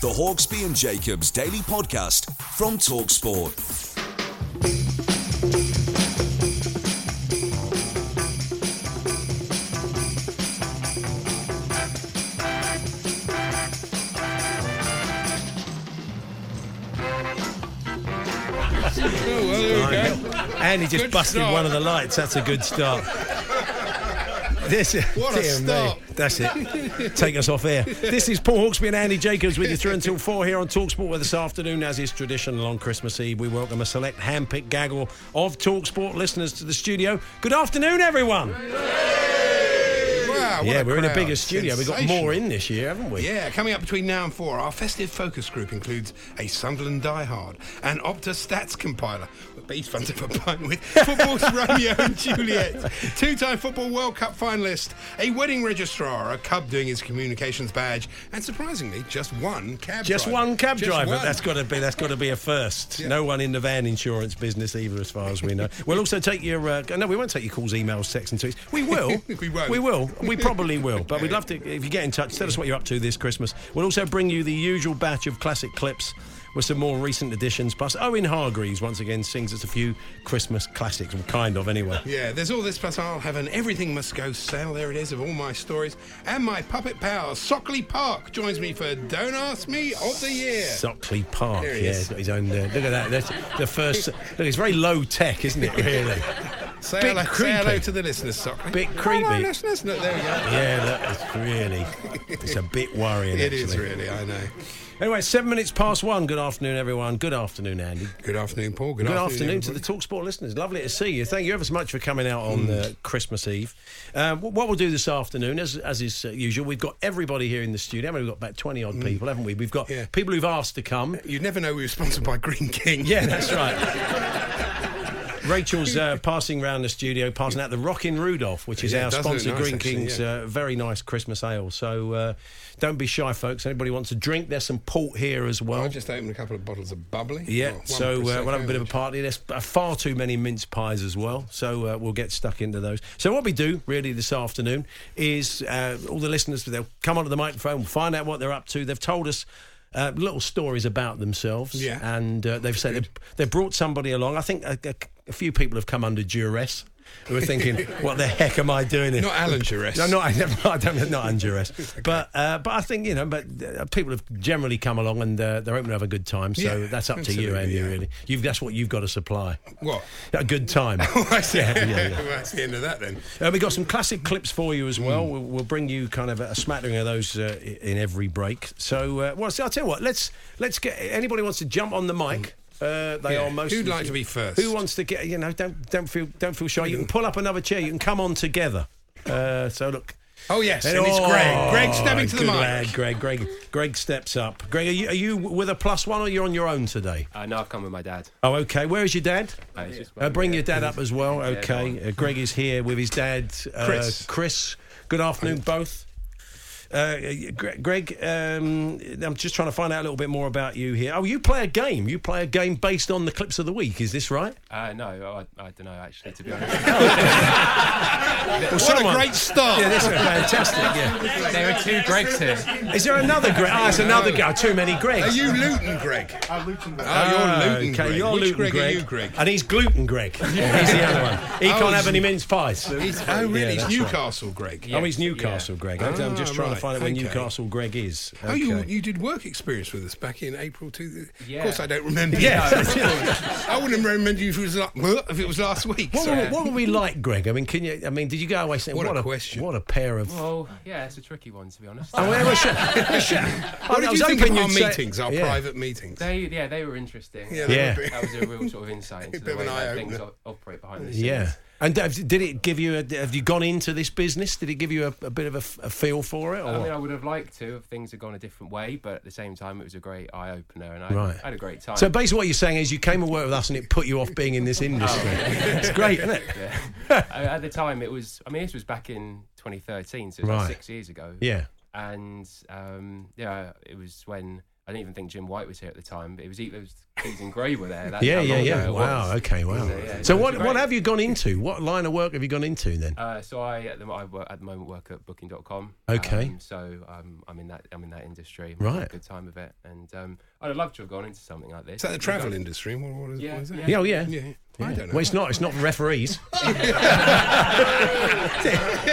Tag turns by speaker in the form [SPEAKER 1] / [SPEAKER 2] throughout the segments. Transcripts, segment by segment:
[SPEAKER 1] The Hawksby and Jacobs Daily Podcast from Talksport.
[SPEAKER 2] And he just
[SPEAKER 3] Good
[SPEAKER 2] busted
[SPEAKER 3] start.
[SPEAKER 2] one of the lights. That's a good start. This,
[SPEAKER 3] What a
[SPEAKER 2] dear me.
[SPEAKER 3] start.
[SPEAKER 2] That's it. Take us off air. This is Paul Hawksby and Andy Jacobs with you through until four here on Talksport, where this afternoon, as is traditional on Christmas Eve, we welcome a select handpicked gaggle of Talksport listeners to the studio. Good afternoon, everyone.
[SPEAKER 3] Wow, Ah, what
[SPEAKER 2] yeah,
[SPEAKER 3] a
[SPEAKER 2] we're in a
[SPEAKER 3] crowd.
[SPEAKER 2] bigger studio. We've got
[SPEAKER 3] Sensational.
[SPEAKER 2] more in this year, haven't we?
[SPEAKER 3] Yeah, coming up between now and four, our festive focus group includes a Sunderland diehard, an Opta stats compiler, but he's fun to combine with, football's Romeo and Juliet, two-time Football World Cup finalist, a wedding registrar, a cub doing his communications badge, and surprisingly, just one cab
[SPEAKER 2] Just
[SPEAKER 3] driver.
[SPEAKER 2] one cab
[SPEAKER 3] Just
[SPEAKER 2] driver.
[SPEAKER 3] one.
[SPEAKER 2] That's got to be that's got to be a first. No one in the van insurance business either, as far as we know. we'll also take your uh, no, we won't take your calls, emails, texts, and tweets. We will.
[SPEAKER 3] We won't.
[SPEAKER 2] We will. We probably will. But we'd love to if you get in touch. Tell us what you're up to this Christmas. We'll also bring you the usual batch of classic clips. With some more recent additions, plus Owen Hargreaves once again sings us a few Christmas classics, well, kind of anyway.
[SPEAKER 3] Yeah, there's all this, plus I'll have an Everything Must Go sale. There it is, of all my stories. And my puppet pal, Sockley Park, joins me for Don't Ask Me of the Year.
[SPEAKER 2] Sockley Park,
[SPEAKER 3] There
[SPEAKER 2] yeah,
[SPEAKER 3] he is.
[SPEAKER 2] he's got his own. Uh, look at that. That's the first. Look, it's very low tech, isn't it? Really.
[SPEAKER 3] say,
[SPEAKER 2] bit
[SPEAKER 3] hello, say hello
[SPEAKER 2] creepy.
[SPEAKER 3] to the listeners, Sockley.
[SPEAKER 2] Bit
[SPEAKER 3] Oh, no,
[SPEAKER 2] creepy.
[SPEAKER 3] listen, listen, look, there we go.
[SPEAKER 2] Yeah, that is really. It's a bit worrying.
[SPEAKER 3] It
[SPEAKER 2] actually.
[SPEAKER 3] is really, I know.
[SPEAKER 2] Anyway, seven minutes past one. Good afternoon, everyone. Good afternoon, Andy.
[SPEAKER 3] Good afternoon, Paul. Good,
[SPEAKER 2] Good, afternoon, to the
[SPEAKER 3] everybody.
[SPEAKER 2] Talksport listeners. Lovely to see you. Thank you ever so much for coming out on
[SPEAKER 3] Mm.
[SPEAKER 2] uh, Christmas Eve. Uh, wh- what we'll do this afternoon, as, as is uh, usual, we've got everybody here in the studio. I mean, we've got about 20 odd people, haven't we? We've got
[SPEAKER 3] Mm. Yeah.
[SPEAKER 2] people who've asked to come.
[SPEAKER 3] You'd never know we were sponsored by Green King.
[SPEAKER 2] Yeah, that's right. Rachel's uh, passing round the studio, passing out the Rockin' Rudolph, which is
[SPEAKER 3] Yeah,
[SPEAKER 2] our
[SPEAKER 3] it does
[SPEAKER 2] sponsor,
[SPEAKER 3] look nice,
[SPEAKER 2] Green
[SPEAKER 3] actually,
[SPEAKER 2] King's
[SPEAKER 3] yeah.
[SPEAKER 2] uh, very nice Christmas ale. So uh, don't be shy, folks. Anybody wants a drink? There's some port here as well.
[SPEAKER 3] I've just opened a couple of bottles of bubbly.
[SPEAKER 2] yeah,
[SPEAKER 3] Oh, one
[SPEAKER 2] so uh,
[SPEAKER 3] Prosecco,
[SPEAKER 2] we'll have a bit of a
[SPEAKER 3] which-
[SPEAKER 2] party. There's uh, far too many mince pies as well, so uh, we'll get stuck into those. So what we do really this afternoon is uh, all the listeners they'll come onto the microphone, we'll find out what they're up to. They've told us. Uh, little stories about themselves,
[SPEAKER 3] Yeah.
[SPEAKER 2] and uh, they've said they've, they've brought somebody along. I think a, a- a few people have come under duress who are thinking, "What the heck am I doing here?"
[SPEAKER 3] Not Alan Duress.
[SPEAKER 2] No, no, I, never, I don't. Not under duress, but uh, but I think you know, but uh, people have generally come along and uh, they're hoping to have a good time. So
[SPEAKER 3] Yeah,
[SPEAKER 2] that's up to you,
[SPEAKER 3] absolutely,
[SPEAKER 2] Andy.
[SPEAKER 3] yeah.
[SPEAKER 2] Really, you've that's what you've got to supply.
[SPEAKER 3] What?
[SPEAKER 2] A good time.
[SPEAKER 3] I see.
[SPEAKER 2] Yeah, yeah, yeah.
[SPEAKER 3] Well, that's the end of that then.
[SPEAKER 2] Uh, we got some
[SPEAKER 3] Hmm.
[SPEAKER 2] classic clips for you as well. We'll, we'll bring you kind of a smattering of those uh, i- in every break. So, uh, well, so I'll tell you what. Let's let's get anybody wants to jump on the mic. Uh,
[SPEAKER 3] Hmm.
[SPEAKER 2] they
[SPEAKER 3] Yeah.
[SPEAKER 2] are most.
[SPEAKER 3] Who'd like to be first? Hmm.
[SPEAKER 2] Who wants to get? You know, don't don't feel don't feel shy. You can pull up another chair. You can come on together. Uh, so look.
[SPEAKER 3] Oh, yes,
[SPEAKER 2] Hey,
[SPEAKER 3] and it's Greg.
[SPEAKER 2] oh,
[SPEAKER 3] Greg stepping to the
[SPEAKER 2] good
[SPEAKER 3] mic.
[SPEAKER 2] lad, Greg. Greg. Greg steps up. Greg, are you, are you with a plus one or you're on your own today?
[SPEAKER 4] Uh, no, I've come with my dad.
[SPEAKER 2] Oh, okay. Where is your dad?
[SPEAKER 4] Uh, he's just-
[SPEAKER 2] Uh, bring your dad up as well.
[SPEAKER 4] Yeah, go
[SPEAKER 2] Okay. Uh, Greg is here with his dad, uh,
[SPEAKER 3] Chris.
[SPEAKER 2] Chris. Good afternoon, both. Uh, Gre- Greg, um, I'm just trying to find out a little bit more about you here. Oh, you play a game. You play a game based on the clips of the week. Is this right?
[SPEAKER 4] Uh, no, I, I don't know actually. To be honest,
[SPEAKER 2] Well,
[SPEAKER 3] What a great start.
[SPEAKER 2] Yeah, this is fantastic. Yeah.
[SPEAKER 4] there are two Gregs here.
[SPEAKER 2] Is there another Greg? Ah, it's another guy. Too many Gregs.
[SPEAKER 3] Are you Luton, Greg? I'm Uh, Luton. Oh, you're Luton,
[SPEAKER 2] Ah, okay,
[SPEAKER 3] Greg.
[SPEAKER 2] you're
[SPEAKER 3] Which
[SPEAKER 2] Luton
[SPEAKER 3] Greg,
[SPEAKER 2] Greg.
[SPEAKER 3] are you, Greg?
[SPEAKER 2] And he's gluten Greg. He's the other one. He
[SPEAKER 3] Oh,
[SPEAKER 2] can't have
[SPEAKER 3] he's-
[SPEAKER 2] any mince pies.
[SPEAKER 3] Oh, really?
[SPEAKER 2] that's
[SPEAKER 3] it's
[SPEAKER 2] right.
[SPEAKER 3] Newcastle, Greg.
[SPEAKER 2] Oh, he's Newcastle Greg. I'm
[SPEAKER 3] Ah,
[SPEAKER 2] just trying to find out when
[SPEAKER 3] okay.
[SPEAKER 2] Newcastle Greg is.
[SPEAKER 3] Oh, you,
[SPEAKER 2] Okay.
[SPEAKER 3] you did work experience with us back in April. Two, uh,
[SPEAKER 4] Yeah.
[SPEAKER 3] Of course, I don't remember.
[SPEAKER 2] Yeah.
[SPEAKER 3] I wouldn't remember you if it was, like, if it was last week.
[SPEAKER 2] What,
[SPEAKER 3] so-
[SPEAKER 2] were, what were we like, Greg? I mean, can you? I mean, did you go away saying
[SPEAKER 3] What a question.
[SPEAKER 2] What a pair of.
[SPEAKER 4] Well, yeah, it's a tricky one to be honest.
[SPEAKER 3] Oh,
[SPEAKER 2] I mean, I was-
[SPEAKER 3] What
[SPEAKER 2] I
[SPEAKER 3] did
[SPEAKER 2] was
[SPEAKER 3] you think
[SPEAKER 2] hoping
[SPEAKER 3] of our
[SPEAKER 2] you'd say-
[SPEAKER 3] meetings, our
[SPEAKER 2] Yeah.
[SPEAKER 3] private meetings?
[SPEAKER 4] They, yeah, they were interesting.
[SPEAKER 3] Yeah,
[SPEAKER 4] Uh,
[SPEAKER 2] Yeah.
[SPEAKER 3] that would be-
[SPEAKER 4] that was a real sort of insight into
[SPEAKER 3] Bit
[SPEAKER 4] the
[SPEAKER 3] of
[SPEAKER 4] way
[SPEAKER 3] an
[SPEAKER 4] that
[SPEAKER 3] eye-opener.
[SPEAKER 4] things op- operate behind the scenes.
[SPEAKER 2] Yeah. And uh, did it give you? A, have you gone into this business? Did it give you a, a bit of a, f- a feel for it? Or?
[SPEAKER 3] Oh.
[SPEAKER 4] I mean, I would have liked to if things had gone a different way, but at the same time, it was a great eye opener, and I,
[SPEAKER 2] Right.
[SPEAKER 4] I had a great time.
[SPEAKER 2] so basically, what you're saying is you came and worked with us, and it put you off being in this industry.
[SPEAKER 3] Oh.
[SPEAKER 2] it's great, isn't it?
[SPEAKER 4] Uh, Oh. at the time, it was. I mean, this was back in 2013, so it was like
[SPEAKER 2] Right.
[SPEAKER 4] six years ago.
[SPEAKER 2] Yeah.
[SPEAKER 4] and um, yeah, it was when I didn't even think Jim White was here at the time. But it was it was Keys and Gray were there. That's
[SPEAKER 2] Yeah,
[SPEAKER 4] how
[SPEAKER 2] yeah,
[SPEAKER 4] long
[SPEAKER 2] yeah.
[SPEAKER 4] ago it
[SPEAKER 2] Wow.
[SPEAKER 4] was.
[SPEAKER 2] Okay. Wow.
[SPEAKER 4] So, yeah,
[SPEAKER 2] so
[SPEAKER 4] it was
[SPEAKER 2] what? What
[SPEAKER 4] great.
[SPEAKER 2] have you gone into? What line of work have you gone into then?
[SPEAKER 4] Uh, so I at the, mo- I work, at the moment work at Booking.com.
[SPEAKER 2] Okay.
[SPEAKER 4] Um, so um, I'm in that I'm in that industry. I'm
[SPEAKER 2] Right.
[SPEAKER 4] having A good time of it, and um, I'd love to have gone into something like this.
[SPEAKER 3] Is that the travel industry? What, what is,
[SPEAKER 4] Yeah,
[SPEAKER 3] what is that?
[SPEAKER 4] yeah.
[SPEAKER 2] Yeah. Oh, yeah.
[SPEAKER 3] Yeah. I don't know.
[SPEAKER 2] Well, it's not. It's not referees.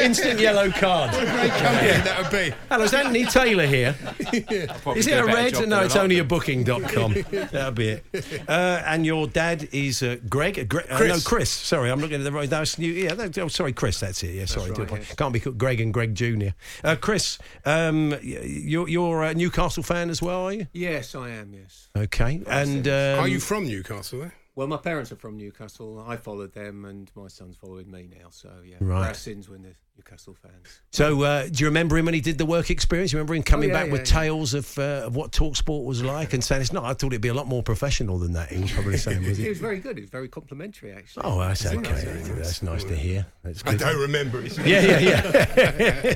[SPEAKER 2] Instant yellow card.
[SPEAKER 3] Great company that would be.
[SPEAKER 2] Hello, is Anthony Taylor here?
[SPEAKER 4] Probably
[SPEAKER 2] Is it
[SPEAKER 4] do
[SPEAKER 2] a
[SPEAKER 4] better
[SPEAKER 2] red?
[SPEAKER 4] job
[SPEAKER 2] No,
[SPEAKER 4] than
[SPEAKER 2] it's
[SPEAKER 4] I
[SPEAKER 2] only a
[SPEAKER 4] did.
[SPEAKER 2] booking.com. That'll be it. Uh, and your dad is uh, Greg? Uh, Gre- uh, no,
[SPEAKER 3] Chris.
[SPEAKER 2] Chris. Sorry, I'm looking at the right. That's new. Yeah, that, oh, sorry, Chris. That's it. Yeah, sorry. do
[SPEAKER 4] right,
[SPEAKER 2] apologize. Can't be called Greg and Greg Jr. Uh, Chris, um, y- you're, you're a Newcastle fan as well, are you?
[SPEAKER 5] Yes, I am. Yes.
[SPEAKER 2] Okay. And um,
[SPEAKER 3] Are you from Newcastle? Eh?
[SPEAKER 5] Well, my parents are from Newcastle. I followed them, and my son's following me now. So yeah,
[SPEAKER 2] Right.
[SPEAKER 5] our sins when the Newcastle fans.
[SPEAKER 2] so uh, do you remember him when he did the work experience? You remember him coming
[SPEAKER 5] yeah,
[SPEAKER 2] back
[SPEAKER 5] yeah,
[SPEAKER 2] with
[SPEAKER 5] yeah.
[SPEAKER 2] tales of, uh, of what talk sport was like and saying, it's not, I thought it'd be a lot more professional than that. He was probably saying, was
[SPEAKER 5] He
[SPEAKER 2] it?
[SPEAKER 5] was very good. He was very complimentary, actually.
[SPEAKER 2] Oh, that's okay. That's nice to hear. That's
[SPEAKER 3] I
[SPEAKER 2] good.
[SPEAKER 3] don't remember. It's
[SPEAKER 2] Yeah, yeah, yeah.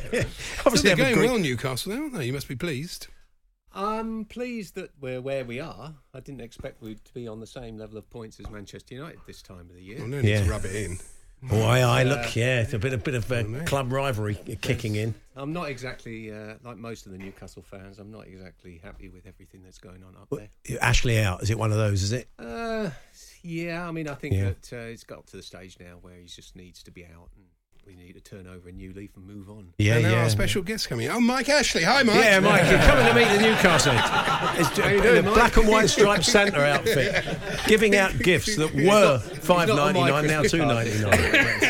[SPEAKER 3] So
[SPEAKER 2] Obviously,
[SPEAKER 3] they're
[SPEAKER 2] have a
[SPEAKER 3] going
[SPEAKER 2] great-
[SPEAKER 3] well, Newcastle, aren't they? You must be pleased.
[SPEAKER 5] I'm pleased that we're where we are. I didn't expect we'd be on the same level of points as Manchester United this time of the year.
[SPEAKER 3] Well, no need
[SPEAKER 2] Yeah.
[SPEAKER 3] to rub it in.
[SPEAKER 2] Oh, aye, aye, look, yeah, it's a bit, a bit of uh, club rivalry kicking in.
[SPEAKER 5] I'm not exactly uh, like most of the Newcastle fans. I'm not exactly happy with everything that's going on up there.
[SPEAKER 2] Ashley out, is it one of those? Is it?
[SPEAKER 5] Uh, yeah, I mean, I think
[SPEAKER 2] Yeah.
[SPEAKER 5] that uh, it's got up to the stage now where he just needs to be out, and we need to turn over a new leaf and move on.
[SPEAKER 2] Yeah,
[SPEAKER 3] and there
[SPEAKER 2] yeah.
[SPEAKER 3] are special guests coming. Oh, Mike Ashley. Hi, Mike.
[SPEAKER 2] Yeah, Mike, you're coming to meet the Newcastle. It's
[SPEAKER 5] How you
[SPEAKER 2] in
[SPEAKER 5] doing,
[SPEAKER 2] a
[SPEAKER 5] Mike?
[SPEAKER 2] black and white striped Santa outfit, giving out gifts that were five
[SPEAKER 5] not on
[SPEAKER 2] ninety nine now
[SPEAKER 5] Microsoft.
[SPEAKER 2] two ninety nine. That's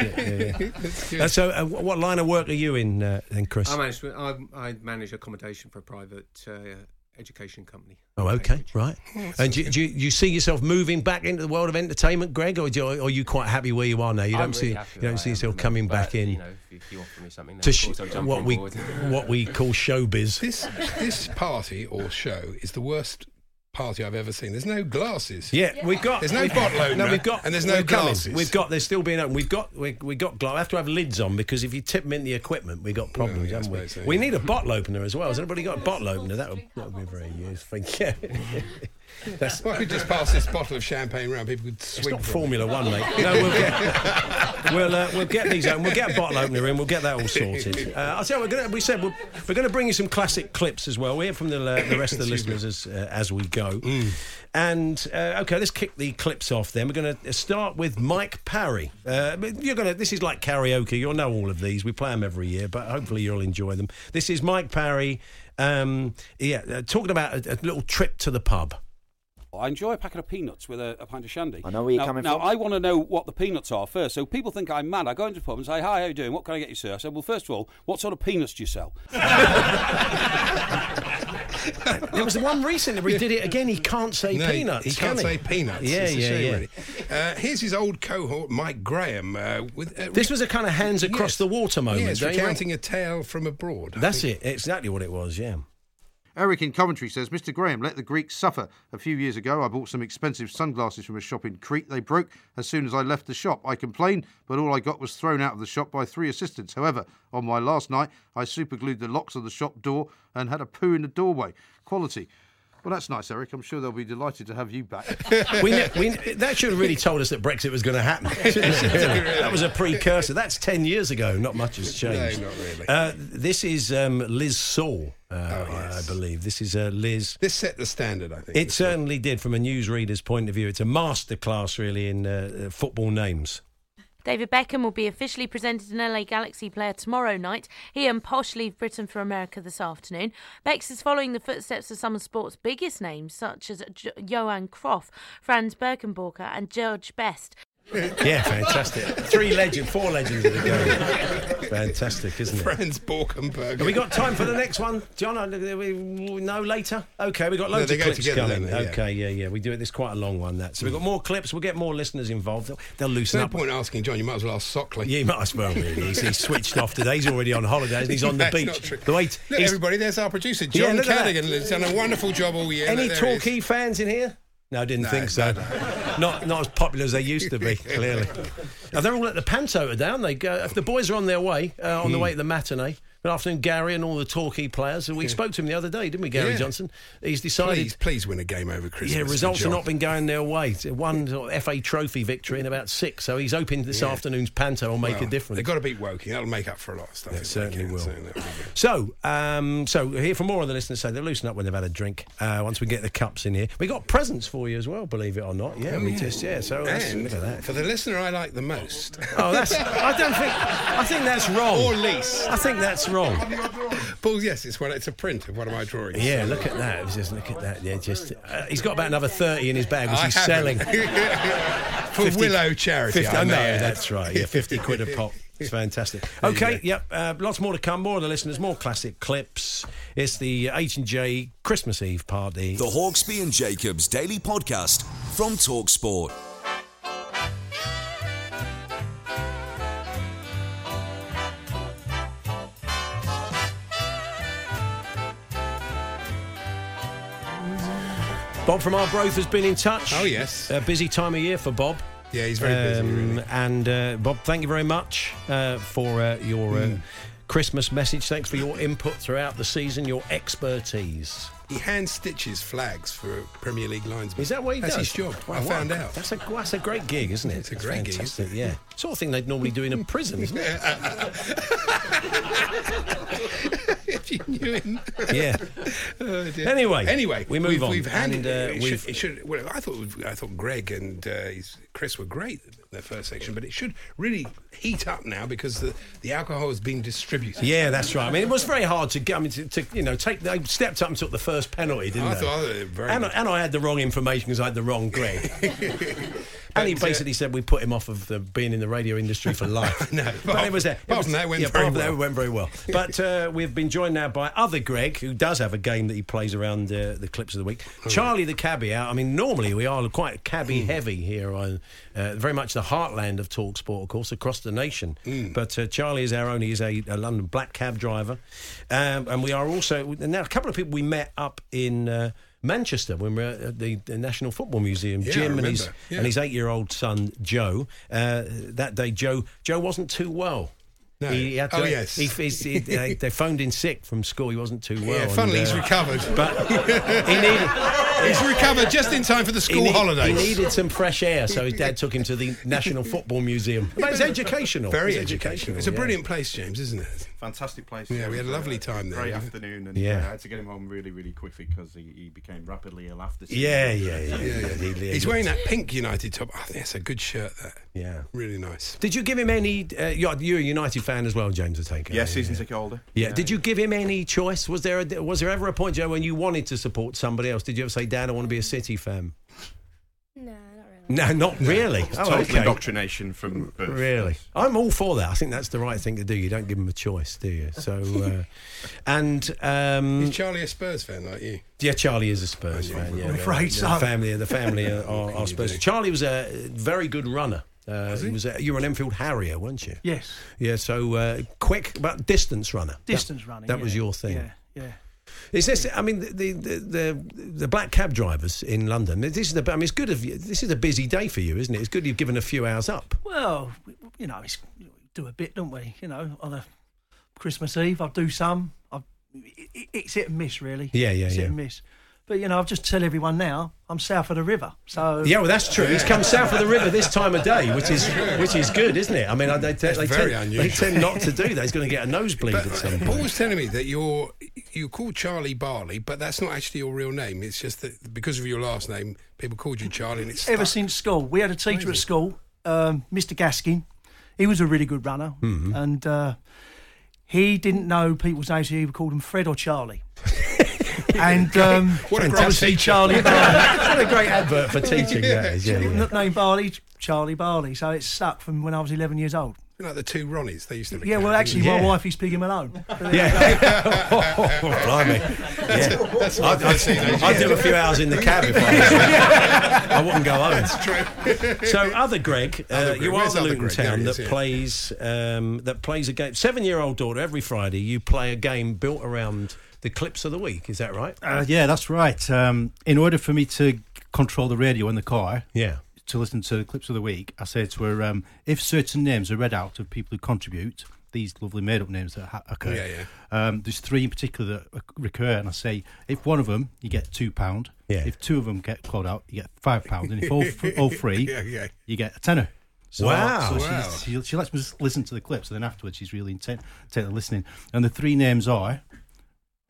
[SPEAKER 2] it. Yeah, yeah. Uh, so, uh, wh- what line of work are you in uh, then, Chris?
[SPEAKER 5] I manage, I, I manage accommodation for a private uh, education company.
[SPEAKER 2] Oh, okay, right. And do, do you, you see yourself moving back into the world of entertainment, Greg, or, do you, or are you quite happy where you are now? You
[SPEAKER 4] I'm
[SPEAKER 2] don't see
[SPEAKER 4] really happy
[SPEAKER 2] you
[SPEAKER 4] where I
[SPEAKER 2] don't see
[SPEAKER 4] am
[SPEAKER 2] yourself
[SPEAKER 4] at the
[SPEAKER 2] coming
[SPEAKER 4] moment,
[SPEAKER 2] back
[SPEAKER 4] but,
[SPEAKER 2] in
[SPEAKER 4] You know, if, if you offer me something, then
[SPEAKER 2] to
[SPEAKER 4] of
[SPEAKER 2] sh-
[SPEAKER 4] course I'll jump
[SPEAKER 2] what
[SPEAKER 4] on
[SPEAKER 2] we
[SPEAKER 4] board.
[SPEAKER 2] what we call showbiz.
[SPEAKER 3] This this party or show is the worst party I've ever seen. There's no glasses.
[SPEAKER 2] Yeah, we've got.
[SPEAKER 3] There's no
[SPEAKER 2] we've-
[SPEAKER 3] bottle opener,
[SPEAKER 2] No, we've got.
[SPEAKER 3] and there's no
[SPEAKER 2] we're coming.
[SPEAKER 3] glasses.
[SPEAKER 2] We've got. They're still being open. We've got. We we got. Gla- I have to have lids on because if you tip them in the equipment, we got problems,
[SPEAKER 3] yeah, I
[SPEAKER 2] haven't we?
[SPEAKER 3] suppose so,
[SPEAKER 2] We
[SPEAKER 3] yeah.
[SPEAKER 2] need a bottle opener as well. Has anybody got a bottle opener? That would, that would be very useful. Yeah. That's.
[SPEAKER 3] Well, I could just pass this bottle of champagne round. People could
[SPEAKER 2] It's
[SPEAKER 3] swig
[SPEAKER 2] not
[SPEAKER 3] from it.
[SPEAKER 2] Formula One, mate. No, we'll get we'll, uh, we'll get these open. We'll get a bottle opener in. We'll get that all sorted. Uh, I'll tell you, we're gonna, we said we're, we're going to bring you some classic clips as well. We hear from the, uh, the rest of the listeners as uh, as we go. And uh, okay, let's kick the clips off. Then we're going to start with Mike Parry. Uh, but you're going to. This is like karaoke. You'll know all of these. We play them every year, but hopefully you'll enjoy them. This is Mike Parry. Um, yeah, uh, talking about a, a little trip to the pub.
[SPEAKER 6] Oh, I enjoy a packet of peanuts with a, a pint of shandy.
[SPEAKER 7] I know where you're
[SPEAKER 6] now,
[SPEAKER 7] coming
[SPEAKER 6] now
[SPEAKER 7] from.
[SPEAKER 6] I want to know what the peanuts are first. So people think I'm mad. I go into the pub and say, "Hi, how you doing? What can I get you, sir?" I said, "Well, first of all, what sort of peanuts do you sell?"
[SPEAKER 2] There was the one recently where he did it again. He can't say
[SPEAKER 3] No,
[SPEAKER 2] peanuts.
[SPEAKER 3] He can't
[SPEAKER 2] can
[SPEAKER 3] say peanuts.
[SPEAKER 2] Yeah,
[SPEAKER 3] It's a
[SPEAKER 2] yeah,
[SPEAKER 3] shame,
[SPEAKER 2] yeah.
[SPEAKER 3] really. Uh, here's his old cohort, Mike Graham. Uh, with uh,
[SPEAKER 2] This was a kind of hands across
[SPEAKER 3] Yes.
[SPEAKER 2] the water moment.
[SPEAKER 3] Yes,
[SPEAKER 2] don't you reckon?
[SPEAKER 3] recounting a tale from abroad. I
[SPEAKER 2] That's
[SPEAKER 3] think.
[SPEAKER 2] it. Exactly what it was. Yeah.
[SPEAKER 8] Eric in Coventry says, Mr. Graham, let the Greeks suffer. A few years ago, I bought some expensive sunglasses from a shop in Crete. They broke as soon as I left the shop. I complained, but all I got was thrown out of the shop by three assistants. However, on my last night, I superglued the locks on the shop door and had a poo in the doorway. Quality. Well, that's nice, Eric. I'm sure they'll be delighted to have you back.
[SPEAKER 2] We, kn- we, kn- that should have really told us that Brexit was going to happen. shouldn't it, really? That was a precursor. That's ten years ago. Not much has changed.
[SPEAKER 3] No, not really. Oh,
[SPEAKER 2] Uh, this is um, Liz Saul, uh, I- I believe. This is uh, Liz.
[SPEAKER 3] This set the standard, I think.
[SPEAKER 2] It certainly did, from a newsreader's point of view. It's a masterclass, really, in uh, uh, football names.
[SPEAKER 7] David Beckham will be officially presented an LA Galaxy player tomorrow night. He and Posh leave Britain for America this afternoon. Bex is following the footsteps of some of sport's biggest names, such as jo- Johan Croft, Franz Beckenbauer, and George Best.
[SPEAKER 2] Yeah, fantastic. Three legends, four legends of the game. Fantastic, isn't it?
[SPEAKER 3] Friends Borkenberg.
[SPEAKER 2] Have we got time for the next one, John? I- Oh, we- No, later. Okay, we got
[SPEAKER 3] No,
[SPEAKER 2] loads
[SPEAKER 3] they
[SPEAKER 2] of
[SPEAKER 3] go
[SPEAKER 2] clips
[SPEAKER 3] together,
[SPEAKER 2] coming.
[SPEAKER 3] don't they? Yeah.
[SPEAKER 2] Okay, yeah, yeah. We do it. This is quite a long one. That so we have got more clips. We'll get more listeners involved. They'll, they'll
[SPEAKER 3] There's
[SPEAKER 2] loosen
[SPEAKER 3] no
[SPEAKER 2] up.
[SPEAKER 3] point asking John. You might as well ask Sockley.
[SPEAKER 2] Yeah, he might as well. Really. He's, he's switched off today. He's already on holidays. and He's on the
[SPEAKER 3] That's not
[SPEAKER 2] beach.
[SPEAKER 3] true.
[SPEAKER 2] The wait.
[SPEAKER 3] Look,
[SPEAKER 2] he's-
[SPEAKER 3] everybody, there's our producer,
[SPEAKER 2] Yeah,
[SPEAKER 3] John
[SPEAKER 2] look at that.
[SPEAKER 3] Cadogan, who's done a wonderful job all year.
[SPEAKER 2] Any
[SPEAKER 3] Look, there he is.
[SPEAKER 2] Torquay fans in here? No, I didn't
[SPEAKER 3] No,
[SPEAKER 2] think so. not not as popular as they used to be. Clearly, now they're all at the Panto today, aren't they? Uh, if the boys are on their way, uh, on the way to the matinee. Good afternoon, Gary, and all the Torquay players. And We spoke to him the other day, didn't we, Gary
[SPEAKER 3] Yeah.
[SPEAKER 2] Johnson? He's decided.
[SPEAKER 3] Please, please win a game over Christmas.
[SPEAKER 2] Yeah,
[SPEAKER 3] for
[SPEAKER 2] results have
[SPEAKER 3] John.
[SPEAKER 2] not been going their way. It's One sort of FA Trophy victory in about six, so he's hoping this
[SPEAKER 3] Yeah.
[SPEAKER 2] afternoon's Panto will make a
[SPEAKER 3] Well,
[SPEAKER 2] difference.
[SPEAKER 3] They've got to beat Woking. That'll make up for a lot of stuff.
[SPEAKER 2] Yeah,
[SPEAKER 3] if they
[SPEAKER 2] certainly
[SPEAKER 3] can,
[SPEAKER 2] will.
[SPEAKER 3] so that'll be good.
[SPEAKER 2] So, um, so here for more of the listeners. So they'll loosen up when they've had a drink. Uh, once we get the cups in here, we got presents for you as well. Believe it or not, yeah,
[SPEAKER 3] Oh,
[SPEAKER 2] we
[SPEAKER 3] yeah.
[SPEAKER 2] just yeah. So that's,
[SPEAKER 3] and
[SPEAKER 2] look at that.
[SPEAKER 3] for the listener I like the most,
[SPEAKER 2] Oh, that's. I don't think. I think that's wrong.
[SPEAKER 3] or least.
[SPEAKER 2] I think that's wrong.
[SPEAKER 3] Paul, yes, it's one. It's a print of one of my drawings.
[SPEAKER 2] Yeah, look at that. It was Just look at that. Yeah, just uh, he's got about another thirty in his bag, which
[SPEAKER 3] I
[SPEAKER 2] he's
[SPEAKER 3] haven't.
[SPEAKER 2] selling.
[SPEAKER 3] for
[SPEAKER 2] 50
[SPEAKER 3] Willow Charity.
[SPEAKER 2] 50,
[SPEAKER 3] I
[SPEAKER 2] I know,
[SPEAKER 3] may add.
[SPEAKER 2] that's right. Yeah, 50 quid a pop. It's fantastic. Okay, yep. Uh, lots more to come. More of the listeners, more classic clips. It's the H&J Christmas Eve party.
[SPEAKER 1] The Hawksby and Jacobs Daily Podcast from Talksport.
[SPEAKER 2] Bob from Arbroath has been in touch.
[SPEAKER 3] Oh, yes.
[SPEAKER 2] A busy time of year for Bob.
[SPEAKER 3] Yeah, he's very busy, really.
[SPEAKER 2] And uh, Bob, thank you very much uh, for uh, your
[SPEAKER 3] Hmm.
[SPEAKER 2] uh, Christmas message. Thanks for your input throughout the season, your expertise.
[SPEAKER 3] He hand stitches flags for Premier League linesmen.
[SPEAKER 2] Is that what he
[SPEAKER 3] That's
[SPEAKER 2] does?
[SPEAKER 3] his job.
[SPEAKER 2] Wow,
[SPEAKER 3] I
[SPEAKER 2] wow.
[SPEAKER 3] found out.
[SPEAKER 2] That's a that's a great gig, isn't it?
[SPEAKER 3] It's a
[SPEAKER 2] That's
[SPEAKER 3] great gig,
[SPEAKER 2] fantastic, Yeah, sort of thing they'd normally do in a prison, isn't it?
[SPEAKER 3] if you knew him.
[SPEAKER 2] Yeah.
[SPEAKER 3] Oh, dear.
[SPEAKER 2] Anyway,
[SPEAKER 3] anyway,
[SPEAKER 2] we move
[SPEAKER 3] we've,
[SPEAKER 2] on.
[SPEAKER 3] We've handed.
[SPEAKER 2] And, uh,
[SPEAKER 3] it,
[SPEAKER 2] we've-
[SPEAKER 3] should, it should. Well, I thought. we've- I thought Greg and uh, his- Chris were great in their first section, but it should really heat up now because the, the alcohol has been distributed.
[SPEAKER 2] Yeah, that's right. I mean, it was very hard to get. I mean, to, to you know, take they stepped up and took the first penalty, didn't
[SPEAKER 3] I
[SPEAKER 2] they?
[SPEAKER 3] thought they were very
[SPEAKER 2] and, I,
[SPEAKER 3] good.
[SPEAKER 2] and I had the wrong information because I had the wrong Greg. and he
[SPEAKER 3] But, uh,
[SPEAKER 2] basically said we put him off of the, being in the radio industry for life.
[SPEAKER 3] No,
[SPEAKER 2] but
[SPEAKER 3] apart-
[SPEAKER 2] it was there.
[SPEAKER 3] apart from that, it went
[SPEAKER 2] yeah,
[SPEAKER 3] very
[SPEAKER 2] apart from that,
[SPEAKER 3] well.
[SPEAKER 2] it went very well. But uh, we've been joined now by other Greg, who does have a game that he plays around uh, the clips of the week. Charlie the cabbie out. I mean, normally we are quite
[SPEAKER 3] Hmm.
[SPEAKER 2] cabbie heavy here on uh, very much the heartland of talk sport, of course, across the nation.
[SPEAKER 3] Hmm.
[SPEAKER 2] But uh, Charlie is our own. He's a, a London black cab driver, um, and we are also now a couple of people we met up in. Uh, Manchester, when we were at the, the National Football Museum,
[SPEAKER 3] Yeah, I
[SPEAKER 2] Jim and his,
[SPEAKER 3] remember. Yeah.
[SPEAKER 2] and his eight-year-old son Joe. Uh, that day, Joe Joe wasn't too well.
[SPEAKER 3] No.
[SPEAKER 2] He had to,
[SPEAKER 3] Oh, yes.
[SPEAKER 2] He, he's- he- they, they phoned in sick from school. He wasn't too well.
[SPEAKER 3] yeah, funnily,
[SPEAKER 2] and,
[SPEAKER 3] he's
[SPEAKER 2] uh,
[SPEAKER 3] recovered.
[SPEAKER 2] But he needed.
[SPEAKER 3] he's recovered just in time for the
[SPEAKER 2] he
[SPEAKER 3] school
[SPEAKER 2] need-
[SPEAKER 3] holidays.
[SPEAKER 2] He needed some fresh air, so his dad took him to the National Football Museum. But it's educational.
[SPEAKER 3] Very
[SPEAKER 2] It's
[SPEAKER 3] educational. It's a
[SPEAKER 2] yeah.
[SPEAKER 3] brilliant place, James, isn't it?
[SPEAKER 9] Fantastic place.
[SPEAKER 3] Yeah,
[SPEAKER 9] It
[SPEAKER 3] we had a
[SPEAKER 9] was
[SPEAKER 3] lovely time there,
[SPEAKER 9] Great
[SPEAKER 3] wasn't it?
[SPEAKER 9] afternoon, and yeah.
[SPEAKER 2] Yeah.
[SPEAKER 9] I had to get him home really, really quickly because he, he became rapidly ill after. season.
[SPEAKER 2] Yeah, yeah, yeah.
[SPEAKER 3] Yeah, yeah.
[SPEAKER 2] He- he-
[SPEAKER 3] He's wearing that pink United top. I think that's a good shirt. That
[SPEAKER 2] Yeah.
[SPEAKER 3] really nice.
[SPEAKER 2] Did you give him any? Uh, you're, you're a United fan as well, James. I take it.
[SPEAKER 9] Yeah, season ticket holder.
[SPEAKER 2] Yeah. Did you give him any choice? Was there a, was there ever a point, Joe, when you wanted to support somebody else? Did you ever say, "Dad, I want to be a City fan"?
[SPEAKER 10] No, not really.
[SPEAKER 2] No, not really.
[SPEAKER 9] It's
[SPEAKER 2] Oh,
[SPEAKER 9] total
[SPEAKER 2] okay.
[SPEAKER 9] indoctrination from birth.
[SPEAKER 2] Really, I'm all for that. I think that's the right thing to do. You don't give them a choice, do you? So, uh, and um,
[SPEAKER 3] Is Charlie a Spurs fan like you?
[SPEAKER 2] yeah, Charlie is a Spurs fan. Yeah,
[SPEAKER 11] I'm afraid
[SPEAKER 2] the
[SPEAKER 11] so.
[SPEAKER 2] Family, the family are, are, are Spurs. Charlie was a very good runner. Uh, he was a, you were an Enfield Harrier, weren't you?
[SPEAKER 11] Yes.
[SPEAKER 2] Yeah, so uh, quick but distance runner.
[SPEAKER 11] Distance
[SPEAKER 2] that,
[SPEAKER 11] running.
[SPEAKER 2] That
[SPEAKER 11] yeah.
[SPEAKER 2] was your thing.
[SPEAKER 11] Yeah, yeah.
[SPEAKER 2] Is this? I mean, the the, the the black cab drivers in London. This is the. I mean, it's good of you. This is a busy day for you, isn't it? It's good you've given a few hours up.
[SPEAKER 11] Well, we- you know, it's, we do a bit, don't we? You know, on a Christmas Eve, I do some. I, it, it- it's hit and miss, really.
[SPEAKER 2] Yeah, yeah,
[SPEAKER 11] it's
[SPEAKER 2] yeah.
[SPEAKER 11] Hit and miss. But you know, I've just tell everyone now I'm south of the river, so
[SPEAKER 2] Yeah, well, that's true. He's come south of the river this time of day, which is which is good, isn't it? I mean, I- they, te- they,
[SPEAKER 3] very
[SPEAKER 2] tend,
[SPEAKER 3] unusual.
[SPEAKER 2] they tend not to do that. He's going to get a nosebleed
[SPEAKER 3] But
[SPEAKER 2] at some
[SPEAKER 3] Paul
[SPEAKER 2] point.
[SPEAKER 3] was telling me that you're you call Charlie Barley, but that's not actually your real name. It's just that because of your last name, people called you Charlie, and it's
[SPEAKER 11] ever
[SPEAKER 3] stuck.
[SPEAKER 11] since school. We had a teacher at school, um, Mr. Gaskin, he was a really good runner,
[SPEAKER 2] Mhm.
[SPEAKER 11] and uh, he didn't know people's names. so He would call them Fred or Charlie. and um,
[SPEAKER 2] What a great
[SPEAKER 11] obviously
[SPEAKER 2] teacher.
[SPEAKER 11] Charlie Barley.
[SPEAKER 2] What a great advert for teaching that is, yeah, yeah.
[SPEAKER 11] Nickname Barley, Charlie Barley. So it stuck from when I was 11 years old.
[SPEAKER 3] Like the two Ronnies, they used to.
[SPEAKER 11] Yeah, well, actually, my
[SPEAKER 3] Yeah.
[SPEAKER 11] wife is Piggy Malone.
[SPEAKER 2] Yeah. Blimey. Yeah.
[SPEAKER 3] That's what
[SPEAKER 2] I'd,
[SPEAKER 3] I've seen
[SPEAKER 2] I'd,
[SPEAKER 3] those,
[SPEAKER 2] I'd
[SPEAKER 3] yeah.
[SPEAKER 2] do a few hours in the cab if I I wouldn't go home. That's
[SPEAKER 3] true.
[SPEAKER 2] So, other Greg, uh,
[SPEAKER 3] Other Greg,
[SPEAKER 2] you are
[SPEAKER 3] where's
[SPEAKER 2] the
[SPEAKER 3] other
[SPEAKER 2] Luton
[SPEAKER 3] Greg? There
[SPEAKER 2] town
[SPEAKER 3] he
[SPEAKER 2] that
[SPEAKER 3] is, yeah.
[SPEAKER 2] plays um, that plays a game. Seven-year-old daughter every Friday. You play a game built around the clips of the week. Is that right?
[SPEAKER 12] Uh, yeah, that's right. Um, in order for me to control the radio in the car,
[SPEAKER 2] Yeah.
[SPEAKER 12] to listen to the clips of the week, I say to her, um, if certain names are read out of people who contribute, these lovely made-up names that ha- occur.
[SPEAKER 3] Yeah,
[SPEAKER 12] Um, there's three in particular that oc- recur, and I say, if one of them, you get two pound.
[SPEAKER 2] Yeah.
[SPEAKER 12] If two of them get called out, you get five pound, and if all, f- all three,
[SPEAKER 3] Yeah, yeah.
[SPEAKER 12] you get a tenner. So,
[SPEAKER 3] Wow.
[SPEAKER 12] So she- She,
[SPEAKER 3] Wow.
[SPEAKER 12] she lets me s- listen to the clips, and then afterwards, she's really intent, intent on listening. And the three names are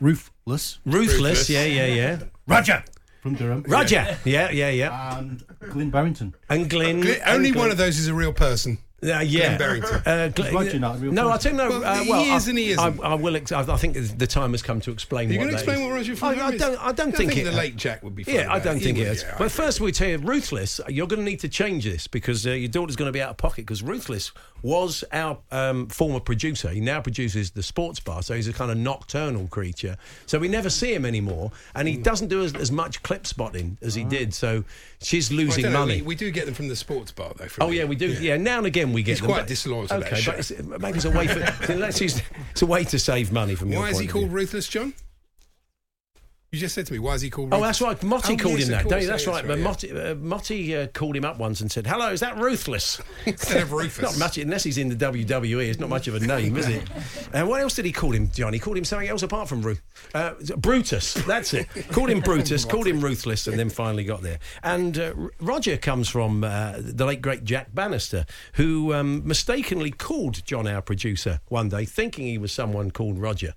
[SPEAKER 12] Ruthless.
[SPEAKER 2] Ruthless, yeah, yeah, yeah.
[SPEAKER 12] Roger. From Durham.
[SPEAKER 2] Roger. Yeah, yeah, yeah.
[SPEAKER 12] And Glyn Barrington.
[SPEAKER 2] And Glyn.
[SPEAKER 3] Uh, Gl- only one of those is a real person.
[SPEAKER 2] Uh,
[SPEAKER 3] Glenn
[SPEAKER 2] yeah,
[SPEAKER 3] Barrington.
[SPEAKER 2] Uh, Glenn-
[SPEAKER 3] He's like, you're not a real
[SPEAKER 2] no, I
[SPEAKER 3] person.
[SPEAKER 2] think no.
[SPEAKER 3] Well,
[SPEAKER 2] uh,
[SPEAKER 3] he
[SPEAKER 2] well,
[SPEAKER 3] is
[SPEAKER 2] I,
[SPEAKER 3] and he isn't.
[SPEAKER 2] I, I will. Ex- I, I think the time has come to explain.
[SPEAKER 3] Are you
[SPEAKER 2] what
[SPEAKER 3] going to
[SPEAKER 2] that
[SPEAKER 3] explain
[SPEAKER 2] is.
[SPEAKER 3] what runs your
[SPEAKER 2] I,
[SPEAKER 3] favourite
[SPEAKER 2] I
[SPEAKER 3] is?
[SPEAKER 2] don't. I don't think,
[SPEAKER 3] think
[SPEAKER 2] it-
[SPEAKER 3] the late Jack would be. fine
[SPEAKER 2] Yeah, I
[SPEAKER 3] about
[SPEAKER 2] don't
[SPEAKER 3] He
[SPEAKER 2] think it
[SPEAKER 3] would,
[SPEAKER 2] is.
[SPEAKER 3] yeah.
[SPEAKER 2] But first, we tell you, ruthless. Uh, You're going to need to change this because uh, your daughter's going to be out of pocket. Because ruthless was our um, former producer. He now produces the sports bar, so he's a kind of nocturnal creature. So we never see him anymore, and
[SPEAKER 3] Hmm.
[SPEAKER 2] he doesn't do as, as much clip spotting as he did. So she's
[SPEAKER 3] Oh. Well, I
[SPEAKER 2] losing
[SPEAKER 3] don't know,
[SPEAKER 2] money.
[SPEAKER 3] We, we do get them from the sports bar though. from
[SPEAKER 2] Oh yeah, we do. Yeah, now and again we get
[SPEAKER 3] He's
[SPEAKER 2] them.
[SPEAKER 3] quite
[SPEAKER 2] but-
[SPEAKER 3] disloyal to that
[SPEAKER 2] Okay,
[SPEAKER 3] show.
[SPEAKER 2] but it's, maybe it's a way for let's use, it's a way to save money from your
[SPEAKER 3] Why is he
[SPEAKER 2] point of
[SPEAKER 3] called
[SPEAKER 2] view.
[SPEAKER 3] Ruthless John? You just said to me, why is he called?
[SPEAKER 2] Oh,
[SPEAKER 3] Ruthless?
[SPEAKER 2] that's right. Motti
[SPEAKER 3] Oh,
[SPEAKER 2] called
[SPEAKER 3] yes,
[SPEAKER 2] him
[SPEAKER 3] of
[SPEAKER 2] that. Don't
[SPEAKER 3] course,
[SPEAKER 2] you? That's
[SPEAKER 3] yeah,
[SPEAKER 2] right. But Motti, uh, Motti uh, called him up once and said, "Hello, is that ruthless?"
[SPEAKER 3] Instead of Rufus.
[SPEAKER 2] not much, unless he's in the WWE. It's not much of a name, is it? And what else did he call him, John? He called him something else apart from Ruth. Uh, Brutus. That's it. called him Brutus. called him ruthless, and then finally got there. And uh, R- Roger comes from uh, the late great Jack Bannister, who um, mistakenly called John, our producer, one day, thinking he was someone called Roger,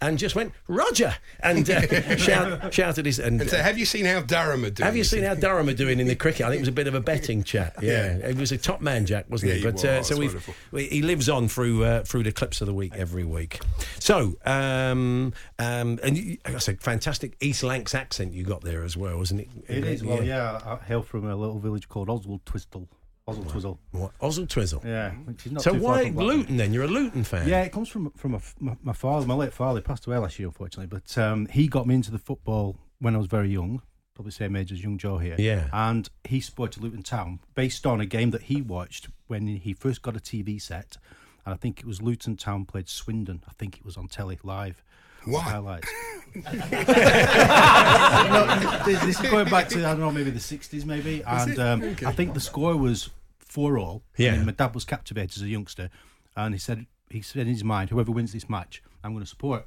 [SPEAKER 2] and just went Roger and uh, shout, shouted his and. uh,
[SPEAKER 3] And so, have you seen how Durham are doing?
[SPEAKER 2] Have you seen how Durham are doing in the cricket? I think it was a bit of a betting chat. Yeah, it was a top man, Jack, wasn't
[SPEAKER 3] Yeah,
[SPEAKER 2] he?
[SPEAKER 3] he
[SPEAKER 2] But uh,
[SPEAKER 3] was.
[SPEAKER 2] so we've,
[SPEAKER 3] Wonderful.
[SPEAKER 2] we, he lives on through uh, through the clips of the week every week. So um, um, and you, that's a fantastic East Lancs accent you got there as well, isn't it?
[SPEAKER 12] It is. Well, yeah. I hail from a little village called Oswald Twistle. Oswald Twizzle.
[SPEAKER 2] What Oswald Twizzle?
[SPEAKER 12] Yeah. Which is not
[SPEAKER 2] so
[SPEAKER 12] too far
[SPEAKER 2] why
[SPEAKER 12] from Blackburn.
[SPEAKER 2] Luton then? You're a Luton fan.
[SPEAKER 12] Yeah, it comes from from a f my, my father, my late father. He passed away last year, unfortunately. But um, he got me into the football when I was very young, probably same age as young Joe here.
[SPEAKER 2] Yeah.
[SPEAKER 12] And he supported Luton Town based on a game that he watched when he first got a TV set, and I think it was Luton Town played Swindon. I think it was on telly live.
[SPEAKER 3] Why?
[SPEAKER 12] Highlights. no, this, this is going back to I don't know maybe the sixties maybe, and
[SPEAKER 3] it?
[SPEAKER 12] um,
[SPEAKER 3] Okay.
[SPEAKER 12] I think the score was four all.
[SPEAKER 2] Yeah.
[SPEAKER 12] And my dad was captivated as a youngster, and he said he said in his mind, whoever wins this match, I'm going to support.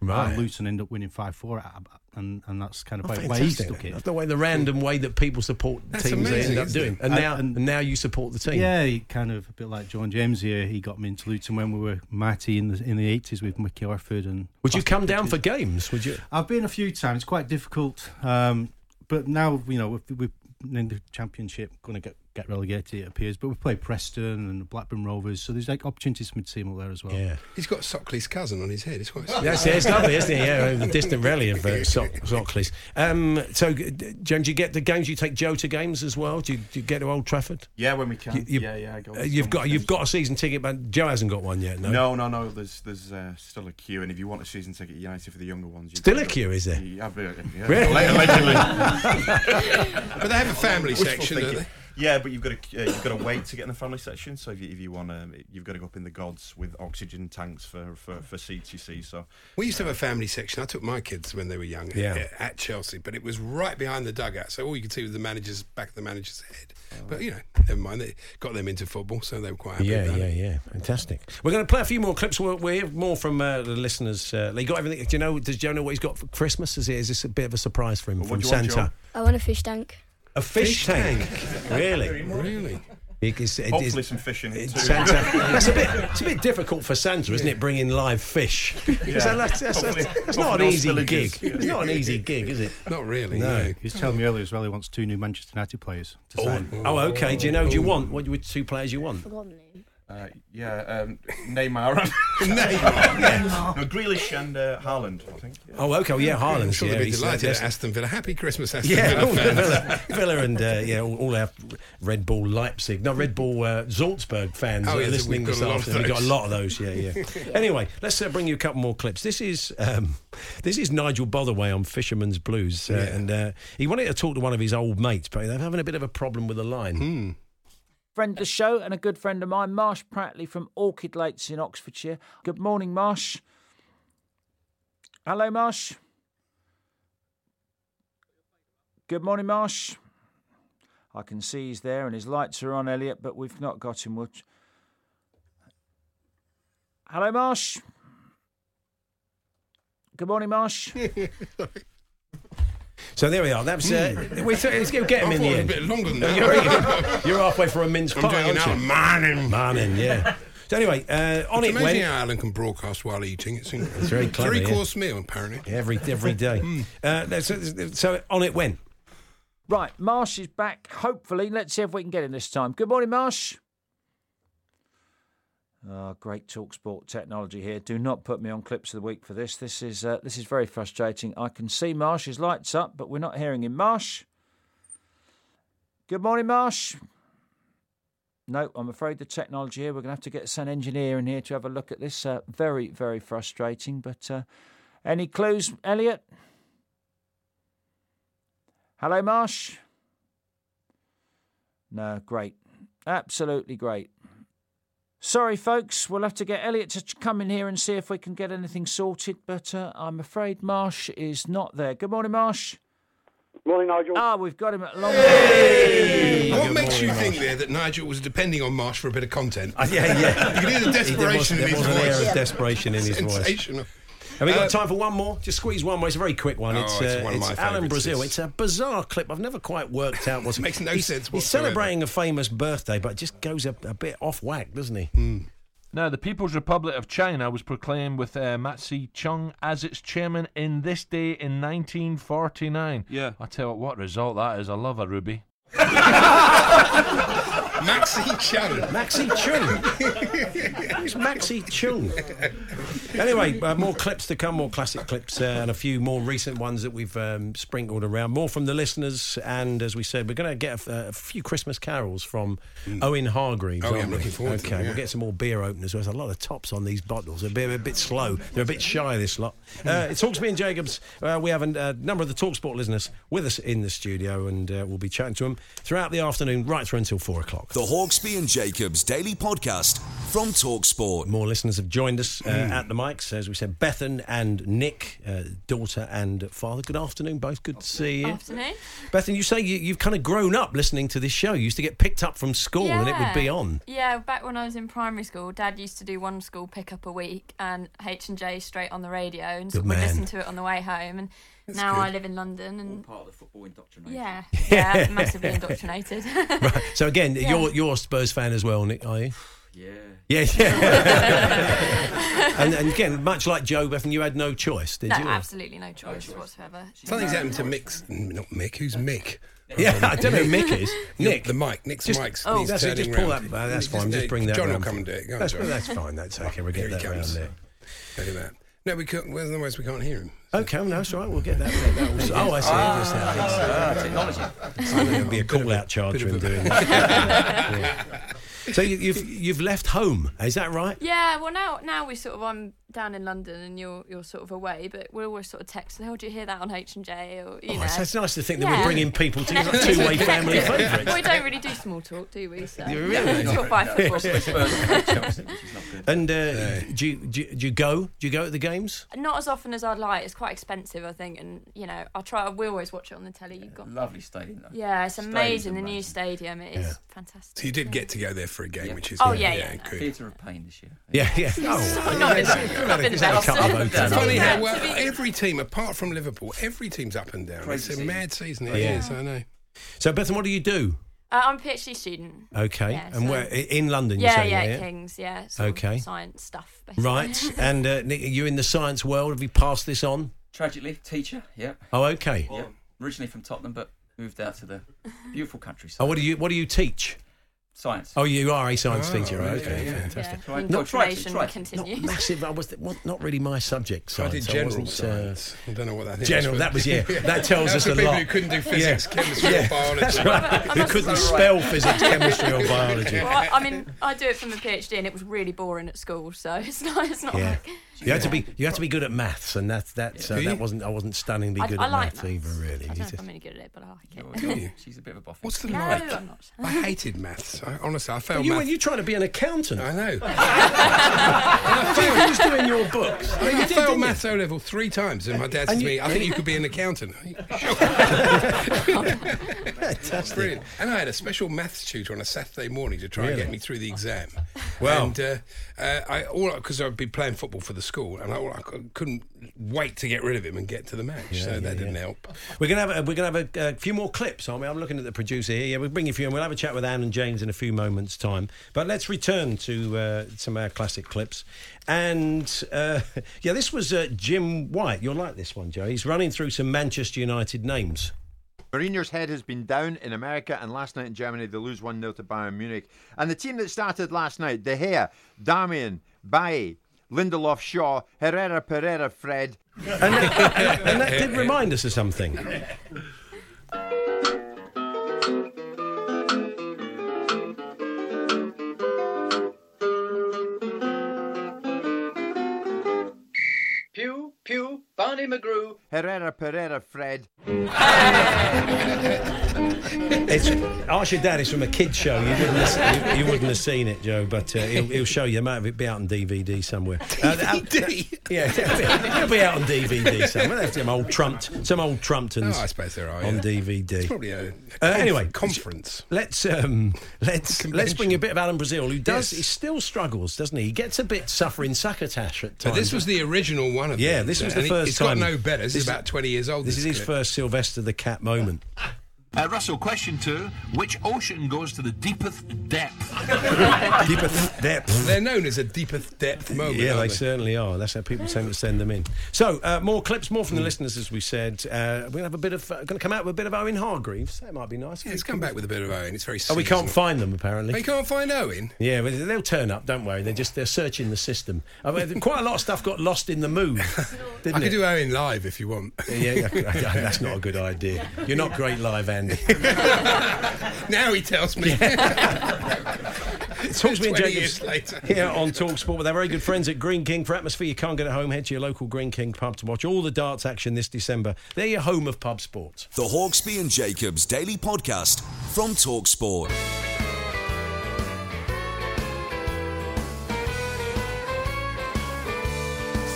[SPEAKER 2] Right.
[SPEAKER 12] And Luton end up winning five four, uh, and and that's kind of
[SPEAKER 2] Oh,
[SPEAKER 12] where- where he
[SPEAKER 2] fantastic.
[SPEAKER 12] stuck it.
[SPEAKER 2] That's the way the random way that people support
[SPEAKER 12] That's
[SPEAKER 2] teams
[SPEAKER 12] amazing,
[SPEAKER 2] they end up
[SPEAKER 12] isn't it?
[SPEAKER 2] doing, and
[SPEAKER 12] And-
[SPEAKER 2] now and, now you support the team.
[SPEAKER 12] Yeah, he kind of a bit like John James here. He got me into Luton when we were mighty in the in the eighties with Mickey Orford and.
[SPEAKER 2] Would you
[SPEAKER 12] Plastic
[SPEAKER 2] come down
[SPEAKER 12] Pitches.
[SPEAKER 2] for games? Would you?
[SPEAKER 12] I've been a few times. Quite difficult, um, but now you know we're, we're in the championship, going to get get relegated. It appears, but we play Preston and Blackburn Rovers, so there's like opportunities for me to see them all there as well.
[SPEAKER 2] Yeah.
[SPEAKER 3] He's got Sockley's cousin on his head. It's quite.
[SPEAKER 2] That's it. It's lovely, isn't it? Yeah, the distant relative, uh, Soc- Sockley's. Um, so, uh, James, you get the games. You take Joe to games as well. Do you, do you get to Old Trafford?
[SPEAKER 9] Yeah, when we can.
[SPEAKER 2] You- you-
[SPEAKER 9] yeah, yeah. I go
[SPEAKER 2] uh, you've got you've got a season ticket, but Joe hasn't got one yet. No.
[SPEAKER 9] No, no, no. There's there's uh, still a queue, and if you want a season ticket at United for the younger ones, you
[SPEAKER 2] Still
[SPEAKER 9] can
[SPEAKER 2] a
[SPEAKER 9] go-
[SPEAKER 2] queue, is there?
[SPEAKER 9] Yeah, I've heard it, yeah.
[SPEAKER 2] Really?
[SPEAKER 9] Allegedly.
[SPEAKER 3] But they have a family
[SPEAKER 9] Wishful
[SPEAKER 3] section, don't
[SPEAKER 9] thinking. Yeah, but you've got to uh, you've got to wait to get in the family section. So if you, if you want to, you've got to go up in the gods with oxygen tanks for, for, for seats. You see, so
[SPEAKER 3] We used to have a family section. I took my kids when they were young
[SPEAKER 9] Yeah.
[SPEAKER 3] at, at Chelsea, but it was right behind the dugout, so all you could see was the manager's back of the manager's head. But you know, never mind. They got them into football, so they were quite happy.
[SPEAKER 2] Oh. Yeah,
[SPEAKER 3] about
[SPEAKER 2] yeah,
[SPEAKER 3] it.
[SPEAKER 2] yeah. Fantastic. We're going to play a few more clips. We'll, we'll hear more from uh, the listeners. Uh, they got everything. Do you know? Does Joe know what he's got for Christmas? Is, it, is this a bit of a surprise for him
[SPEAKER 9] Well,
[SPEAKER 2] from
[SPEAKER 9] what do you want,
[SPEAKER 2] Santa?
[SPEAKER 9] Joe?
[SPEAKER 10] I want a fish tank.
[SPEAKER 2] a
[SPEAKER 9] Fish
[SPEAKER 2] fish, tank.
[SPEAKER 9] tank.
[SPEAKER 2] really?
[SPEAKER 3] Really?
[SPEAKER 2] Because it
[SPEAKER 9] Hopefully
[SPEAKER 2] is-
[SPEAKER 9] some fish in it
[SPEAKER 2] it's
[SPEAKER 9] too.
[SPEAKER 2] Santa. That's a bit. It's a bit difficult for Santa, isn't it? Bringing live fish.
[SPEAKER 9] Yeah.
[SPEAKER 2] So that's, that's,
[SPEAKER 9] Hopefully-
[SPEAKER 2] that's- that's not an
[SPEAKER 9] hopefully no
[SPEAKER 2] easy
[SPEAKER 9] spillages.
[SPEAKER 2] gig. It's not an easy gig, is it?
[SPEAKER 3] Not really.
[SPEAKER 2] No.
[SPEAKER 12] He was telling me earlier as well. He wants two new Manchester United players to sign.
[SPEAKER 3] Oh.
[SPEAKER 2] Oh, okay. Do you know? Do you want what? Which two players you want?
[SPEAKER 10] Forgotten name.
[SPEAKER 9] Uh, yeah, um, Neymar. Neymar. yeah. No, Grealish and uh, Haaland, I think. Yeah.
[SPEAKER 2] Oh, okay. well, Yeah, Haaland.
[SPEAKER 3] I'm sure
[SPEAKER 2] yeah,
[SPEAKER 3] they'll be
[SPEAKER 2] he's, uh,
[SPEAKER 3] delighted at
[SPEAKER 2] that's-
[SPEAKER 3] Aston Villa. Happy Christmas, Aston
[SPEAKER 2] Yeah, all
[SPEAKER 3] Villa
[SPEAKER 2] the
[SPEAKER 3] fans.
[SPEAKER 2] Villa, Villa and uh, yeah, all, all our Red Bull Leipzig, no Red Bull uh, Salzburg fans
[SPEAKER 3] Oh,
[SPEAKER 2] that
[SPEAKER 3] yeah, so
[SPEAKER 2] are listening
[SPEAKER 3] we've
[SPEAKER 2] this
[SPEAKER 3] got a lot of
[SPEAKER 2] afternoon. We've got a
[SPEAKER 3] those.
[SPEAKER 2] lot of those. Yeah, yeah. anyway, let's uh, bring you a couple more clips. This is um, this is Nigel Botherway on Fisherman's Blues, uh,
[SPEAKER 3] Yeah.
[SPEAKER 2] and uh, he wanted to talk to one of his old mates, but they're having a bit of a problem with the line.
[SPEAKER 3] Hmm.
[SPEAKER 13] friend of the show and a good friend of mine, Marsh Prattley from Orchid Lakes in Oxfordshire. Good morning, Marsh. Hello, Marsh. Good morning, Marsh. I can see he's there and his lights are on, Elliot, but we've not got him. We'll- Hello, Marsh. Good morning, Marsh.
[SPEAKER 2] So there we are. That's uh,
[SPEAKER 3] Hmm.
[SPEAKER 2] we thought let's go get him
[SPEAKER 13] I
[SPEAKER 2] in
[SPEAKER 13] thought
[SPEAKER 2] the
[SPEAKER 13] it
[SPEAKER 2] end.
[SPEAKER 13] was a bit longer than
[SPEAKER 2] You're,
[SPEAKER 13] that.
[SPEAKER 2] you're halfway for a mince
[SPEAKER 3] I'm
[SPEAKER 2] pie.
[SPEAKER 3] doing it now.
[SPEAKER 2] aren't you?
[SPEAKER 3] Manning.
[SPEAKER 2] Manning, yeah. So anyway, uh, on
[SPEAKER 3] it's
[SPEAKER 2] it went.
[SPEAKER 3] amazing how Alan can broadcast while eating. It's incredible.
[SPEAKER 2] It's very clever, yeah.
[SPEAKER 3] Three course meal, apparently. Hmm.
[SPEAKER 2] Every every day. uh, so, so on it went.
[SPEAKER 13] Right, Marsh is back. Hopefully, let's see if we can get him this time. Good morning, Marsh. Ah, great talk sport technology here. Do not put me on clips of the week for this. This is uh, this is very frustrating. I can see Marsh's lights up, but we're not hearing him. Marsh. Good morning, Marsh. No, I'm afraid the technology here. We're going to have to get an engineer in here to have a look at this. Uh, very, very frustrating. But uh, any clues, Elliot? Hello, Marsh. No, great. Absolutely great. Sorry, folks. We'll have to get Elliot to ch- come in here and see if we can get anything sorted, but uh, I'm afraid Marsh is not there. Good morning, Marsh. Morning, Nigel. Ah, we've got him at long.
[SPEAKER 3] What makes you think there that Nigel was depending on Marsh for a bit of content?
[SPEAKER 2] yeah, yeah.
[SPEAKER 3] you can hear the
[SPEAKER 2] He- there was-
[SPEAKER 3] desperation
[SPEAKER 2] there
[SPEAKER 3] in his
[SPEAKER 2] was an
[SPEAKER 3] voice.
[SPEAKER 2] air of desperation in his voice.
[SPEAKER 3] Sensational.
[SPEAKER 2] Have we got
[SPEAKER 3] Uh,
[SPEAKER 2] time for one more? Just squeeze one more. It's a very quick one.
[SPEAKER 3] Oh,
[SPEAKER 2] it's,
[SPEAKER 3] it's
[SPEAKER 2] uh,
[SPEAKER 3] one of
[SPEAKER 2] it's
[SPEAKER 3] my
[SPEAKER 2] Alan
[SPEAKER 3] favourites.
[SPEAKER 2] Brazil.
[SPEAKER 3] It's-
[SPEAKER 2] It's a bizarre clip. I've never quite worked out what's
[SPEAKER 3] Makes no
[SPEAKER 2] he's,
[SPEAKER 3] sense
[SPEAKER 2] He's
[SPEAKER 3] whatsoever.
[SPEAKER 2] celebrating a famous birthday, but just goes a, a bit off whack, doesn't he?
[SPEAKER 3] Hmm.
[SPEAKER 6] Now, the People's Republic of China was proclaimed with uh, Matsi Chung as its chairman in this day in 1949. Yeah. I tell you what, what result that is. I love a ruby.
[SPEAKER 3] Maxi Chung.
[SPEAKER 2] Maxi Chung. Who's Maxi Chung? Anyway, uh, more clips to come, more classic clips, uh, and a few more recent ones that we've um, sprinkled around. More from the listeners, and as we said, we're going to get a, a few Christmas carols from Owen Hargreaves.
[SPEAKER 3] Oh, yeah,
[SPEAKER 2] aren't
[SPEAKER 3] I'm
[SPEAKER 2] we?
[SPEAKER 3] looking forward to
[SPEAKER 2] Okay,
[SPEAKER 3] them,
[SPEAKER 2] we'll
[SPEAKER 3] yeah.
[SPEAKER 2] get some more beer openers. There's a lot of tops on these bottles. They're a bit, a bit slow. They're a bit shy. This lot.
[SPEAKER 3] Hmm.
[SPEAKER 2] Uh, it talks me and Jacobs. Uh, we have a uh, number of the Talksport listeners with us in the studio, and uh, we'll be chatting to them throughout the afternoon, right through until four o'clock.
[SPEAKER 14] The Hawksby and Jacobs Daily Podcast from Talksport.
[SPEAKER 2] More listeners have joined us uh,
[SPEAKER 14] Mm.
[SPEAKER 2] at the mics, as we said. Bethan and Nick, uh, daughter and father. Good afternoon, both. Good to see you.
[SPEAKER 15] Afternoon.
[SPEAKER 2] Bethan, you say you, you've kind of grown up listening to this show. You used to get picked up from school and it would be
[SPEAKER 15] Yeah.
[SPEAKER 2] on.
[SPEAKER 15] Yeah, back when I was in primary school, Dad used to do one school pickup a week and H and J straight on the radio, and
[SPEAKER 2] Good
[SPEAKER 15] so we'd
[SPEAKER 2] man.
[SPEAKER 15] listen to it on the way home. And
[SPEAKER 2] That's
[SPEAKER 15] now
[SPEAKER 2] good.
[SPEAKER 15] I live in London, and part of the football indoctrination. Yeah,
[SPEAKER 2] Yeah.
[SPEAKER 15] yeah, massively indoctrinated.
[SPEAKER 2] Right. So again,
[SPEAKER 15] Yeah.
[SPEAKER 2] you're you're a Spurs fan as well, Nick, are you?
[SPEAKER 16] Yeah.
[SPEAKER 2] Yeah, yeah. and, and again, much like Joe Bethan, you had no choice, did
[SPEAKER 15] no,
[SPEAKER 2] you?
[SPEAKER 15] absolutely no choice whatsoever.
[SPEAKER 3] Something's happened to Mick. Not Mick. Who's Mick?
[SPEAKER 2] Yeah, I don't know who Mick is.
[SPEAKER 3] You're-
[SPEAKER 2] Nick.
[SPEAKER 3] The mic. Nick's
[SPEAKER 2] Just-
[SPEAKER 3] mics.
[SPEAKER 2] Oh.
[SPEAKER 3] needs
[SPEAKER 2] That's it, just
[SPEAKER 3] turning
[SPEAKER 2] pull
[SPEAKER 3] round.
[SPEAKER 2] that- uh, that's fine,
[SPEAKER 3] uh,
[SPEAKER 2] just bring that
[SPEAKER 3] John
[SPEAKER 2] round.
[SPEAKER 3] will come and do it. Go on,
[SPEAKER 2] That's-
[SPEAKER 3] John.
[SPEAKER 2] that's fine, that's okay, we'll
[SPEAKER 3] Here
[SPEAKER 2] get
[SPEAKER 3] he
[SPEAKER 2] that round
[SPEAKER 3] comes.
[SPEAKER 2] there.
[SPEAKER 3] Look at that. No, we can't. Well, otherwise we can't hear him.
[SPEAKER 2] Okay, no, that's all right. We'll get that. that was, oh, I see.
[SPEAKER 3] Ah,
[SPEAKER 2] just that.
[SPEAKER 3] ah,
[SPEAKER 2] technology. It'd be a call out charge for him doing that. Yeah. So you, you've you've left home, is that right?
[SPEAKER 15] Yeah, well now now we sort of I'm down in London and you're you're sort of away, but we're always sort of texting. Oh, do you hear that on H and J? Or you
[SPEAKER 2] Oh,
[SPEAKER 15] know,
[SPEAKER 2] so it's nice to think that
[SPEAKER 15] Yeah.
[SPEAKER 2] we're bringing people to
[SPEAKER 15] Connected.
[SPEAKER 2] two way family
[SPEAKER 15] Connected.
[SPEAKER 2] favourites.
[SPEAKER 15] Well, we don't really do small talk, do we? So
[SPEAKER 2] You really?
[SPEAKER 15] we talk by football.
[SPEAKER 2] and uh, do, you, do, you, do you go? Do you go at the games?
[SPEAKER 15] Not as often as I'd like. It's quite expensive, I think, and you know, I try. We always watch it on the telly. You've got
[SPEAKER 16] Lovely stadium. though.
[SPEAKER 15] yeah, it's
[SPEAKER 16] Stadium's
[SPEAKER 15] amazing. The new stadium, it is
[SPEAKER 3] Yeah.
[SPEAKER 15] fantastic.
[SPEAKER 3] So you did get to go there for a game, which is
[SPEAKER 15] Oh, yeah, yeah, no.
[SPEAKER 3] good.
[SPEAKER 16] Theatre of Pain this year.
[SPEAKER 2] Yeah, yeah.
[SPEAKER 15] Oh, no, it's- I've been
[SPEAKER 3] It's
[SPEAKER 15] there.
[SPEAKER 3] up and
[SPEAKER 15] I've been
[SPEAKER 3] down.
[SPEAKER 15] there.
[SPEAKER 3] Funny how
[SPEAKER 15] Yeah.
[SPEAKER 3] well every team, apart from Liverpool, every team's up and down.
[SPEAKER 2] Crazy
[SPEAKER 3] it's a
[SPEAKER 2] season.
[SPEAKER 3] mad season. It
[SPEAKER 2] Oh,
[SPEAKER 3] is.
[SPEAKER 2] yeah.
[SPEAKER 3] I know.
[SPEAKER 2] So, Bethan, what do you do?
[SPEAKER 15] Uh, I'm a PhD student.
[SPEAKER 2] Okay,
[SPEAKER 15] Yeah,
[SPEAKER 2] and
[SPEAKER 15] so-
[SPEAKER 2] where i- in London?
[SPEAKER 15] Yeah,
[SPEAKER 2] you say,
[SPEAKER 15] yeah,
[SPEAKER 2] yeah,
[SPEAKER 15] Kings, yeah. sort of
[SPEAKER 2] Okay.
[SPEAKER 15] Science stuff. Basically.
[SPEAKER 2] Right, and uh, Nick, you're in the science world. Have you passed this on?
[SPEAKER 16] Tragically, teacher. Yep.
[SPEAKER 2] Oh, okay.
[SPEAKER 16] Yep. Originally from Tottenham, but moved out to the beautiful countryside.
[SPEAKER 2] Oh, what do you what do you teach?
[SPEAKER 16] Science.
[SPEAKER 2] Oh, you are a science
[SPEAKER 16] Oh,
[SPEAKER 2] teacher, right?
[SPEAKER 16] yeah,
[SPEAKER 2] okay,
[SPEAKER 16] yeah.
[SPEAKER 2] fantastic.
[SPEAKER 16] Yeah, so I
[SPEAKER 2] Not,
[SPEAKER 16] encourage Information
[SPEAKER 2] not-
[SPEAKER 16] continues.
[SPEAKER 2] Not massive. I was th- what, not really my subject.
[SPEAKER 3] I
[SPEAKER 2] Science.
[SPEAKER 3] did general
[SPEAKER 2] wasn't, uh,
[SPEAKER 3] science. I don't know what that is.
[SPEAKER 2] General,
[SPEAKER 3] but-
[SPEAKER 2] that was yeah. That tells
[SPEAKER 3] That's
[SPEAKER 2] us a
[SPEAKER 3] for people
[SPEAKER 2] lot.
[SPEAKER 3] who couldn't do
[SPEAKER 2] Yeah.
[SPEAKER 3] physics, chemistry,
[SPEAKER 2] Yeah,
[SPEAKER 3] or biology.
[SPEAKER 2] That's right. Who couldn't spell physics, chemistry, or biology?
[SPEAKER 17] Well, I, I mean, I do it for my PhD, and it was really boring at school, so it's not. It's not.
[SPEAKER 2] Yeah.
[SPEAKER 17] Like,
[SPEAKER 2] You had to be you had to be good at maths, and that that uh,
[SPEAKER 17] Do you?
[SPEAKER 2] that wasn't I wasn't stunningly
[SPEAKER 17] I-
[SPEAKER 2] good
[SPEAKER 17] I
[SPEAKER 2] at
[SPEAKER 17] like
[SPEAKER 2] maths either. Really,
[SPEAKER 17] I
[SPEAKER 2] You
[SPEAKER 17] don't know
[SPEAKER 2] just-
[SPEAKER 17] if I'm any good at it, but I like it.
[SPEAKER 16] She's a bit of a boffin.
[SPEAKER 3] What's the
[SPEAKER 17] No,
[SPEAKER 3] like?
[SPEAKER 17] I'm not.
[SPEAKER 3] I hated maths. I, honestly, I failed
[SPEAKER 2] you were
[SPEAKER 3] maths.
[SPEAKER 2] you trying to be an accountant? I
[SPEAKER 3] know.
[SPEAKER 2] Who's doing your books?
[SPEAKER 3] I, mean,
[SPEAKER 2] You
[SPEAKER 3] I
[SPEAKER 2] did, didn't you?
[SPEAKER 3] failed maths O level three times, and my dad said
[SPEAKER 2] And
[SPEAKER 3] to me,
[SPEAKER 2] you-
[SPEAKER 3] "I think you could be an accountant." That's brilliant. And I had a special maths tutor on a Saturday morning to try and get
[SPEAKER 2] Really?
[SPEAKER 3] me through the exam.
[SPEAKER 2] Wow.
[SPEAKER 3] and, uh, uh, I all because I'd been playing football for the school, and I, all, I cou- couldn't wait to get rid of him and get to the match.
[SPEAKER 2] Yeah,
[SPEAKER 3] so
[SPEAKER 2] yeah,
[SPEAKER 3] that didn't
[SPEAKER 2] yeah.
[SPEAKER 3] help.
[SPEAKER 2] We're gonna have a, we're gonna have a, a few more clips, aren't we? I'm looking at the producer here. Yeah, we'll bring you a few, and we'll have a chat with Anne and James in a few moments' time. But let's return to uh, some of our classic clips, and uh, yeah, this was uh, Jim White. You'll like this one, Joe. He's running through some Manchester United names.
[SPEAKER 18] Mourinho's head has been down in America, and last night in Germany they lose 1 0 to Bayern Munich. And the team that started last night De Gea, Damien, Baye, Lindelof Shaw, Herrera Pereira, Fred.
[SPEAKER 2] And that, and that did remind us of something.
[SPEAKER 18] Pew, Pew, Barney McGrew, Herrera Pereira, Fred.
[SPEAKER 2] It's Ask Your Dad is from a kid's show. You wouldn't have, you, you wouldn't have seen it, Joe, but uh, he'll, he'll show you. It might have- be out on DVD somewhere. Uh,
[SPEAKER 3] DVD?
[SPEAKER 2] yeah, it'll be out on DVD somewhere. They'll have some old trumped, some old Trumptons.
[SPEAKER 3] Oh, I suppose there are,
[SPEAKER 2] on
[SPEAKER 3] yeah.
[SPEAKER 2] DVD.
[SPEAKER 3] It's probably a, a
[SPEAKER 2] Uh,
[SPEAKER 3] conf-
[SPEAKER 2] anyway,
[SPEAKER 3] conference.
[SPEAKER 2] Let's um, let's let's
[SPEAKER 3] Convention.
[SPEAKER 2] bring a bit of Alan Brazil, who does
[SPEAKER 3] Yes.
[SPEAKER 2] he still struggles, doesn't he? He gets a bit suffering succotash at
[SPEAKER 3] So
[SPEAKER 2] times.
[SPEAKER 3] this was the original one of
[SPEAKER 2] yeah,
[SPEAKER 3] these,
[SPEAKER 2] this was
[SPEAKER 3] uh,
[SPEAKER 2] the
[SPEAKER 3] and it-
[SPEAKER 2] first
[SPEAKER 3] it's
[SPEAKER 2] time.
[SPEAKER 3] got no better. This,
[SPEAKER 2] This
[SPEAKER 3] is about twenty years old.
[SPEAKER 2] This is his
[SPEAKER 3] clip.
[SPEAKER 2] first Sylvester the Cat moment.
[SPEAKER 19] Uh, Russell, question two. Which ocean goes to the deepest depth?
[SPEAKER 2] deepest depth.
[SPEAKER 3] They're known as a deepest depth moment.
[SPEAKER 2] Yeah, they
[SPEAKER 3] aren't
[SPEAKER 2] certainly are. That's how people tend to send them in. So, uh, more clips, more from
[SPEAKER 3] Hmm.
[SPEAKER 2] the listeners, as we said. Uh, we're going to have a bit of, uh, going to come out with a bit of Owen Hargreaves. That might be nice.
[SPEAKER 3] Yeah, it's come back with a bit of Owen. It's very.
[SPEAKER 2] Oh, we can't find them apparently.
[SPEAKER 3] They can't find Owen.
[SPEAKER 2] Yeah, but they'll turn up. Don't worry. They're just they're searching the system. I mean, quite a lot of stuff got lost in the move. Didn't
[SPEAKER 3] I could
[SPEAKER 2] it?
[SPEAKER 3] do Owen live if you want.
[SPEAKER 2] Yeah, yeah, yeah, that's not a good idea. You're not great live, Andy.
[SPEAKER 3] now he tells me.
[SPEAKER 2] Talks me
[SPEAKER 3] 20
[SPEAKER 2] and Jacobs
[SPEAKER 3] years later.
[SPEAKER 2] here on Talksport with our very good friends at Green King. For atmosphere you can't get at home, head to your local Green King pub to watch all the darts action this December. They're your home of pub sport.
[SPEAKER 1] The Hawksby and Jacobs Daily Podcast from Talksport.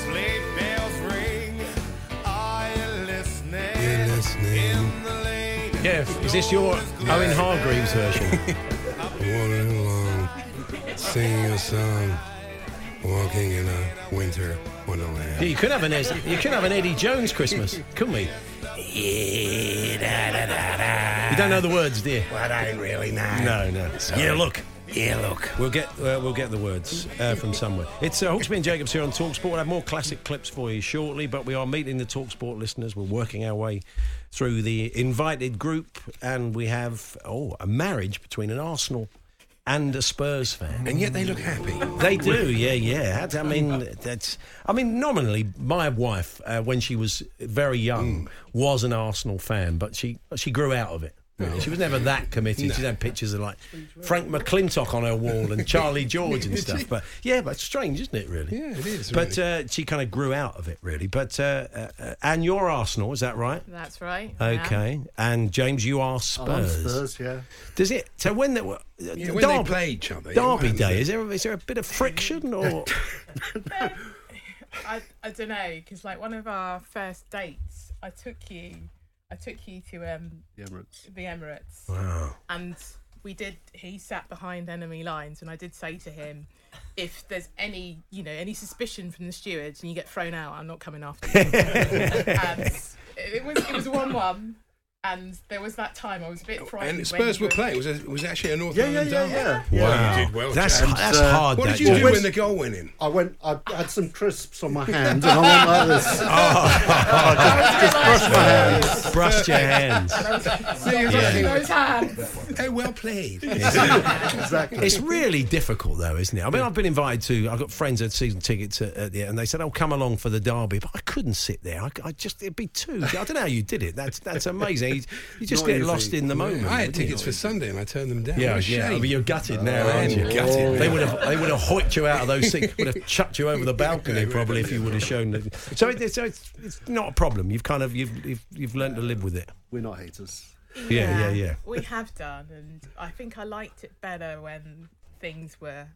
[SPEAKER 20] Sleigh bells ring. Are you listening? In the lane.
[SPEAKER 2] Yeah, is this your Owen Hargreaves version?
[SPEAKER 3] Walking along, singing a song, walking in a winter
[SPEAKER 2] Yeah,
[SPEAKER 3] wonderland.
[SPEAKER 2] you could have an Ez- you could have an Eddie Jones Christmas, couldn't we? You don't know the words, do you?
[SPEAKER 3] I don't really know.
[SPEAKER 2] No, no.
[SPEAKER 3] Sorry.
[SPEAKER 2] Yeah, look.
[SPEAKER 3] Yeah, look.
[SPEAKER 2] We'll get uh, we'll get the words uh, from somewhere. It's uh, Hawksby and Jacobs here on Talksport. We'll have more classic clips for you shortly, but we are meeting the Talksport listeners. We're working our way through the invited group, and we have oh a marriage between an Arsenal and a Spurs fan,
[SPEAKER 3] and yet they look happy.
[SPEAKER 2] They do, yeah, yeah. That's- I mean, that's. I mean, nominally, my wife, uh, when she was very
[SPEAKER 3] Hmm.
[SPEAKER 2] young, was an Arsenal fan, but she she grew out of it. really. She was never that committed. She's had pictures of like Frank McClintock on her wall and Charlie George and stuff. But yeah, but it's strange, isn't it? Really?
[SPEAKER 3] Yeah, it is,
[SPEAKER 2] But uh, she kind of grew out of it, really. But uh, uh, uh, and you're Arsenal, is that right?
[SPEAKER 21] That's right. I am.
[SPEAKER 2] Okay. And James, you are Spurs.
[SPEAKER 21] I'm Spurs, yeah.
[SPEAKER 2] Does it? So when they were
[SPEAKER 21] Yeah, when they play
[SPEAKER 3] each other,
[SPEAKER 2] Derby
[SPEAKER 3] yeah,
[SPEAKER 2] day is there? Is there a bit of friction or?
[SPEAKER 21] I, I don't know because like one of our first dates, I took you, I took you to um
[SPEAKER 5] The Emirates.
[SPEAKER 21] the Emirates.
[SPEAKER 5] Wow.
[SPEAKER 21] And we did. He sat behind enemy lines, and I did say to him, if there's any, you know, any suspicion from the stewards and you get thrown out, I'm not coming after you. and it was it was one one. And there was that time I was a bit frightened.
[SPEAKER 3] Oh, And
[SPEAKER 21] when
[SPEAKER 3] Spurs
[SPEAKER 21] you
[SPEAKER 3] were playing. It was, a, it was actually a North
[SPEAKER 21] Yeah,
[SPEAKER 3] London
[SPEAKER 21] yeah, yeah,
[SPEAKER 3] derby.
[SPEAKER 21] yeah,
[SPEAKER 3] Wow.
[SPEAKER 21] yeah.
[SPEAKER 3] You did well,
[SPEAKER 21] That's-
[SPEAKER 3] Jack.
[SPEAKER 21] that's Uh, hard,
[SPEAKER 3] What
[SPEAKER 21] that
[SPEAKER 3] did you
[SPEAKER 21] is.
[SPEAKER 3] do
[SPEAKER 21] Well,
[SPEAKER 3] when the goal went in?
[SPEAKER 21] I
[SPEAKER 22] went. I had
[SPEAKER 2] Oh.
[SPEAKER 22] some crisps on my hand, and I went like this.
[SPEAKER 2] I
[SPEAKER 22] just brushed my hands.
[SPEAKER 2] brushed your hands.
[SPEAKER 3] Seriously.
[SPEAKER 2] Yeah.
[SPEAKER 3] Those
[SPEAKER 21] hands.
[SPEAKER 3] Oh, well played.
[SPEAKER 2] It's really difficult, though, isn't it? I mean, I've been invited to. I've got friends that had season tickets at, at the and they said, "Oh, come along for the derby," but I couldn't sit there. I, I just it'd be too. I don't know how you did it. That's that's amazing. You, you just
[SPEAKER 3] Not
[SPEAKER 2] get
[SPEAKER 3] easy.
[SPEAKER 2] lost in the moment.
[SPEAKER 3] I had
[SPEAKER 2] wouldn't you?
[SPEAKER 3] tickets for Sunday and I turned them down.
[SPEAKER 2] Yeah,
[SPEAKER 3] What a
[SPEAKER 2] yeah.
[SPEAKER 3] shame.
[SPEAKER 2] But you're gutted now,
[SPEAKER 3] I
[SPEAKER 2] aren't
[SPEAKER 3] am
[SPEAKER 2] you?
[SPEAKER 3] gutted.
[SPEAKER 2] They would have, they would have hoiked you out of those seats. Would have chucked you over the balcony probably if you would have shown that. So, it, so it's, it's not a problem. You've kind of you've you've, you've learned to live with it.
[SPEAKER 23] We're not haters.
[SPEAKER 2] Yeah, yeah, yeah.
[SPEAKER 21] We have done, and I think I liked it better when things were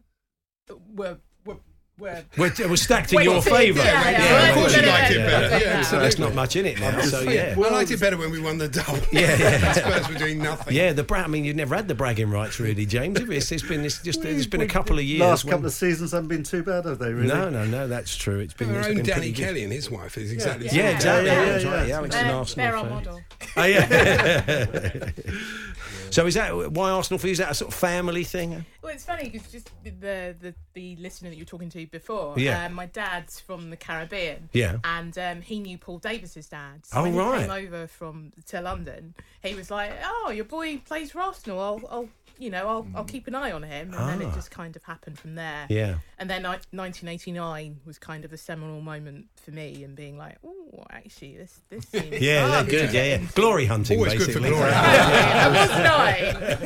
[SPEAKER 21] were were. were
[SPEAKER 2] We're, we're stacked in your
[SPEAKER 21] Waiting.
[SPEAKER 2] favour.
[SPEAKER 21] Yeah, yeah. Of course you
[SPEAKER 3] liked it better. Yeah,
[SPEAKER 2] so
[SPEAKER 3] absolutely.
[SPEAKER 2] there's not much in it now. So yeah.
[SPEAKER 3] I liked it better when we won the double.
[SPEAKER 2] Yeah, yeah.
[SPEAKER 3] Spurs were doing nothing.
[SPEAKER 2] Yeah, the bra- I mean, you've never had the bragging rights, really, James. have you? It's, it's been it's just it's been a couple of years.
[SPEAKER 23] Last
[SPEAKER 2] when-
[SPEAKER 23] couple of seasons haven't been too bad, have they? Really?
[SPEAKER 2] No, no, no. That's true. It's been
[SPEAKER 3] Our
[SPEAKER 2] it's
[SPEAKER 3] own
[SPEAKER 2] been
[SPEAKER 3] Danny
[SPEAKER 2] pretty good.
[SPEAKER 3] Kelly and his wife is exactly
[SPEAKER 2] Yeah,
[SPEAKER 3] the same.
[SPEAKER 2] exactly. Yeah, yeah, yeah, yeah. Alex and
[SPEAKER 21] They're-
[SPEAKER 2] Arsenal
[SPEAKER 21] they're our
[SPEAKER 2] fan.
[SPEAKER 21] model.
[SPEAKER 2] Oh, yeah. so is that why Arsenal? For you, is that a sort of family thing?
[SPEAKER 21] Well, it's funny because just the, the the the listener that you were talking to before,
[SPEAKER 2] Yeah.
[SPEAKER 21] um, my dad's from the Caribbean,
[SPEAKER 2] Yeah.
[SPEAKER 21] and um, he knew Paul Davis's dad.
[SPEAKER 2] Oh,
[SPEAKER 21] when
[SPEAKER 2] right.
[SPEAKER 21] he came over from to London, he was like, "Oh, your boy plays for Arsenal. I'll, I'll you know, I'll, I'll keep an eye on him." And then
[SPEAKER 2] Ah.
[SPEAKER 21] it just kind of happened from there.
[SPEAKER 2] Yeah.
[SPEAKER 21] And then I, 1989 was kind of the seminal moment for me, and being like, "Oh, actually, this this seems
[SPEAKER 2] Yeah, they're good. Yeah, yeah. Glory hunting,
[SPEAKER 21] Always good for
[SPEAKER 2] basically.
[SPEAKER 21] glory hunting. I was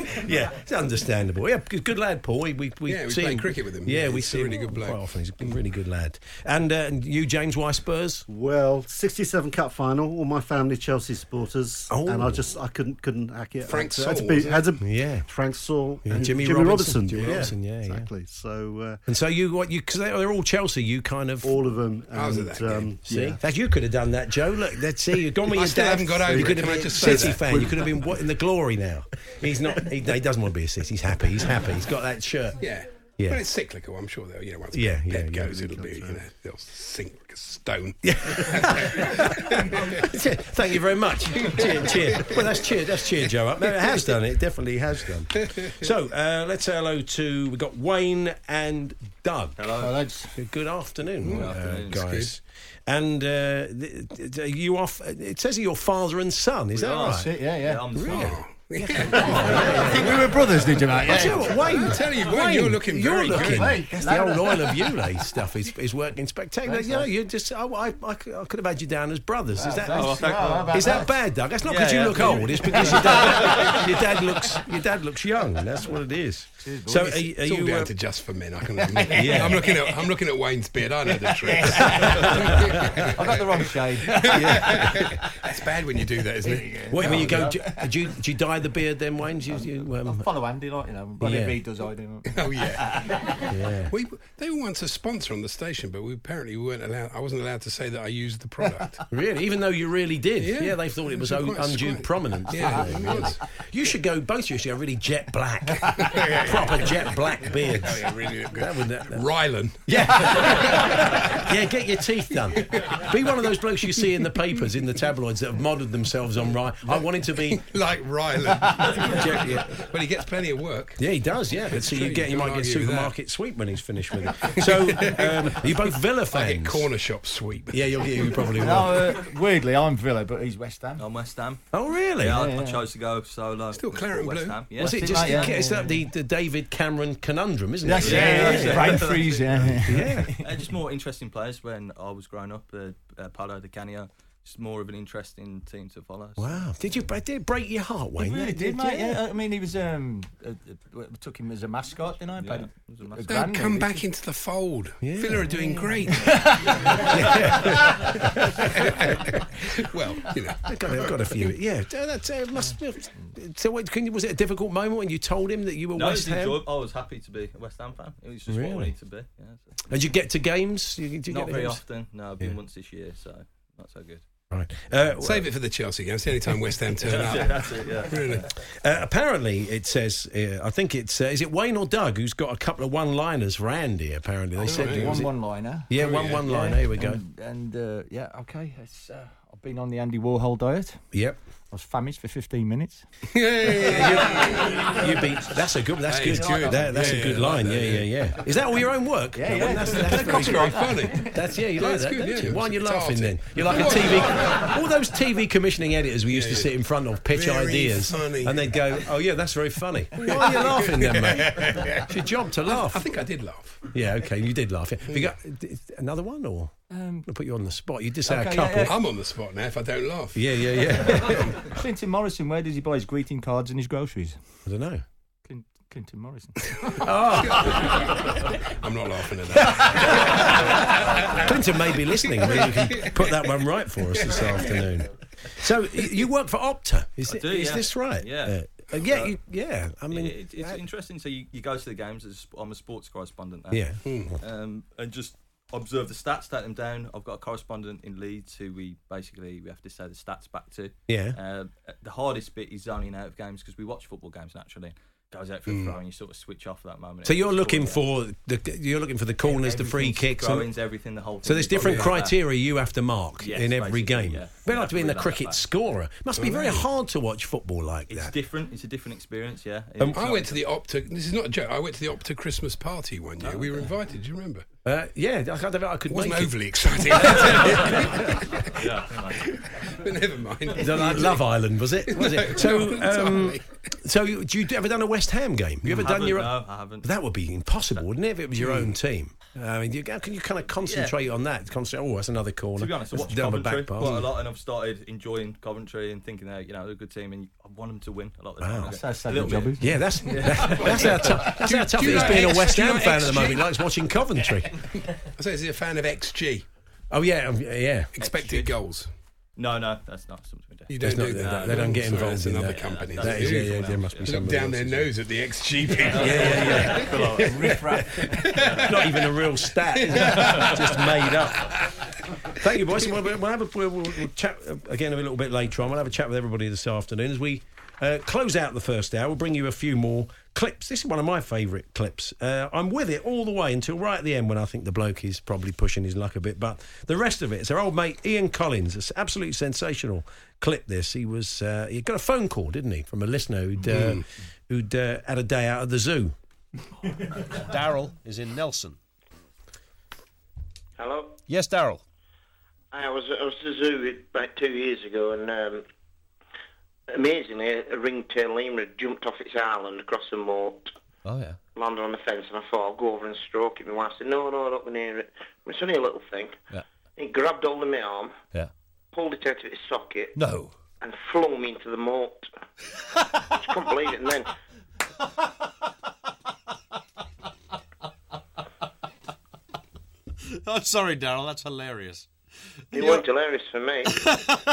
[SPEAKER 21] nine.
[SPEAKER 2] yeah, it's understandable. Yeah, good, good lad, Paul. We we, we
[SPEAKER 3] Yeah, we
[SPEAKER 2] see
[SPEAKER 3] play
[SPEAKER 2] him-
[SPEAKER 3] cricket with him.
[SPEAKER 2] Yeah,
[SPEAKER 3] Yeah,
[SPEAKER 2] we
[SPEAKER 3] he's
[SPEAKER 2] see
[SPEAKER 3] a
[SPEAKER 2] him
[SPEAKER 3] really good bloke.
[SPEAKER 2] quite often. He's a really good lad. And uh, and you, James, why Spurs?
[SPEAKER 23] Well, 67 Cup final, all my family Chelsea supporters, and I just I couldn't couldn't hack it.
[SPEAKER 2] Frank
[SPEAKER 23] had to
[SPEAKER 2] Saul,
[SPEAKER 23] be,
[SPEAKER 2] was it?
[SPEAKER 23] had to,
[SPEAKER 2] Oh. yeah,
[SPEAKER 23] Frank Saul,
[SPEAKER 2] Yeah,
[SPEAKER 23] and
[SPEAKER 2] Jimmy
[SPEAKER 23] Jimmy,
[SPEAKER 2] Robinson.
[SPEAKER 23] Robinson,
[SPEAKER 2] Jimmy Robinson, yeah, yeah.
[SPEAKER 23] exactly. So uh,
[SPEAKER 2] And so you what you because they, they're all Chelsea. You kind of
[SPEAKER 23] all of them. And,
[SPEAKER 3] Oh,
[SPEAKER 2] I was at that
[SPEAKER 23] um,
[SPEAKER 2] game. See,
[SPEAKER 23] yeah.
[SPEAKER 2] that you could have done that, Joe. Look, let's see. You've gone with
[SPEAKER 3] I
[SPEAKER 2] your
[SPEAKER 3] still
[SPEAKER 2] dad.
[SPEAKER 3] haven't got over
[SPEAKER 2] You
[SPEAKER 3] it,
[SPEAKER 2] could have
[SPEAKER 3] can I
[SPEAKER 2] been a
[SPEAKER 3] just say
[SPEAKER 2] City
[SPEAKER 3] that?
[SPEAKER 2] fan. You could have been what in the glory now. He's not. He, he doesn't want to be a City. He's happy. He's happy. He's got that shirt.
[SPEAKER 3] Yeah.
[SPEAKER 2] Yeah.
[SPEAKER 3] But it's cyclical, I'm sure. They'll, you know, once
[SPEAKER 2] Yeah,
[SPEAKER 3] Pep
[SPEAKER 2] yeah, yeah.
[SPEAKER 3] goes, it'll be, you know, they'll sink like a stone.
[SPEAKER 2] Thank you very much. cheer, cheer. Well, that's cheer. That's cheer, Joe. Up. No, it has done. It definitely has done. So uh, let's say hello to we've got Wayne and Doug. Hello. Good afternoon,
[SPEAKER 3] Good
[SPEAKER 2] uh,
[SPEAKER 3] afternoon.
[SPEAKER 2] guys. And uh, th- th- th- you are. f- It says you're father and son. Is that right?
[SPEAKER 23] yeah, yeah.
[SPEAKER 2] Really?
[SPEAKER 23] we were brothers, did you,
[SPEAKER 2] I tell you what, Wayne,
[SPEAKER 3] I'm telling you, Wayne, you're looking
[SPEAKER 2] you're
[SPEAKER 3] very
[SPEAKER 2] looking-
[SPEAKER 3] good. Wayne,
[SPEAKER 2] It's
[SPEAKER 3] no,
[SPEAKER 2] the old
[SPEAKER 3] no.
[SPEAKER 2] oil of Ulay stuff is, is working spectacular.
[SPEAKER 3] Thanks,
[SPEAKER 2] you know,
[SPEAKER 3] mate.
[SPEAKER 2] you just I, I, I could I could have had you down as brothers. Is
[SPEAKER 3] Wow,
[SPEAKER 2] that
[SPEAKER 3] thanks.
[SPEAKER 2] is
[SPEAKER 3] Wow, how about
[SPEAKER 2] that
[SPEAKER 3] that?
[SPEAKER 2] bad, Doug? That's not
[SPEAKER 3] Yeah,
[SPEAKER 2] because you
[SPEAKER 3] yeah.
[SPEAKER 2] look old. It's because your dad, your dad looks your dad looks young. That's what it is. So are,
[SPEAKER 3] it's,
[SPEAKER 2] are
[SPEAKER 3] it's all
[SPEAKER 2] you?
[SPEAKER 3] down
[SPEAKER 2] uh,
[SPEAKER 3] to just for men. I can
[SPEAKER 2] Yeah.
[SPEAKER 3] I'm looking at I'm looking at Wayne's beard. I know the trick.
[SPEAKER 2] I
[SPEAKER 3] got the wrong shade. That's bad when you do that, isn't it?
[SPEAKER 2] What, when you go, do, do you do you dye the beard then, Wayne? Do you, do you, um,
[SPEAKER 23] follow Andy, like you know,
[SPEAKER 2] Yeah.
[SPEAKER 23] does I do.
[SPEAKER 3] Oh yeah.
[SPEAKER 2] yeah.
[SPEAKER 3] We they were once a sponsor on the station, but we apparently weren't allowed. I wasn't allowed to say that I used the product.
[SPEAKER 2] Really, even though you really did, yeah,
[SPEAKER 3] Yeah.
[SPEAKER 2] they thought it was
[SPEAKER 3] It's
[SPEAKER 2] un-
[SPEAKER 3] quite
[SPEAKER 2] undue
[SPEAKER 3] squat.
[SPEAKER 2] prominence.
[SPEAKER 3] Yeah,
[SPEAKER 2] didn't
[SPEAKER 3] it was.
[SPEAKER 2] You should go. Both of you should go really jet black, proper jet black beards.
[SPEAKER 3] Oh, yeah, really look good.
[SPEAKER 2] That would that, that-
[SPEAKER 3] Rylan.
[SPEAKER 2] yeah, get your teeth done. Be one of those blokes you see in the papers, in the tabloids that have modelled themselves on Ryan. I wanted to be.
[SPEAKER 3] like Rylan.
[SPEAKER 2] Jack, yeah.
[SPEAKER 3] But he gets plenty of work.
[SPEAKER 2] Yeah, he does. Yeah, so
[SPEAKER 3] true,
[SPEAKER 2] you get,
[SPEAKER 3] you
[SPEAKER 2] you might
[SPEAKER 3] can't
[SPEAKER 2] get
[SPEAKER 3] argue with that.
[SPEAKER 2] supermarket sweep when he's finished with it. So um, are you both Villa fans.
[SPEAKER 3] corner shop sweep.
[SPEAKER 2] Yeah, you'll get. You probably will.
[SPEAKER 23] No, uh, weirdly, I'm Villa, but he's West Ham.
[SPEAKER 16] I'm West Ham.
[SPEAKER 2] Oh, really?
[SPEAKER 16] Yeah, I,
[SPEAKER 2] Yeah,
[SPEAKER 16] I
[SPEAKER 2] yeah.
[SPEAKER 16] chose to go solo. Still
[SPEAKER 3] Claret and
[SPEAKER 16] West
[SPEAKER 3] Blue.
[SPEAKER 16] Ham. Yeah.
[SPEAKER 2] Was it just? It's that the, the David Cameron conundrum, isn't it?
[SPEAKER 23] That's it, yeah,
[SPEAKER 16] yeah.
[SPEAKER 23] Brain freeze, yeah.
[SPEAKER 2] yeah.
[SPEAKER 16] Uh, just more interesting players when I was growing up. Uh, uh, Paolo Di Canio, just more of an interesting team to follow. So.
[SPEAKER 2] Wow. Did you? Did it break your heart, Wayne?
[SPEAKER 23] He really
[SPEAKER 2] That
[SPEAKER 23] did, mate. Yeah. I mean, he was. Um, uh, uh, we took him as a mascot, didn't I?
[SPEAKER 16] Yeah,
[SPEAKER 23] Played
[SPEAKER 16] he was a
[SPEAKER 23] a
[SPEAKER 16] mascot.
[SPEAKER 3] They'll
[SPEAKER 23] grand
[SPEAKER 3] come
[SPEAKER 23] maybe.
[SPEAKER 3] back into the fold. Villa are doing great. well, you know.
[SPEAKER 2] I've got, I've got a few. Yeah, uh, that's, uh, must, so what, can you, was it a difficult moment when you told him that you were
[SPEAKER 16] No, it
[SPEAKER 2] West
[SPEAKER 16] was
[SPEAKER 2] Ham?
[SPEAKER 16] enjoyable. I was happy to be a West Ham fan. It was just what
[SPEAKER 2] Really?
[SPEAKER 16] I needed to be. Yeah, so.
[SPEAKER 2] And you get to games? You, do you
[SPEAKER 16] Not
[SPEAKER 2] get to
[SPEAKER 16] very
[SPEAKER 2] games?
[SPEAKER 16] often. No, I've been
[SPEAKER 2] Yeah.
[SPEAKER 16] once this year, so not so good.
[SPEAKER 2] Right. Uh,
[SPEAKER 3] Save it for the Chelsea game. It's the only time West Ham turn up.
[SPEAKER 16] That's it, that's it, yeah.
[SPEAKER 3] Really.
[SPEAKER 2] Uh, apparently, it says. Uh, I think it's. Uh, is it Wayne or Doug who's got a couple of one-liners for Andy? Apparently, they said
[SPEAKER 23] One
[SPEAKER 2] was it-
[SPEAKER 23] one liner.
[SPEAKER 2] Yeah, one one-liner. Here we go.
[SPEAKER 23] And, and uh, yeah, okay. It's, uh,
[SPEAKER 13] I've been on the Andy Warhol diet.
[SPEAKER 2] Yep.
[SPEAKER 13] I was famished for 15 minutes.
[SPEAKER 2] yeah, you, you beat. That's a good. That's
[SPEAKER 13] That
[SPEAKER 2] good.
[SPEAKER 13] is good.
[SPEAKER 2] That- that's
[SPEAKER 13] Yeah,
[SPEAKER 2] a
[SPEAKER 13] yeah,
[SPEAKER 2] good
[SPEAKER 13] I like
[SPEAKER 2] line.
[SPEAKER 13] that,
[SPEAKER 2] yeah, yeah, yeah, Is that all your own work?
[SPEAKER 13] Yeah,
[SPEAKER 2] That
[SPEAKER 13] yeah.
[SPEAKER 2] one? That's, that's
[SPEAKER 13] That's
[SPEAKER 2] very, very
[SPEAKER 13] copyright.
[SPEAKER 2] funny. That's yeah. You
[SPEAKER 13] Yeah,
[SPEAKER 2] like
[SPEAKER 13] it's
[SPEAKER 2] that,
[SPEAKER 13] good,
[SPEAKER 2] don't
[SPEAKER 13] yeah.
[SPEAKER 2] you? Why aren't you
[SPEAKER 13] It's
[SPEAKER 2] laughing
[SPEAKER 13] arty.
[SPEAKER 2] then? You're like a
[SPEAKER 13] What?
[SPEAKER 2] TV. all those TV commissioning editors we used to sit in front of, pitch
[SPEAKER 13] Very
[SPEAKER 2] ideas,
[SPEAKER 13] funny.
[SPEAKER 2] and they'd go, "Oh yeah, that's very funny." Why are you laughing then, mate? It's your job to laugh. I think I did laugh. Yeah. Okay. You did laugh. Yeah. Have you got d- another one, or
[SPEAKER 13] Um,
[SPEAKER 2] I'll put you on the spot? You did say
[SPEAKER 13] okay,
[SPEAKER 2] a
[SPEAKER 13] yeah,
[SPEAKER 2] couple.
[SPEAKER 13] yeah. I'm on
[SPEAKER 3] the spot now if I don't laugh.
[SPEAKER 2] Yeah, yeah, yeah.
[SPEAKER 13] Clinton Morrison, where does he buy his greeting cards and his groceries?
[SPEAKER 2] I don't know.
[SPEAKER 13] Clint, Clinton Morrison.
[SPEAKER 2] Oh.
[SPEAKER 3] I'm not laughing at that.
[SPEAKER 2] Clinton may be listening. Maybe you can put that one right for us this afternoon. So y- you work for Opta, is,
[SPEAKER 16] I
[SPEAKER 2] it-
[SPEAKER 16] do,
[SPEAKER 2] is
[SPEAKER 16] yeah.
[SPEAKER 2] this right?
[SPEAKER 16] Yeah.
[SPEAKER 2] Uh, yeah, you, yeah. I mean,
[SPEAKER 16] it, it's interesting. So you, you go to the games. As, I'm a sports correspondent now.
[SPEAKER 2] Yeah. Hmm.
[SPEAKER 16] Um, and just observe the stats, take them down. I've got a correspondent in Leeds who we basically we have to say the stats back to.
[SPEAKER 2] Yeah.
[SPEAKER 16] Uh, the hardest bit is zoning out of games because we watch football games naturally. Goes out for a
[SPEAKER 2] Hmm.
[SPEAKER 16] throw and you sort of switch off at that moment.
[SPEAKER 2] so you're looking
[SPEAKER 16] Everything's scored,
[SPEAKER 2] for the you're looking for the corners, the free
[SPEAKER 16] Everything's
[SPEAKER 2] kicks,
[SPEAKER 16] throw-ins, everything, the whole
[SPEAKER 2] So
[SPEAKER 16] thing.
[SPEAKER 2] there's
[SPEAKER 16] You've got
[SPEAKER 2] different
[SPEAKER 16] to be like that.
[SPEAKER 2] criteria you have to mark
[SPEAKER 16] Yes,
[SPEAKER 2] in every
[SPEAKER 16] basically,
[SPEAKER 2] game.
[SPEAKER 16] yeah.
[SPEAKER 2] Bit like to be in the
[SPEAKER 16] Really like
[SPEAKER 2] cricket
[SPEAKER 16] that.
[SPEAKER 2] scorer. Must be very
[SPEAKER 16] Right.
[SPEAKER 2] hard to watch football like
[SPEAKER 16] It's
[SPEAKER 2] that.
[SPEAKER 16] different. It's a different experience. Yeah.
[SPEAKER 3] Um, I went to the Opta. This is not a joke. I went to the Opta Christmas party one year. we were invited. Do you remember?
[SPEAKER 2] Oh, Uh, yeah, I don't know. I could.
[SPEAKER 3] It wasn't
[SPEAKER 2] make it.
[SPEAKER 3] overly exciting.
[SPEAKER 16] yeah.
[SPEAKER 3] but never mind.
[SPEAKER 2] Is that like Love Island, was it? Was it? So, um, so you, do you ever done a West Ham game? You ever done
[SPEAKER 16] Haven't,
[SPEAKER 2] your?
[SPEAKER 16] no, I haven't.
[SPEAKER 2] That would be impossible, wouldn't it? If it was your own team. I mean, you, how can you kind of concentrate on that? Concentrate. Oh, that's another corner.
[SPEAKER 16] To be honest, I
[SPEAKER 2] That's
[SPEAKER 16] watched
[SPEAKER 2] down the
[SPEAKER 16] Coventry
[SPEAKER 2] back
[SPEAKER 16] quite a
[SPEAKER 2] pass.
[SPEAKER 16] lot, and I've started enjoying Coventry and thinking they're you know they're a good team, and I want them to win a lot of the time.
[SPEAKER 2] Wow.
[SPEAKER 16] I go,
[SPEAKER 2] That's how sad
[SPEAKER 16] "A
[SPEAKER 2] the
[SPEAKER 16] little
[SPEAKER 2] job
[SPEAKER 16] bit."
[SPEAKER 2] is. Yeah, that's- that's how tou- that's how tough it is being a West Ham fan at the moment, likes watching Coventry.
[SPEAKER 3] I say, is he a fan of XG?
[SPEAKER 2] Oh yeah, um, yeah.
[SPEAKER 3] Expected goals.
[SPEAKER 16] No, no, that's not something we do.
[SPEAKER 3] You don't
[SPEAKER 2] It's not-
[SPEAKER 3] do
[SPEAKER 2] they
[SPEAKER 3] that.
[SPEAKER 2] don't- they don't get
[SPEAKER 3] Sorry,
[SPEAKER 2] involved
[SPEAKER 3] that's
[SPEAKER 2] in
[SPEAKER 3] another
[SPEAKER 2] that.
[SPEAKER 3] company.
[SPEAKER 2] That is- yeah, yeah, there must be
[SPEAKER 3] Look
[SPEAKER 2] somebody
[SPEAKER 3] down their
[SPEAKER 2] else's.
[SPEAKER 3] nose at the XG people.
[SPEAKER 2] Yeah, yeah, yeah. Not even a real stat. is it? Just made up. Thank you, boys. We'll, we'll, have a, we'll, we'll we'll chat uh, again a little bit later on. We'll have a chat with everybody this afternoon as we uh, close out the first hour. We'll bring you a few more clips. This is one of my favourite clips. Uh, I'm with it all the way until right at the end when I think the bloke is probably pushing his luck a bit. But the rest of it, it's our old mate Ian Collins. It's absolutely sensational clip. This he was uh, he got a phone call, didn't he, from a listener who'd uh,
[SPEAKER 9] Mm.
[SPEAKER 2] who'd uh, had a day out at the zoo.
[SPEAKER 9] Daryl is in Nelson.
[SPEAKER 24] Hello.
[SPEAKER 9] Yes, Daryl.
[SPEAKER 24] I was I was at the zoo about two years ago, and um, amazingly, a ringtail lemur had jumped off its island across the moat,
[SPEAKER 9] Oh yeah.
[SPEAKER 24] landed on the fence, and I thought I'll go over and stroke it. My wife said, "No, no, don't go near it. It's only a little thing."
[SPEAKER 9] Yeah.
[SPEAKER 24] He grabbed hold of my arm,
[SPEAKER 9] Yeah.
[SPEAKER 24] pulled it out of its socket,
[SPEAKER 9] No.
[SPEAKER 24] and flung me into the moat. Just couldn't believe it. And then
[SPEAKER 9] I'm sorry, Daryl. That's hilarious.
[SPEAKER 24] it weren't hilarious for me.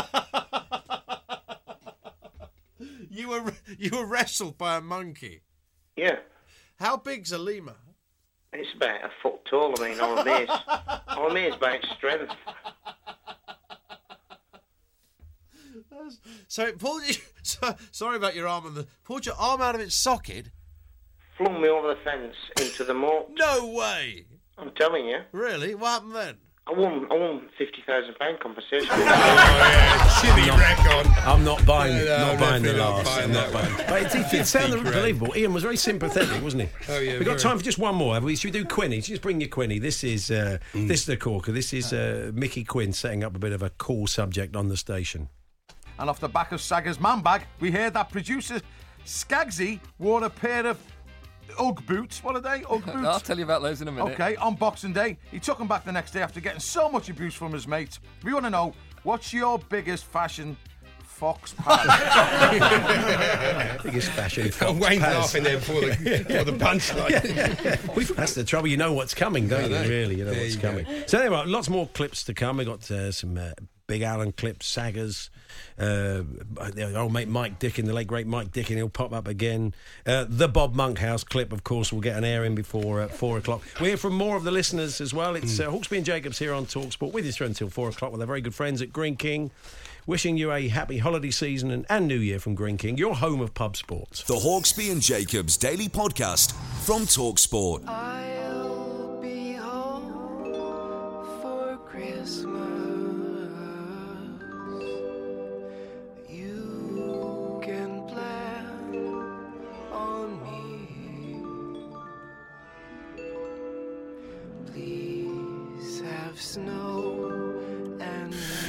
[SPEAKER 9] You were you were wrestled by a monkey.
[SPEAKER 24] Yeah.
[SPEAKER 9] How big's a lemur?
[SPEAKER 24] It's about a foot tall. I mean, I'm amazed. I'm amazed by its strength.
[SPEAKER 9] So it pulled you. So, sorry about your arm and the pulled your arm out of its socket.
[SPEAKER 24] Flung me over the fence into the moat.
[SPEAKER 9] No way.
[SPEAKER 24] I'm telling you.
[SPEAKER 9] Really? What happened then? Oh,
[SPEAKER 24] I won. I won fifty thousand pound compensation.
[SPEAKER 2] I'm not buying,
[SPEAKER 24] No, no,
[SPEAKER 2] not buying the
[SPEAKER 24] definitely not
[SPEAKER 2] last.
[SPEAKER 24] buying
[SPEAKER 2] I'm not
[SPEAKER 24] that
[SPEAKER 2] buying.
[SPEAKER 24] one.
[SPEAKER 2] But it, it, it sounded unbelievable. Ian was very sympathetic, wasn't he?
[SPEAKER 24] Oh, yeah,
[SPEAKER 2] We've got
[SPEAKER 24] very.
[SPEAKER 2] time for just one more. Have we? Should we do Quinny? Just bring your Quinny. This is uh,
[SPEAKER 24] Mm.
[SPEAKER 2] this is the corker. This is uh, Mickey Quinn setting up a bit of a cool subject on the station.
[SPEAKER 18] And off the back of Saga's man bag, we hear that producer Skagsy wore a pair of Ugg boots. What are they? Ugg boots.
[SPEAKER 13] I'll tell you about those in a minute.
[SPEAKER 18] Okay, on Boxing Day, he took them back the next day after getting so much abuse from his mates. We want to know what's your biggest fashion fox pass?
[SPEAKER 2] Biggest fashion. fox
[SPEAKER 3] Wayne's
[SPEAKER 2] Paz.
[SPEAKER 3] laughing there before the, before the punchline.
[SPEAKER 2] We've- That's the trouble. You know what's coming, don't
[SPEAKER 3] I
[SPEAKER 2] you?
[SPEAKER 3] know.
[SPEAKER 2] Really, you know
[SPEAKER 3] There
[SPEAKER 2] what's
[SPEAKER 3] you go.
[SPEAKER 2] coming. So anyway, lots more clips to come. We got uh, some uh, Big Allen clips, sagas. Uh, the old mate Mike Dickin, the late great Mike Dickin, he'll pop up again. Uh, the Bob Monkhouse clip, of course, will get an air in before uh, four o'clock. We hear from more of the listeners as well. It's
[SPEAKER 3] Hmm.
[SPEAKER 2] uh, Hawksby and Jacobs here on Talksport with you through until four o'clock with our very good friends at Green King. Wishing you a happy holiday season and, and New Year from Green King, your home of pub sports.
[SPEAKER 1] The Hawksby and Jacobs Daily Podcast from Talksport.
[SPEAKER 22] I'll be home for Christmas.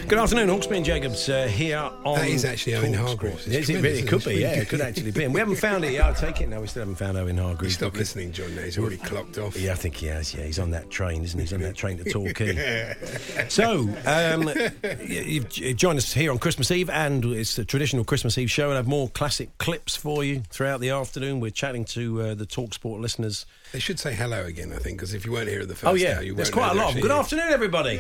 [SPEAKER 2] Good afternoon, Hawksby and Jacobs uh, here on.
[SPEAKER 3] That is actually Owen
[SPEAKER 2] Talksport.
[SPEAKER 3] Hargreaves. It's
[SPEAKER 2] Yes, it really
[SPEAKER 3] tremendous,
[SPEAKER 2] could
[SPEAKER 3] isn't
[SPEAKER 2] be.
[SPEAKER 3] it?
[SPEAKER 2] Yeah, it could actually be. And we haven't found it yet. I'll take it. No, we still haven't found Owen Hargreaves.
[SPEAKER 3] Stop listening, John. Now he's already clocked off.
[SPEAKER 2] Yeah, I think he has. Yeah, he's on that train, isn't he? He's on that train to Torquay. so, um, y- you've j- joined us here on Christmas Eve, and it's the traditional Christmas Eve show. We'll have more classic clips for you throughout the afternoon. We're chatting to uh, the Talksport listeners.
[SPEAKER 3] They should say hello again, I think, because if you weren't here at the first
[SPEAKER 2] Oh yeah,
[SPEAKER 3] hour, you
[SPEAKER 2] there's
[SPEAKER 3] won't know
[SPEAKER 2] quite a
[SPEAKER 3] they're
[SPEAKER 2] lot. of
[SPEAKER 3] actually
[SPEAKER 2] Good
[SPEAKER 3] here.
[SPEAKER 2] afternoon, everybody.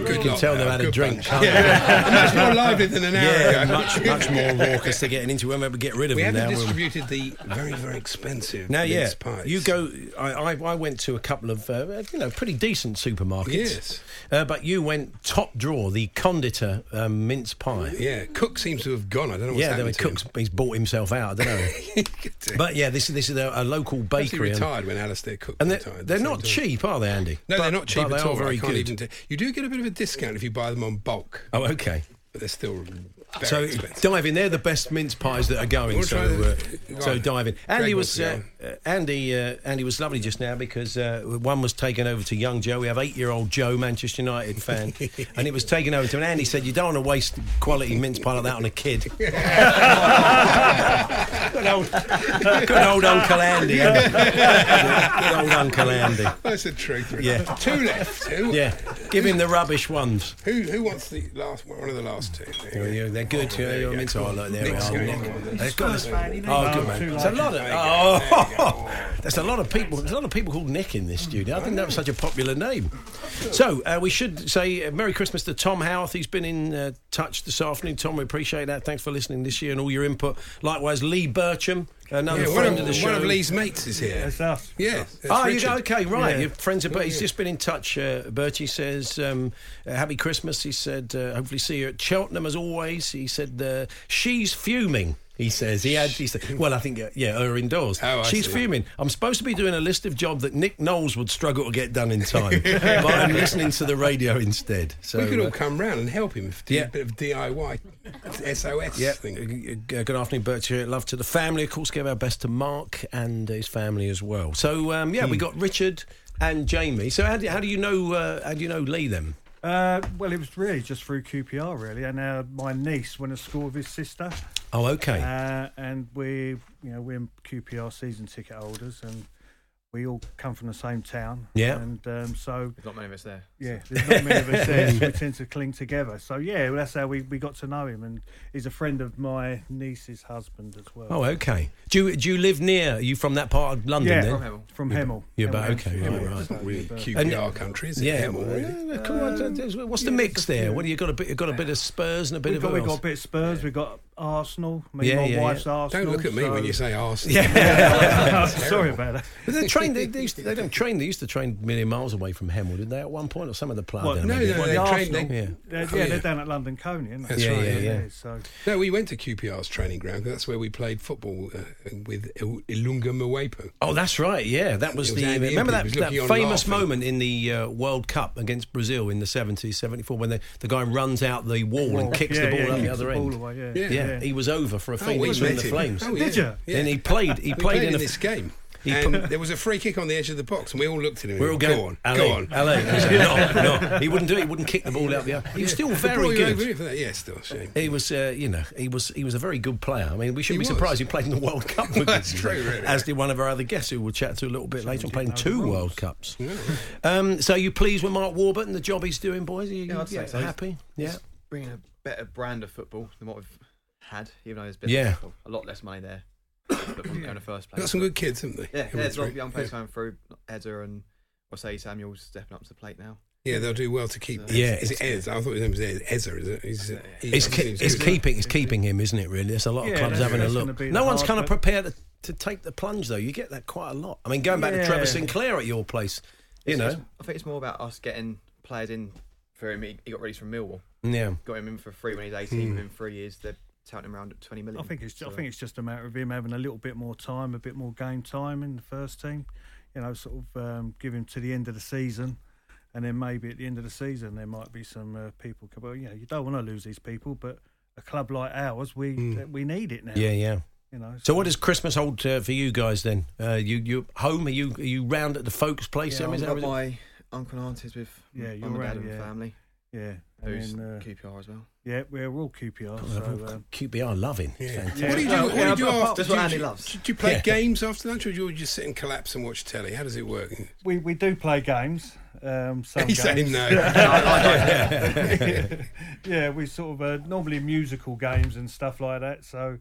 [SPEAKER 2] You
[SPEAKER 3] Good
[SPEAKER 2] can
[SPEAKER 3] lot
[SPEAKER 2] tell they've
[SPEAKER 3] now,
[SPEAKER 2] had a
[SPEAKER 3] good
[SPEAKER 2] drink.
[SPEAKER 3] bunch.
[SPEAKER 2] can't you?
[SPEAKER 3] Yeah. Much more lively than an hour
[SPEAKER 2] Yeah,
[SPEAKER 3] ago.
[SPEAKER 2] much much more raucous. They're getting into. When we get rid of
[SPEAKER 3] We
[SPEAKER 2] them
[SPEAKER 3] haven't
[SPEAKER 2] now. we'll-
[SPEAKER 3] distributed the very, very expensive
[SPEAKER 2] Now, yeah,
[SPEAKER 3] mince pies.
[SPEAKER 2] you go. I, I, I went to a couple of uh, you know pretty decent supermarkets.
[SPEAKER 3] Yes.
[SPEAKER 2] uh, but you went top drawer, the conditor um, mince pie.
[SPEAKER 3] Yeah, Cook seems to have gone. I don't know what's
[SPEAKER 2] yeah, there were
[SPEAKER 3] happened to
[SPEAKER 2] cooks. He's bought himself out. I don't know.
[SPEAKER 3] him.
[SPEAKER 2] but yeah, this is this is a, a local
[SPEAKER 3] Perhaps he
[SPEAKER 2] bakery. and-
[SPEAKER 3] retired when Alistair Cook
[SPEAKER 2] and they're,
[SPEAKER 3] retired.
[SPEAKER 2] they're
[SPEAKER 3] so-
[SPEAKER 2] not cheap, are they, Andy?
[SPEAKER 3] No,
[SPEAKER 2] But-
[SPEAKER 3] they're not cheap
[SPEAKER 2] but
[SPEAKER 3] at
[SPEAKER 2] they
[SPEAKER 3] all.
[SPEAKER 2] Are very
[SPEAKER 3] I can't
[SPEAKER 2] good.
[SPEAKER 3] even t- you do get a bit of a discount if you buy them on bulk,
[SPEAKER 2] oh, okay.
[SPEAKER 3] but they're still very
[SPEAKER 2] so
[SPEAKER 3] expensive.
[SPEAKER 2] dive in. They're the best mince pies that are going.
[SPEAKER 3] We'll
[SPEAKER 2] so
[SPEAKER 3] try the-
[SPEAKER 2] uh, so
[SPEAKER 3] right.
[SPEAKER 2] dive in.
[SPEAKER 3] Greg
[SPEAKER 2] Andy
[SPEAKER 3] wants
[SPEAKER 2] was
[SPEAKER 3] to
[SPEAKER 2] uh, uh, Andy uh, Andy was lovely just now because uh, one was taken over to young Joe. We have eight year old Joe, Manchester United fan, and it was taken over to him. And Andy said, "You don't want to waste quality mince pie like that on a kid." good old, good old Uncle Andy. good old Uncle Andy.
[SPEAKER 3] That's the truth. really.
[SPEAKER 2] Yeah.
[SPEAKER 3] Two left. Who,
[SPEAKER 2] Yeah, give him the rubbish ones.
[SPEAKER 3] who, who wants the last one? One of the last two.
[SPEAKER 2] Yeah, yeah, they're good. yeah, yeah, I mean, so I like there we
[SPEAKER 3] Nick's
[SPEAKER 2] are,
[SPEAKER 3] going
[SPEAKER 2] Nick.
[SPEAKER 3] on.
[SPEAKER 2] They've got this.
[SPEAKER 3] Nice, mate.
[SPEAKER 2] Oh,
[SPEAKER 3] Oh,
[SPEAKER 2] good
[SPEAKER 3] two
[SPEAKER 2] man. There's a lot of
[SPEAKER 3] likes.
[SPEAKER 2] oh, there's a lot of people. There's a lot of people called Nick in this studio. I didn't know it was such a popular name. So uh, we should say uh, Merry Christmas to Tom Howarth. He's been in uh, touch this afternoon. Tom, we appreciate that. Thanks for listening this year and all your input. Likewise, Lee Burcham, another
[SPEAKER 3] Yeah, one
[SPEAKER 2] friend
[SPEAKER 3] of-
[SPEAKER 2] of the show.
[SPEAKER 3] one of Lee's mates is here. That's
[SPEAKER 25] us.
[SPEAKER 3] Yeah. that's
[SPEAKER 2] Oh, you,
[SPEAKER 3] Richard.
[SPEAKER 2] okay, right.
[SPEAKER 3] Yeah.
[SPEAKER 2] Your friends are, but he's
[SPEAKER 3] Yeah.
[SPEAKER 2] just been in touch. Uh, Bertie says, um, uh, Happy Christmas. He said, uh, Hopefully see you at Cheltenham as always. He said, uh, She's fuming. He says he had. He said, well, I think uh, yeah, her indoors.
[SPEAKER 3] Oh, I
[SPEAKER 2] She's
[SPEAKER 3] see.
[SPEAKER 2] fuming. I'm supposed to be doing a list of jobs that Nick Knowles would struggle to get done in time, but I'm listening to the radio instead. So
[SPEAKER 3] we could
[SPEAKER 2] uh,
[SPEAKER 3] all come round and help him if do
[SPEAKER 2] yeah.
[SPEAKER 3] a bit of DIY SOS
[SPEAKER 2] Yeah.
[SPEAKER 3] thing.
[SPEAKER 2] Uh, uh, Good afternoon, Bertie. Love to the family. Of course, give our best to Mark and his family as well. So, um, yeah, we
[SPEAKER 3] Hmm.
[SPEAKER 2] got Richard and Jamie. So, how do, how do you know? Uh, how do you know Lee then?
[SPEAKER 14] Uh, well, it was really just through QPR, really, and uh, my niece went to school with his sister.
[SPEAKER 2] Oh, okay.
[SPEAKER 14] Uh, and we, you know, we're in QPR season ticket holders, and we all come from the same town.
[SPEAKER 2] Yeah.
[SPEAKER 14] And um, so
[SPEAKER 26] There's not many of us there.
[SPEAKER 14] yeah, there's not many of us there, so we tend to cling together. So yeah, well, that's how we, we got to know him, and he's a friend of my niece's husband as well.
[SPEAKER 2] Oh, okay. Do you, do you live near? Are you from that part of London?
[SPEAKER 14] Yeah,
[SPEAKER 2] then?
[SPEAKER 14] from Hemel. From
[SPEAKER 2] You're-
[SPEAKER 14] Hemel.
[SPEAKER 2] You're
[SPEAKER 14] Hemel,
[SPEAKER 2] about okay.
[SPEAKER 14] Hemel.
[SPEAKER 2] right, right.
[SPEAKER 14] It's not really
[SPEAKER 3] QPR country, is it?
[SPEAKER 2] Yeah.
[SPEAKER 3] Hemel, really?
[SPEAKER 2] yeah, come on, don't- don't- What's the mix there? What do you got? A bit, got a bit of Spurs and a bit
[SPEAKER 14] we
[SPEAKER 2] of.
[SPEAKER 14] got,
[SPEAKER 2] who
[SPEAKER 14] we
[SPEAKER 2] else?
[SPEAKER 14] got a bit of Spurs, we got Arsenal. Me,
[SPEAKER 2] Yeah,
[SPEAKER 14] my
[SPEAKER 2] yeah,
[SPEAKER 14] wife's
[SPEAKER 2] yeah.
[SPEAKER 14] Arsenal.
[SPEAKER 3] Don't look at me
[SPEAKER 14] so-
[SPEAKER 3] when you say Arsenal.
[SPEAKER 2] Yeah.
[SPEAKER 14] sorry about that.
[SPEAKER 2] But they trained. They, they, used to, they don't train. They used to train a million miles away from Hemel, did they? At one point, or some of the players.
[SPEAKER 14] What,
[SPEAKER 2] down
[SPEAKER 14] no,
[SPEAKER 2] there?
[SPEAKER 14] no,
[SPEAKER 2] Well,
[SPEAKER 14] they
[SPEAKER 2] the
[SPEAKER 14] trained-
[SPEAKER 2] Arsenal.
[SPEAKER 14] they-
[SPEAKER 2] yeah.
[SPEAKER 14] They're, yeah,
[SPEAKER 3] Oh, yeah.
[SPEAKER 14] they're down at London Coney, aren't they?
[SPEAKER 3] That's
[SPEAKER 2] Yeah,
[SPEAKER 3] right.
[SPEAKER 2] yeah, yeah.
[SPEAKER 14] So
[SPEAKER 3] No, we went to QPR's training ground. 'cause That's where we played football uh, with Il- Ilunga Mwepo.
[SPEAKER 2] Oh, that's right. Yeah, that was,
[SPEAKER 3] It was
[SPEAKER 2] the.
[SPEAKER 3] Andy
[SPEAKER 2] remember that,
[SPEAKER 3] Impey was
[SPEAKER 2] that
[SPEAKER 3] looking on
[SPEAKER 2] famous
[SPEAKER 3] laughing.
[SPEAKER 2] moment in the uh, World Cup against Brazil in the 70s, 74, when the, the guy runs out the wall and kicks
[SPEAKER 14] Oh, Yeah,
[SPEAKER 2] the ball
[SPEAKER 14] yeah,
[SPEAKER 2] out the
[SPEAKER 14] kicks
[SPEAKER 2] other
[SPEAKER 14] the
[SPEAKER 2] end.
[SPEAKER 14] ball away, yeah.
[SPEAKER 2] yeah.
[SPEAKER 14] Yeah, yeah.
[SPEAKER 2] he was over for a
[SPEAKER 14] Oh,
[SPEAKER 2] few
[SPEAKER 14] we
[SPEAKER 2] weeks from
[SPEAKER 14] met
[SPEAKER 2] the
[SPEAKER 14] him.
[SPEAKER 2] Flames.
[SPEAKER 14] Oh, Did yeah. you?
[SPEAKER 2] And he played. He
[SPEAKER 3] We
[SPEAKER 2] played, in, a,
[SPEAKER 3] this game.
[SPEAKER 2] He
[SPEAKER 3] and
[SPEAKER 2] put-
[SPEAKER 3] there was a free kick on the edge of the box, and we all looked at him. and
[SPEAKER 2] We're all
[SPEAKER 3] went,
[SPEAKER 2] going,
[SPEAKER 3] go on,
[SPEAKER 2] Ali,
[SPEAKER 3] go on.
[SPEAKER 2] Ali. He said, no, no. He wouldn't do it. He wouldn't kick the ball out the other. He was still
[SPEAKER 3] Yeah.
[SPEAKER 2] very
[SPEAKER 3] Brought you over
[SPEAKER 2] good.
[SPEAKER 3] here for that. Yeah, still a shame.
[SPEAKER 2] He was, uh, you know, he was he was a very good player. I mean, we shouldn't
[SPEAKER 3] He
[SPEAKER 2] be
[SPEAKER 3] was.
[SPEAKER 2] surprised he played in the World Cup. with
[SPEAKER 3] That's
[SPEAKER 2] us,
[SPEAKER 3] true, really.
[SPEAKER 2] As did one of our other guests, who we'll chat to a little bit later, on playing two World Cups. Um, so, you pleased with Mark Warburton, the job he's doing, boys? Are you
[SPEAKER 27] Yeah, I'd say
[SPEAKER 2] yeah,
[SPEAKER 27] so.
[SPEAKER 2] happy? Yeah.
[SPEAKER 27] It's bringing a better brand of football than what we've had, even though there's been
[SPEAKER 2] Yeah.
[SPEAKER 27] a lot less money there. But when we go in the first place.
[SPEAKER 3] Got some good kids, haven't they?
[SPEAKER 27] Yeah,
[SPEAKER 3] Coming
[SPEAKER 27] yeah there's a lot
[SPEAKER 3] through.
[SPEAKER 27] of young
[SPEAKER 3] Yeah.
[SPEAKER 27] players coming through. Edder and I say Samuel's stepping up to the plate now.
[SPEAKER 3] Yeah, they'll do well to keep.
[SPEAKER 27] So-
[SPEAKER 2] Yeah,
[SPEAKER 3] is it Ez? I thought his name was Ez. Ezra, is it? He's, he's,
[SPEAKER 2] It's, ke- it's keeping it's keeping him, isn't it? Really, there's a lot of
[SPEAKER 3] Yeah,
[SPEAKER 2] clubs
[SPEAKER 3] that's-
[SPEAKER 2] having a
[SPEAKER 3] that's
[SPEAKER 2] look.
[SPEAKER 3] gonna be
[SPEAKER 2] No
[SPEAKER 3] the
[SPEAKER 2] one's
[SPEAKER 3] hard
[SPEAKER 2] kind of
[SPEAKER 3] bit.
[SPEAKER 2] prepared to, to take the plunge, though. You get that quite a lot. I mean, going back to
[SPEAKER 27] Yeah.
[SPEAKER 2] Trevor Sinclair at your place, you
[SPEAKER 27] It's-
[SPEAKER 2] know.
[SPEAKER 27] it's- I think it's more about us getting players in for him. He, he got released from Millwall.
[SPEAKER 2] Yeah.
[SPEAKER 27] Got him in for free when he's 18.
[SPEAKER 2] Hmm.
[SPEAKER 27] Within three years, they're touting him around at 20 million.
[SPEAKER 14] I think it's ju-
[SPEAKER 27] So-
[SPEAKER 14] I think it's just a matter of him having a little bit more time, a bit more game time in the first team. You know, sort of um, give him to the end of the season, and then maybe at the end of the season there might be some uh, people. come- Well, you know, you don't want to lose these people, but a club like ours, we uh, we need it now.
[SPEAKER 2] Hmm. Yeah, yeah.
[SPEAKER 14] You know,
[SPEAKER 2] So what does Christmas hold uh, for you guys then? Uh, you you home? Are you are you round at the folks' place?
[SPEAKER 27] Yeah,
[SPEAKER 2] Em,
[SPEAKER 27] I'm
[SPEAKER 2] is that
[SPEAKER 27] at
[SPEAKER 2] what it-
[SPEAKER 27] my uncle and aunties with
[SPEAKER 14] Yeah,
[SPEAKER 27] yeah,
[SPEAKER 14] you're
[SPEAKER 27] mum and dad
[SPEAKER 14] right,
[SPEAKER 27] and uh,
[SPEAKER 14] yeah.
[SPEAKER 27] family.
[SPEAKER 6] Yeah.
[SPEAKER 2] Who's
[SPEAKER 6] QPR as well? Yeah, we're all QPR.
[SPEAKER 2] God, they're
[SPEAKER 6] So,
[SPEAKER 2] all
[SPEAKER 6] um,
[SPEAKER 2] QPR loving. It's
[SPEAKER 6] Yeah.
[SPEAKER 2] fantastic.
[SPEAKER 6] Yeah.
[SPEAKER 3] What do you do?
[SPEAKER 6] Well,
[SPEAKER 3] what
[SPEAKER 6] yeah,
[SPEAKER 3] do you
[SPEAKER 6] but
[SPEAKER 3] do
[SPEAKER 6] apart-
[SPEAKER 3] after?
[SPEAKER 6] that's
[SPEAKER 3] do
[SPEAKER 6] what
[SPEAKER 3] you-
[SPEAKER 6] Andy
[SPEAKER 3] do you-
[SPEAKER 6] loves.
[SPEAKER 3] Do you play
[SPEAKER 6] Yeah.
[SPEAKER 3] games after lunch, or do you just sit and collapse and watch telly? How does it work?
[SPEAKER 6] we, we do play games. Um, some
[SPEAKER 3] He's saying
[SPEAKER 6] games.
[SPEAKER 3] no.
[SPEAKER 6] yeah. we sort of uh, normally musical games and stuff like that. So,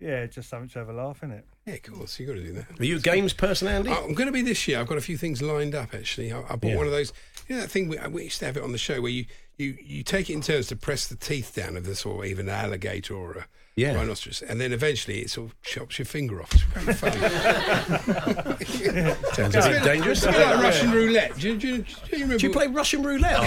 [SPEAKER 6] yeah, just something to have a laugh in it.
[SPEAKER 3] Yeah, of course, you got to do that.
[SPEAKER 2] Are you a games person, Andy?
[SPEAKER 3] Uh, I'm going to be this year. I've got a few things lined up actually. I, I bought
[SPEAKER 2] Yeah.
[SPEAKER 3] one of those. You know that thing we, uh, we used to have it on the show where you, you you take it in turns to press the teeth down of this or even an alligator or a
[SPEAKER 2] Yeah.
[SPEAKER 3] rhinoceros, and then eventually it sort of chops your finger off. It's kind of fun.
[SPEAKER 2] Sounds
[SPEAKER 3] It's
[SPEAKER 2] a bit
[SPEAKER 3] bit-
[SPEAKER 2] dangerous.
[SPEAKER 3] It's a bit like
[SPEAKER 2] Yeah.
[SPEAKER 3] Russian roulette. Do you, do you, do you remember? Do you play
[SPEAKER 2] Russian roulette?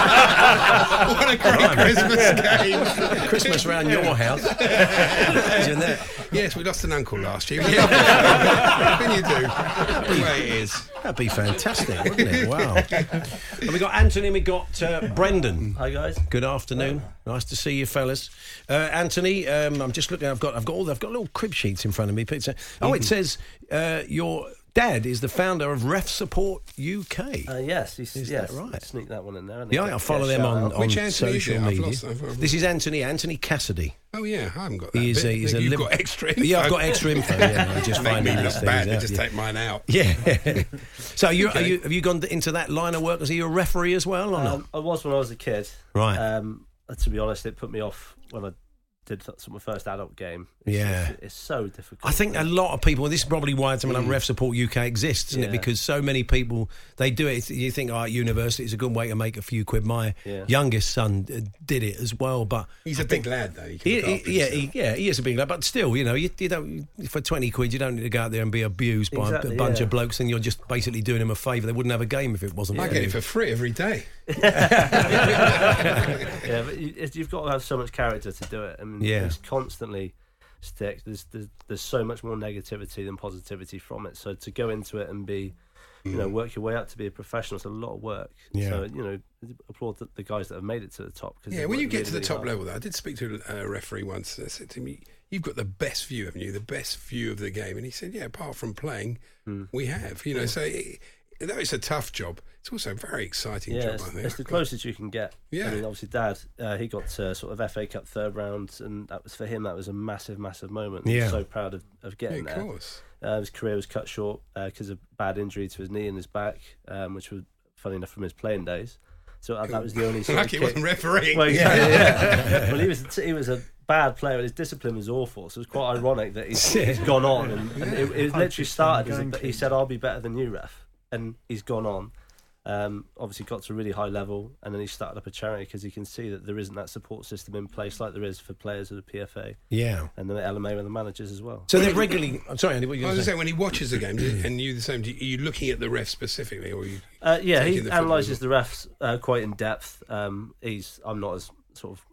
[SPEAKER 3] what a great Christmas game!
[SPEAKER 2] Christmas round your house. Imagine that.
[SPEAKER 3] Yes, we lost an uncle last year. Yeah. Can you do? The way it is.
[SPEAKER 2] That'd be fantastic, wouldn't it? Wow. and we got Anthony and we got uh, Brendan. Hi guys. Good afternoon. Nice to see you, fellas. Uh, Anthony, um, I'm just looking. I've got I've got all the, I've got little crib sheets in front of me. Pizza. Oh,
[SPEAKER 7] Mhm.
[SPEAKER 2] it says uh, your dad is the founder of Ref Support UK.
[SPEAKER 7] Uh, yes, he's,
[SPEAKER 2] Is
[SPEAKER 7] yes,
[SPEAKER 2] that right?
[SPEAKER 7] Sneak that one in there. and
[SPEAKER 2] Yeah, I
[SPEAKER 7] get-
[SPEAKER 2] follow
[SPEAKER 7] get
[SPEAKER 2] them
[SPEAKER 7] a
[SPEAKER 2] on,
[SPEAKER 7] shout-out.
[SPEAKER 2] on social media. this is Anthony. Anthony Cassidy.
[SPEAKER 3] Oh yeah, I haven't got that.
[SPEAKER 2] He is
[SPEAKER 3] bit.
[SPEAKER 2] a- he's a
[SPEAKER 3] You've
[SPEAKER 2] lib-
[SPEAKER 3] got extra info.
[SPEAKER 2] Yeah, I've got extra info, yeah, I just
[SPEAKER 3] Make
[SPEAKER 2] find
[SPEAKER 3] me
[SPEAKER 2] these
[SPEAKER 3] look
[SPEAKER 2] things
[SPEAKER 3] bad,
[SPEAKER 2] out,
[SPEAKER 3] but just
[SPEAKER 2] yeah.
[SPEAKER 3] take mine out.
[SPEAKER 2] Yeah. so you, are
[SPEAKER 7] Okay.
[SPEAKER 2] you have you gone into that line of work? Is he a referee as well or not?
[SPEAKER 7] Um, I was when I was a kid.
[SPEAKER 2] Right.
[SPEAKER 7] Um, to be honest, it put me off when I did th- my first adult game. It's,
[SPEAKER 2] Yeah.
[SPEAKER 7] It's, it's so difficult.
[SPEAKER 2] I think a lot of people. This is probably why something
[SPEAKER 3] Mm.
[SPEAKER 2] like Ref Support UK exists, isn't it?
[SPEAKER 7] Yeah.
[SPEAKER 2] Because so many people they do it. You think, oh, university is a good way to make a few quid. My
[SPEAKER 3] Yeah.
[SPEAKER 2] youngest son uh, did it as well, but
[SPEAKER 3] He's a big lad though. He can
[SPEAKER 2] he,
[SPEAKER 3] look after
[SPEAKER 2] he- yeah,
[SPEAKER 3] himself.
[SPEAKER 2] he, yeah, he is a big lad. But still, you know, you, you don't for twenty quid, you don't need to go out there and be abused by a- a,
[SPEAKER 3] Exactly,
[SPEAKER 2] bunch
[SPEAKER 3] yeah.
[SPEAKER 2] of blokes, and you're just basically doing him a favour. They wouldn't have a game if it wasn't.
[SPEAKER 3] I
[SPEAKER 2] for
[SPEAKER 3] get
[SPEAKER 2] you.
[SPEAKER 3] it for free every day.
[SPEAKER 7] yeah, but you, it's- you've got to have so much character to do it. I mean,
[SPEAKER 2] Yeah.
[SPEAKER 7] it's constantly stick. There's, there's there's so much more negativity than positivity from it. So to go into it and be, you know,
[SPEAKER 2] Mm.
[SPEAKER 7] work your way up to be a professional, it's a lot of work.
[SPEAKER 2] Yeah.
[SPEAKER 7] So you know, applaud the, the guys that have made it to the top. Cause
[SPEAKER 3] Yeah,
[SPEAKER 7] they've
[SPEAKER 3] when you
[SPEAKER 7] worked
[SPEAKER 3] get
[SPEAKER 7] really,
[SPEAKER 3] to the
[SPEAKER 7] really
[SPEAKER 3] top
[SPEAKER 7] hard.
[SPEAKER 3] level, though, I did speak to a referee once. and I said to me, "You've got the best view, haven't you? The best view of the game." And he said, "Yeah, apart from playing,
[SPEAKER 7] Hmm.
[SPEAKER 3] we have." You know, so it, though it's a tough job, it's also a very exciting
[SPEAKER 7] Yeah,
[SPEAKER 3] job.
[SPEAKER 7] it's,
[SPEAKER 3] I think.
[SPEAKER 7] it's the closest you can get.
[SPEAKER 3] Yeah.
[SPEAKER 7] I mean, obviously, Dad, uh, he got to sort of FA Cup third round, and that was for him. That was a massive, massive moment. He
[SPEAKER 2] Yeah.
[SPEAKER 7] was so proud of, of getting
[SPEAKER 3] Yeah, of
[SPEAKER 7] there.
[SPEAKER 3] course.
[SPEAKER 7] Uh, his career was cut short because of bad injury to his knee and his back, um, which was funny enough from his playing days. So uh, that, that was the only. Sort of
[SPEAKER 3] Lucky it
[SPEAKER 7] kick-
[SPEAKER 3] wasn't refereeing.
[SPEAKER 7] Well, exactly,
[SPEAKER 3] Yeah.
[SPEAKER 7] yeah. well, he was he was a bad player. and His discipline was awful. So it was quite ironic that he's, he's gone on. And, and it, it was literally started as a, he said, "I'll be better than you, ref," and he's gone on. Um, obviously, got to a really high level, and then he started up a charity because he can see that there isn't that support system in place like there is for players of the PFA.
[SPEAKER 2] Yeah.
[SPEAKER 7] and then the LMA and the managers as well.
[SPEAKER 2] So they're regularly. I'm sorry, Andy. What were
[SPEAKER 3] I
[SPEAKER 2] you going
[SPEAKER 3] was
[SPEAKER 2] to
[SPEAKER 3] going to
[SPEAKER 2] say?
[SPEAKER 3] say when he watches the game, and you the same. Are you looking at the ref specifically, or are you?
[SPEAKER 7] Uh, yeah,
[SPEAKER 3] taking
[SPEAKER 7] he
[SPEAKER 3] the football?
[SPEAKER 7] analyses the refs uh, quite in depth. Um, he's I'm not as sort of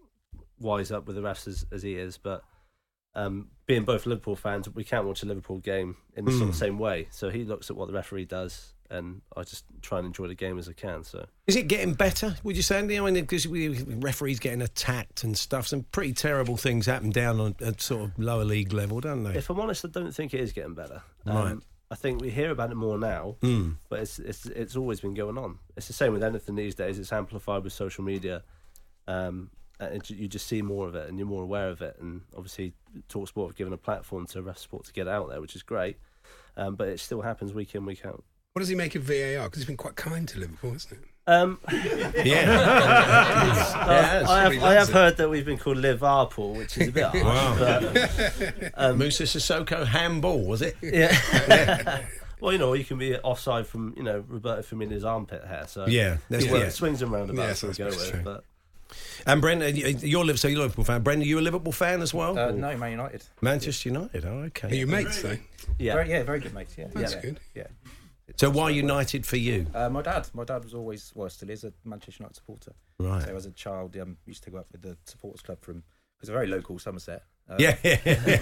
[SPEAKER 7] wise up with the refs as, as he is, but um, being both Liverpool fans, we can't watch a Liverpool game in the sort
[SPEAKER 2] Hmm.
[SPEAKER 7] of same way. So he looks at what the referee does, and I just try and enjoy the game as I can. So
[SPEAKER 2] Is it getting better? Would you say? Andy? I mean, because we referees getting attacked and stuff. Some pretty terrible things happen down on at sort of lower league level, don't they?
[SPEAKER 7] if I'm honest, I don't think it is getting better. Um,
[SPEAKER 2] Right.
[SPEAKER 7] I think we hear about it more now,
[SPEAKER 2] Mm.
[SPEAKER 7] but it's, it's it's always been going on. It's the same with anything these days. It's amplified with social media, um, and you you just see more of it, and you're more aware of it. And obviously, Talksport have given a platform to ref sport to get it out there, which is great. Um, but it still happens week in, week out.
[SPEAKER 3] What does he make of VAR? Because he's been quite kind to Liverpool, hasn't it?
[SPEAKER 7] Um, It's- uh,
[SPEAKER 3] Yes.
[SPEAKER 7] I have,
[SPEAKER 3] He
[SPEAKER 7] I
[SPEAKER 3] loves
[SPEAKER 7] have
[SPEAKER 3] it.
[SPEAKER 7] heard that we've been called Liverpool, which is a bit harsh.
[SPEAKER 2] Wow.
[SPEAKER 7] But, um,
[SPEAKER 2] Musa Sissoko handball was it?
[SPEAKER 7] Yeah. well, you know, you can be offside from you know Roberto Firmino's armpit hair. So
[SPEAKER 2] Yeah, that's-
[SPEAKER 7] it works-
[SPEAKER 2] yeah.
[SPEAKER 7] swings and roundabouts.
[SPEAKER 2] Yeah,
[SPEAKER 7] we go
[SPEAKER 2] that's
[SPEAKER 7] with,
[SPEAKER 2] true.
[SPEAKER 7] but
[SPEAKER 2] And Brendan, you- you're Liv- so you're a Liverpool fan. Brendan, you a Liverpool fan as well?
[SPEAKER 7] Uh,
[SPEAKER 2] Or-
[SPEAKER 7] no, Man United.
[SPEAKER 2] Manchester United. Oh, okay. Are you mates though?
[SPEAKER 7] Yeah.
[SPEAKER 8] Very, yeah, very good mates. Yeah,
[SPEAKER 2] That's
[SPEAKER 8] yeah,
[SPEAKER 2] good.
[SPEAKER 8] Yeah.
[SPEAKER 2] So why United for you?
[SPEAKER 8] Uh, my dad, my dad was always, well, still is a Manchester United supporter.
[SPEAKER 2] Right.
[SPEAKER 8] So as a child, um, we used to go up with the supporters club from because very local Somerset. Uh,
[SPEAKER 2] yeah, yeah, yeah.
[SPEAKER 8] uh,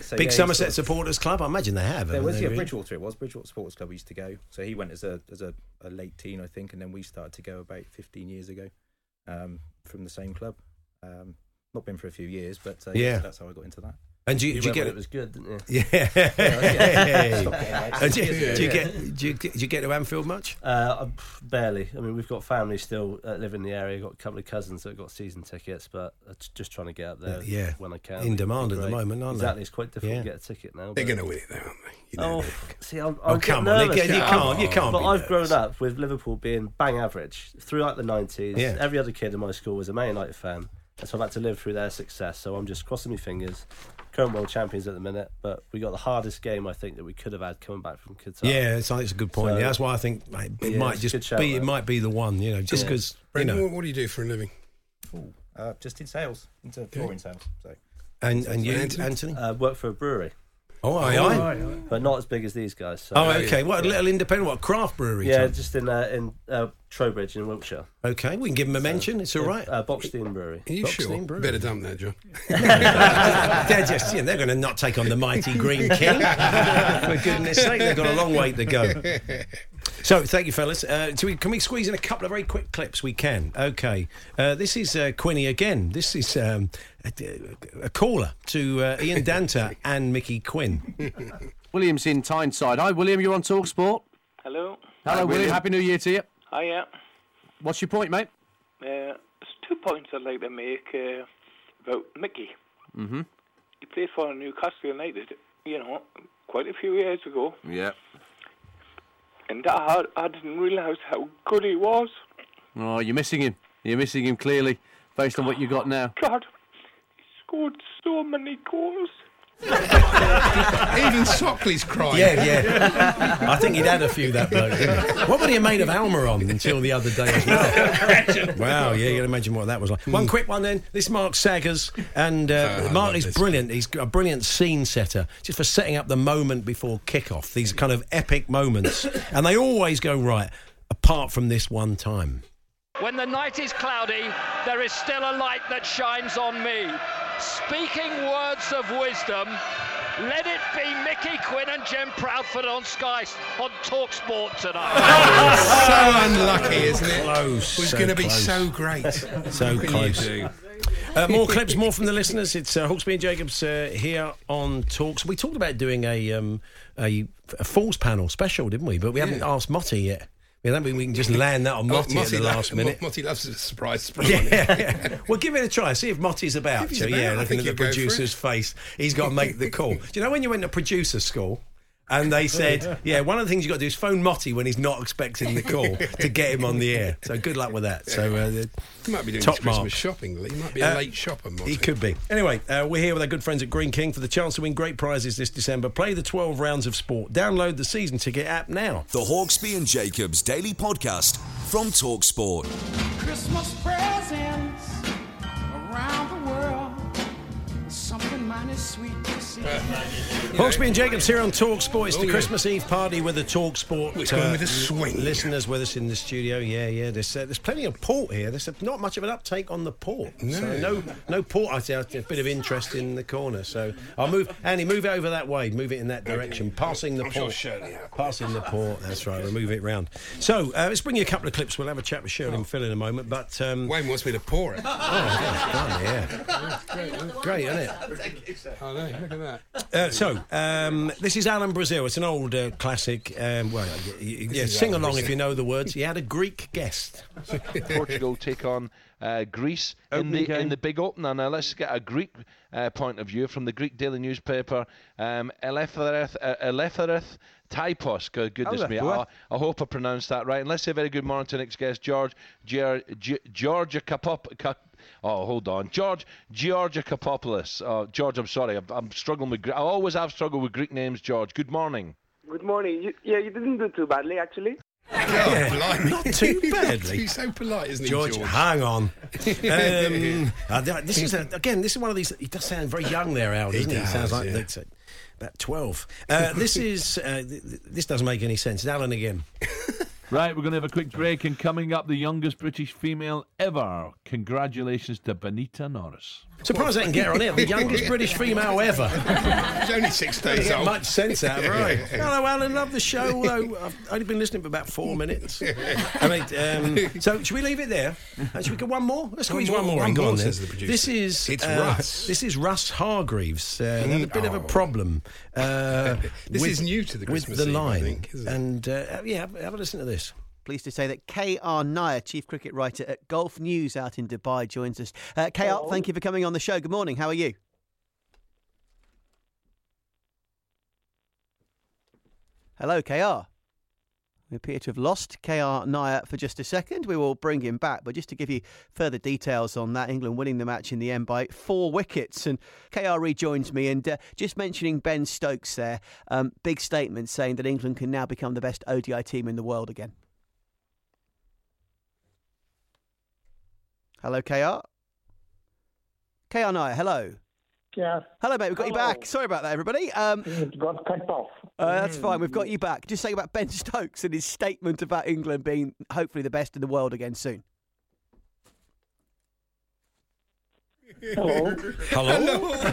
[SPEAKER 8] so, yeah,
[SPEAKER 2] Big
[SPEAKER 8] he
[SPEAKER 2] Somerset
[SPEAKER 8] sort of-
[SPEAKER 2] supporters club. I imagine they have.
[SPEAKER 8] There
[SPEAKER 2] haven't
[SPEAKER 8] was
[SPEAKER 2] they,
[SPEAKER 8] yeah,
[SPEAKER 2] really?
[SPEAKER 8] Bridgewater. It was Bridgewater Supporters Club. We used to go. So he went as a as a, a late teen, I think, and then we started to go about 15 years ago um, from the same club. Um, not been for a few years, but uh, yeah,
[SPEAKER 2] Yeah.
[SPEAKER 8] that's how I got into that.
[SPEAKER 2] And do you,
[SPEAKER 7] You
[SPEAKER 2] do you
[SPEAKER 7] went
[SPEAKER 2] get
[SPEAKER 7] when it was good, didn't you?
[SPEAKER 2] Yeah.
[SPEAKER 7] Yeah, yeah.
[SPEAKER 2] And do, you- do you
[SPEAKER 7] Yeah.
[SPEAKER 2] get do you, get- do you get to Anfield much?
[SPEAKER 7] Uh, um, pff, barely. I mean, we've got family still that live in the area. Got a couple of cousins that have got season tickets, but I'm j- just trying to get up there.
[SPEAKER 2] Uh, Yeah.
[SPEAKER 7] when I can.
[SPEAKER 2] In
[SPEAKER 7] It'd be
[SPEAKER 2] demand at the
[SPEAKER 7] great.
[SPEAKER 2] moment, aren't they?
[SPEAKER 7] exactly. It's quite difficult
[SPEAKER 2] Yeah.
[SPEAKER 7] to get a ticket now.
[SPEAKER 2] They're
[SPEAKER 7] but-
[SPEAKER 2] gonna win it, though,
[SPEAKER 7] oh,
[SPEAKER 2] aren't You know they're-
[SPEAKER 7] f- see, I'm,
[SPEAKER 2] Oh,
[SPEAKER 7] I'm getting
[SPEAKER 2] come on, they
[SPEAKER 7] nervous
[SPEAKER 2] get- you
[SPEAKER 7] now.
[SPEAKER 2] can't- you can't
[SPEAKER 7] But
[SPEAKER 2] be
[SPEAKER 7] I've grown up with Liverpool being bang average throughout the nineties.
[SPEAKER 2] Yeah.
[SPEAKER 7] Every other kid in my school was a Man United fan, and so I'd like to live through their success. So I'm just crossing my fingers. Current world champions at the minute, but we got the hardest game I think that we could have had coming back from Qatar.
[SPEAKER 2] Yeah, it's, I think it's a good point.
[SPEAKER 7] So-
[SPEAKER 2] yeah, that's why I think mate, it
[SPEAKER 7] Yeah,
[SPEAKER 2] might
[SPEAKER 7] it's a
[SPEAKER 2] just
[SPEAKER 7] good shout,
[SPEAKER 2] be it
[SPEAKER 7] though.
[SPEAKER 2] might be the one. You know, just
[SPEAKER 7] Yeah.
[SPEAKER 2] because you
[SPEAKER 3] Brendan,
[SPEAKER 2] know.
[SPEAKER 3] what, what do you do for a living?
[SPEAKER 8] Uh, just in sales, into flooring sales. So.
[SPEAKER 2] And and you,
[SPEAKER 8] Anthony?
[SPEAKER 2] Anthony.
[SPEAKER 7] Uh, work for a brewery.
[SPEAKER 2] Oh, aye,
[SPEAKER 8] Oh,
[SPEAKER 2] aye.
[SPEAKER 8] aye, aye.
[SPEAKER 7] But not as big as these guys. So.
[SPEAKER 2] Oh, okay. What a little independent, what craft brewery?
[SPEAKER 7] Yeah,
[SPEAKER 2] Tom?
[SPEAKER 7] just in uh, in uh, Trowbridge in Wiltshire.
[SPEAKER 2] Okay, we can give them a mention. It's all
[SPEAKER 7] yeah,
[SPEAKER 2] right.
[SPEAKER 7] Uh, Boxstein Brewery.
[SPEAKER 2] Are you sure? Boxstein Brewery.
[SPEAKER 3] Better dump that, John.
[SPEAKER 2] they're just, you know, they're going to not take on the mighty Green King. For goodness sake, they've got a long way to go. So, thank you, fellas. Uh, do we, can we squeeze in a couple of very quick clips? We can. Okay. Uh, this is uh, Quinny again. This is um, a, a caller to uh, Ian Danter and Mickey Quinn.
[SPEAKER 9] William's in Tyneside. Hi, William. You're on Talk Sport.
[SPEAKER 10] Hello.
[SPEAKER 9] Hello, William. Happy New Year to you.
[SPEAKER 10] Hiya.
[SPEAKER 9] What's your point, mate?
[SPEAKER 10] Uh, there's two points I'd like to make uh, about Mickey.
[SPEAKER 9] Mm-hmm.
[SPEAKER 10] He played for Newcastle United, you know, quite a few years ago,
[SPEAKER 9] Yeah.
[SPEAKER 10] and I, I didn't realise how good he was.
[SPEAKER 9] Oh, you're missing him. You're missing him clearly, based on what you got now.
[SPEAKER 10] God, he scored so many goals.
[SPEAKER 3] Even Sockley's crying.
[SPEAKER 2] Yeah, yeah. I think he'd had a few that bloke. didn't he? What would he have made of Almiron until the other day as well? wow, yeah, you can imagine what that was like. One quick one then. This is Mark Saggers, and uh, Mark is brilliant. He's a brilliant scene setter, just for setting up the moment before kickoff. These kind of epic moments, and they always go right, apart from this one time.
[SPEAKER 11] When the night is cloudy, there is still a light that shines on me. Speaking words of wisdom, let it be Mickey Quinn and Jem Proudfoot on Sky on Talksport tonight.
[SPEAKER 3] so unlucky, isn't it?
[SPEAKER 2] Close,
[SPEAKER 3] Was
[SPEAKER 2] so
[SPEAKER 3] going to be
[SPEAKER 2] close.
[SPEAKER 3] so great.
[SPEAKER 2] So
[SPEAKER 3] What can you
[SPEAKER 2] close.
[SPEAKER 3] do?
[SPEAKER 2] Uh, more clips, more from the listeners. It's uh, Hawksby and Jacobs uh, here on Talks. We talked about doing a um, a, a Falls panel special, didn't we? But we haven't asked Motti yet. We don't think we can just land that on
[SPEAKER 3] Oh,
[SPEAKER 2] Motti at the
[SPEAKER 3] Motti
[SPEAKER 2] last
[SPEAKER 3] loves-
[SPEAKER 2] minute.
[SPEAKER 3] Mo- Motti loves a surprise. surprise.
[SPEAKER 2] Yeah. well, give it a try. See if Motti's about.
[SPEAKER 3] If he's
[SPEAKER 2] So,
[SPEAKER 3] about, I
[SPEAKER 2] yeah, looking
[SPEAKER 3] think
[SPEAKER 2] at the
[SPEAKER 3] he'll go for it.
[SPEAKER 2] producer's face, he's got to make the call. Do you know when you went to producer school? And they said,
[SPEAKER 3] yeah.
[SPEAKER 2] yeah. one of the things you got to do is phone Motti when he's not expecting the call to get him on the air. So good luck with that. So uh, the-
[SPEAKER 3] He might be doing
[SPEAKER 2] top
[SPEAKER 3] his Christmas
[SPEAKER 2] marks.
[SPEAKER 3] shopping. He might be a
[SPEAKER 2] Uh,
[SPEAKER 3] late shopper. Motti.
[SPEAKER 2] He could be. Anyway, uh, we're here with our good friends at Green King for the chance to win great prizes this December. Play the 12 rounds of sport. Download the season ticket app now.
[SPEAKER 1] The Hawksby and Jacobs Daily Podcast from Talksport.
[SPEAKER 22] Christmas presents around the world. Something mighty sweet to see.
[SPEAKER 2] Hawksby and Jacobs here on Talk Sport. It's
[SPEAKER 22] Oh,
[SPEAKER 2] the
[SPEAKER 22] yeah.
[SPEAKER 2] Christmas Eve party with the Talk Sport.
[SPEAKER 3] It's going with a swing.
[SPEAKER 2] Listeners with us in the studio. Yeah, yeah. There's, uh, there's plenty of port here. There's uh, not much of an uptake on the port.
[SPEAKER 3] No.
[SPEAKER 2] So no, no port. I see a bit of interest in the corner. So I'll move. Andy, move it over that way. Move it in that direction. Passing the
[SPEAKER 3] I'm sure
[SPEAKER 2] port.
[SPEAKER 3] Shirley will.
[SPEAKER 2] Passing the port. That's right. We'll move it round. So uh, let's bring you a couple of clips. We'll have a chat with Shirley and Phil in a moment. But um,
[SPEAKER 3] Oh. Wayne wants me to pour it.
[SPEAKER 2] Oh, yeah, done, yeah. Great, isn't it?
[SPEAKER 3] I know, look at that.
[SPEAKER 2] Uh, so um, this is Alan Brazil. It's an old uh, classic. Um, well, y- y- yeah,
[SPEAKER 12] is
[SPEAKER 2] sing
[SPEAKER 12] Alan
[SPEAKER 2] along
[SPEAKER 12] Brazil.
[SPEAKER 2] if you know the words. He had a Greek guest.
[SPEAKER 12] Portugal take on uh, Greece in
[SPEAKER 2] Opening
[SPEAKER 12] the
[SPEAKER 2] game.
[SPEAKER 12] in the big opener. Now let's get a Greek uh, point of view from the Greek daily newspaper um, Eleftheris uh, Eleftheris Typos. Go- Goodness me, I,
[SPEAKER 28] Eleftheris.
[SPEAKER 12] I hope I pronounced that right. And let's say a very good morning to next guest, George Geor, Ge- Georgia Kapop. Ka- Oh, hold on, George Georgia Kapopoulos. Oh, George, I'm sorry, I'm, I'm struggling with. Gre- I always have struggled with Greek names, George. Good morning.
[SPEAKER 29] Good morning. You, yeah, you didn't do too badly, actually.
[SPEAKER 2] Not too badly.
[SPEAKER 3] He's so polite, isn't he,
[SPEAKER 2] George,
[SPEAKER 3] George?
[SPEAKER 2] hang on. Um, uh, th- this is a, again. This is one of these. He does sound very young there, Al.
[SPEAKER 3] He
[SPEAKER 2] Doesn't he?
[SPEAKER 3] does,
[SPEAKER 2] sounds like
[SPEAKER 3] yeah.
[SPEAKER 2] that's, uh, about twelve. Uh, this is. Uh, th- th- this doesn't make any sense. It's Alan again.
[SPEAKER 6] Right, we're going to have a quick break, and coming up, the youngest British female ever. Congratulations to Benita Norris.
[SPEAKER 2] Surprised they can get her on here. The youngest British female ever.
[SPEAKER 3] She's only six
[SPEAKER 2] Don't
[SPEAKER 3] days
[SPEAKER 2] get
[SPEAKER 3] old.
[SPEAKER 2] much sense out of her. are you?
[SPEAKER 3] Yeah.
[SPEAKER 2] Hello, Alan. Love the show. Although I've only been listening for about four minutes. I mean, um, so should we leave it there? Uh, Should we get one more? Let's
[SPEAKER 3] One
[SPEAKER 2] squeeze
[SPEAKER 3] more,
[SPEAKER 2] one more
[SPEAKER 3] one
[SPEAKER 2] in. Go
[SPEAKER 3] more,
[SPEAKER 2] on, then.
[SPEAKER 3] says the producer.
[SPEAKER 2] This is
[SPEAKER 3] It's
[SPEAKER 2] uh,
[SPEAKER 3] Russ. Oh.
[SPEAKER 2] This is Russ Hargreaves. Uh, they had a bit of a problem. Uh,
[SPEAKER 3] This is new to the Christmas
[SPEAKER 2] with the
[SPEAKER 3] Eve, I
[SPEAKER 2] line.
[SPEAKER 3] think,
[SPEAKER 2] And uh, yeah, have, have a listen to this.
[SPEAKER 30] Pleased to say that KR Nair, chief cricket writer at Golf News out in Dubai, joins us. Uh, KR, thank you for coming on the show. Good morning. How are you? Hello, KR. We appear to have lost KR Nair for just a second. We will bring him back, but just to give you further details on that, England winning the match in the end by four wickets. And KR rejoins me, and uh, just mentioning Ben Stokes there, um, big statement saying that England can now become the best ODI team in the world again. Hello, KR. KR Nair, hello.
[SPEAKER 31] Yeah.
[SPEAKER 30] Hello, mate. We've got you back. Sorry about that, everybody. Um,
[SPEAKER 31] got cut off.
[SPEAKER 30] Uh, that's fine. We've got you back. Just saying about Ben Stokes and his statement about England being hopefully the best in the world again soon.
[SPEAKER 31] Hello.
[SPEAKER 2] Hello.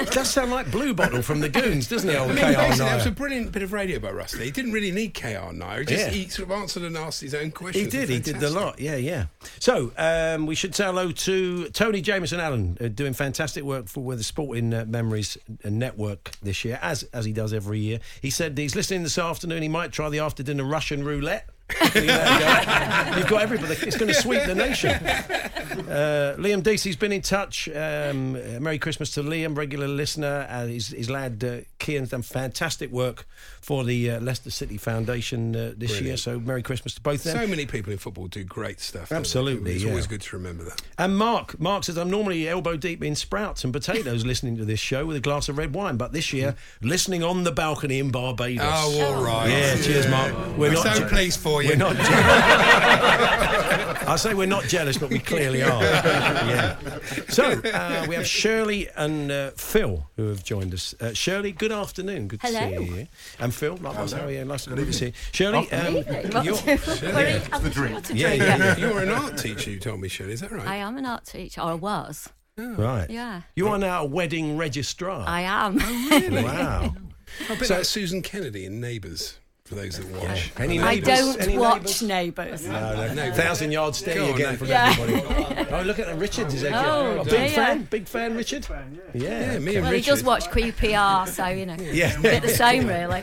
[SPEAKER 2] it does sound like Blue Bottle from the Goons, doesn't it,
[SPEAKER 3] I
[SPEAKER 2] old
[SPEAKER 3] mean,
[SPEAKER 2] KR
[SPEAKER 3] basically, that
[SPEAKER 2] Nair?
[SPEAKER 3] was a brilliant bit of radio by Rusty. He didn't really need KR now. He just
[SPEAKER 2] Yeah.
[SPEAKER 3] he sort of answered and asked his own questions.
[SPEAKER 2] He did.
[SPEAKER 3] They're
[SPEAKER 2] He did a
[SPEAKER 3] fantastic.
[SPEAKER 2] lot. Yeah, yeah. So um, we should say hello to Tony Jameson Allen, uh, doing fantastic work for with the Sporting uh, Memories uh, Network this year, as as he does every year. He said he's listening this afternoon. He might try the after dinner Russian roulette. There you go. You've got everybody. It's going to sweep the nation. Uh, Liam Deasy's been in touch. Um, uh, Merry Christmas to Liam, regular listener. Uh, his, his lad uh, Kian's done fantastic work for the uh, Leicester City Foundation uh, this year.
[SPEAKER 3] Brilliant.
[SPEAKER 2] So Merry Christmas to both them.
[SPEAKER 3] So many people in football do great stuff. don't they?
[SPEAKER 2] Absolutely,
[SPEAKER 3] It's
[SPEAKER 2] yeah.
[SPEAKER 3] always good to remember that.
[SPEAKER 2] And Mark, Mark says, I'm normally elbow deep in sprouts and potatoes listening to this show with a glass of red wine, but this year, listening on the balcony in Barbados.
[SPEAKER 3] Oh, all right.
[SPEAKER 2] Yeah, cheers,
[SPEAKER 3] Yeah.
[SPEAKER 2] Mark.
[SPEAKER 3] We're so pleased for you.
[SPEAKER 2] We're not je- I say we're not jealous, but we clearly are. yeah. So, uh, we have Shirley and uh, Phil who have joined us. Uh, Shirley, good afternoon. Good
[SPEAKER 17] Hello.
[SPEAKER 2] to see you. And Phil, likewise,
[SPEAKER 3] Hello.
[SPEAKER 2] how are you? Nice to
[SPEAKER 3] Good
[SPEAKER 2] see you.
[SPEAKER 3] evening.
[SPEAKER 2] Shirley, um,
[SPEAKER 17] Evening. What-
[SPEAKER 2] you're,
[SPEAKER 17] Sorry, I've got a drink,
[SPEAKER 2] Yeah,
[SPEAKER 17] yeah.
[SPEAKER 3] You're an art teacher, you told me, Shirley. Is that right?
[SPEAKER 17] I am an art teacher, or I was.
[SPEAKER 2] Right.
[SPEAKER 17] Yeah.
[SPEAKER 2] You are now a wedding registrar.
[SPEAKER 17] I am.
[SPEAKER 2] Wow.
[SPEAKER 3] Oh, I bet
[SPEAKER 2] So-
[SPEAKER 3] that's Susan Kennedy in Neighbours, for those that watch.
[SPEAKER 17] I don't watch neighbours.
[SPEAKER 2] No, no, thousand yard stare
[SPEAKER 3] Go
[SPEAKER 2] you
[SPEAKER 3] on,
[SPEAKER 2] get
[SPEAKER 3] no.
[SPEAKER 2] from
[SPEAKER 17] Yeah.
[SPEAKER 2] everybody. oh, look at that. Richards is there.
[SPEAKER 17] Oh,
[SPEAKER 2] big
[SPEAKER 17] dear.
[SPEAKER 2] fan, big fan, Richard. Yeah,
[SPEAKER 3] me
[SPEAKER 17] Well, he does watch QPR, so you know,
[SPEAKER 2] Yeah.
[SPEAKER 17] a bit the same really.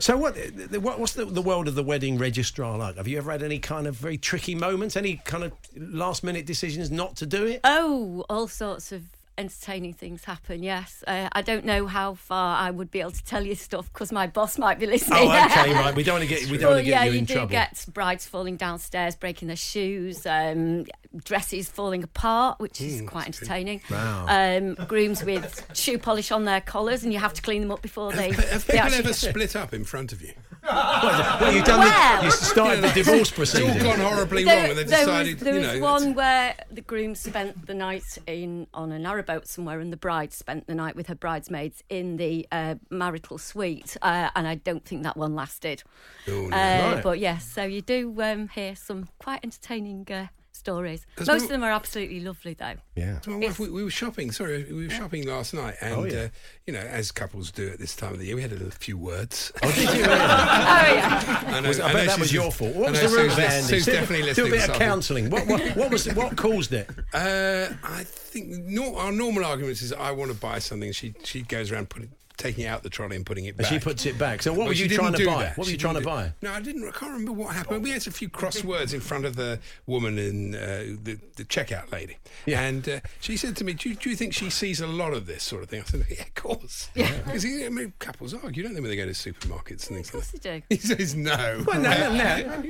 [SPEAKER 2] So, what, the- the- what? What's the, the world of the wedding registrar like? Have you ever had any kind of very tricky moments? Any kind of last minute decisions not to do it?
[SPEAKER 17] Oh, all sorts of entertaining things happen. Yes, uh, I don't know how far I would be able to tell you stuff because my boss might be listening.
[SPEAKER 2] Oh, okay, right. We don't want to get we don't
[SPEAKER 17] well,
[SPEAKER 2] want to
[SPEAKER 17] yeah,
[SPEAKER 2] get you in
[SPEAKER 17] do
[SPEAKER 2] trouble.
[SPEAKER 17] get brides falling downstairs, breaking their shoes, um, dresses falling apart, which is quite entertaining.
[SPEAKER 2] Wow.
[SPEAKER 17] Um, grooms with shoe polish on their collars, and you have to clean them up before they.
[SPEAKER 3] Have
[SPEAKER 17] they
[SPEAKER 3] people
[SPEAKER 17] actually-
[SPEAKER 3] ever split up in front of you?
[SPEAKER 2] well, you've done
[SPEAKER 17] Well-
[SPEAKER 2] the, you started the divorce proceeding.
[SPEAKER 3] It's all gone horribly
[SPEAKER 17] There-
[SPEAKER 3] wrong, and they've
[SPEAKER 17] there
[SPEAKER 3] decided,
[SPEAKER 17] Was, there
[SPEAKER 3] you
[SPEAKER 17] was
[SPEAKER 3] know.
[SPEAKER 17] one where the groom spent the night in on a narrowboat somewhere, and the bride spent the night with her bridesmaids in the uh, marital suite. Uh, and I don't think that one lasted.
[SPEAKER 3] Oh, no.
[SPEAKER 17] Uh,
[SPEAKER 3] Right.
[SPEAKER 17] But yes, so you do um, hear some quite entertaining uh, stories.
[SPEAKER 3] 'Cause
[SPEAKER 17] Most
[SPEAKER 3] we-
[SPEAKER 17] of them are absolutely lovely, though.
[SPEAKER 2] Yeah.
[SPEAKER 3] My wife, we, we were shopping. Sorry, we were shopping last night, and
[SPEAKER 17] Oh, yeah.
[SPEAKER 3] uh, you know, as couples do at this time of the year, we had a little few words.
[SPEAKER 2] Oh,
[SPEAKER 17] Oh,
[SPEAKER 3] I, know,
[SPEAKER 2] Was- I bet
[SPEAKER 3] know
[SPEAKER 2] that was
[SPEAKER 3] she's-
[SPEAKER 2] your fault. What
[SPEAKER 3] I
[SPEAKER 2] was
[SPEAKER 3] know
[SPEAKER 2] the root of
[SPEAKER 3] Sue's
[SPEAKER 2] it,
[SPEAKER 3] lis-
[SPEAKER 2] Andy?
[SPEAKER 3] Sue's
[SPEAKER 2] Do-
[SPEAKER 3] definitely
[SPEAKER 2] do a
[SPEAKER 3] listening
[SPEAKER 2] bit of
[SPEAKER 3] to something.
[SPEAKER 2] counselling. What- what- what was it- what caused it?
[SPEAKER 3] Uh, I think nor- our normal argument is I want to buy something. She she goes around putting taking it out the trolley and putting it
[SPEAKER 2] And
[SPEAKER 3] back.
[SPEAKER 2] she puts it back. So what
[SPEAKER 3] But
[SPEAKER 2] were
[SPEAKER 3] she
[SPEAKER 2] you
[SPEAKER 3] didn't
[SPEAKER 2] trying to
[SPEAKER 3] do
[SPEAKER 2] buy?
[SPEAKER 3] that.
[SPEAKER 2] What were
[SPEAKER 3] She
[SPEAKER 2] you trying to
[SPEAKER 3] didn't do-
[SPEAKER 2] buy?
[SPEAKER 3] No, I didn't. I can't remember what happened. We had a few crosswords in front of the woman in uh, the, the checkout lady, and uh, she said to me, do, you- "Do you think she sees a lot of this sort of thing?" I said, "Yeah, of course." Because I mean, couples argue, don't they, when they go to supermarkets and things like that?
[SPEAKER 17] Of course they do.
[SPEAKER 3] He says no.
[SPEAKER 17] Well, no,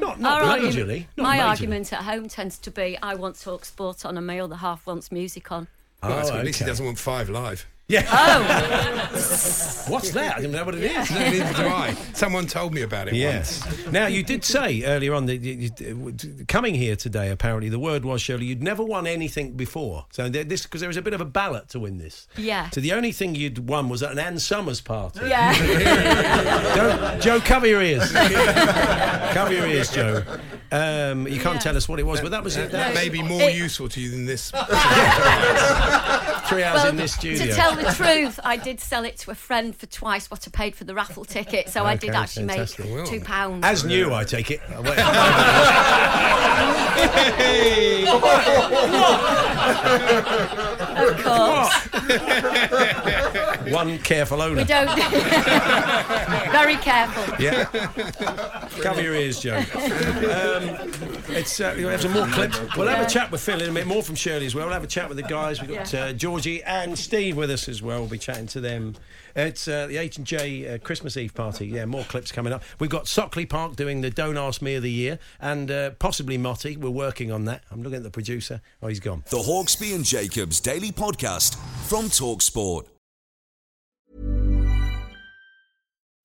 [SPEAKER 17] no,
[SPEAKER 2] no,
[SPEAKER 17] Our argument- my argument at home tends to be I want talk sport on and my other half wants music on.
[SPEAKER 3] Oh,
[SPEAKER 2] Oh,
[SPEAKER 3] that's good. At least he
[SPEAKER 2] okay.
[SPEAKER 3] doesn't want five live.
[SPEAKER 2] Yeah.
[SPEAKER 3] Oh.
[SPEAKER 2] What's that? I don't know what it is.
[SPEAKER 3] No, neither do I. Someone told me about it
[SPEAKER 2] Yes.
[SPEAKER 3] once.
[SPEAKER 2] now you did say earlier on that you, you, coming here today, apparently the word was Shirley, you'd never won anything before. So there, this because there was a bit of a ballot to win this.
[SPEAKER 17] Yeah.
[SPEAKER 2] So the only thing you'd won was at an Ann Summers party.
[SPEAKER 17] Yeah.
[SPEAKER 2] Don't, Joe, cover your ears. cover your ears, Joe. Um, you can't tell us what it was, but that was
[SPEAKER 3] That,
[SPEAKER 2] it.
[SPEAKER 3] that may be more useful to you than this.
[SPEAKER 2] Three hours
[SPEAKER 17] Well,
[SPEAKER 2] in this studio.
[SPEAKER 17] To tell the truth, I did sell it to a friend for twice what I paid for the raffle ticket, so I did
[SPEAKER 2] Okay,
[SPEAKER 17] actually
[SPEAKER 2] fantastic.
[SPEAKER 17] make two pounds.
[SPEAKER 2] As new, I take it. Oh, wait.
[SPEAKER 17] of course,
[SPEAKER 2] One careful owner.
[SPEAKER 17] we don't. Very careful.
[SPEAKER 2] Yeah. Cover your ears, Joe. Um, it's uh, we'll have some more clips. We'll have
[SPEAKER 17] Yeah.
[SPEAKER 2] a chat with Phil in a minute. More from Shirley as well. We'll have a chat with the guys. We've got
[SPEAKER 17] Yeah.
[SPEAKER 2] uh, Georgie and Steve with us as well. We'll be chatting to them. It's uh, the H and J uh, Christmas Eve party. Yeah, more clips coming up. We've got Sockley Park doing the Don't Ask Me of the Year, and uh, possibly Motti. We're working on that. I'm looking at the producer. Oh, he's gone.
[SPEAKER 1] The Hawksby and Jacobs Daily Podcast from Talksport.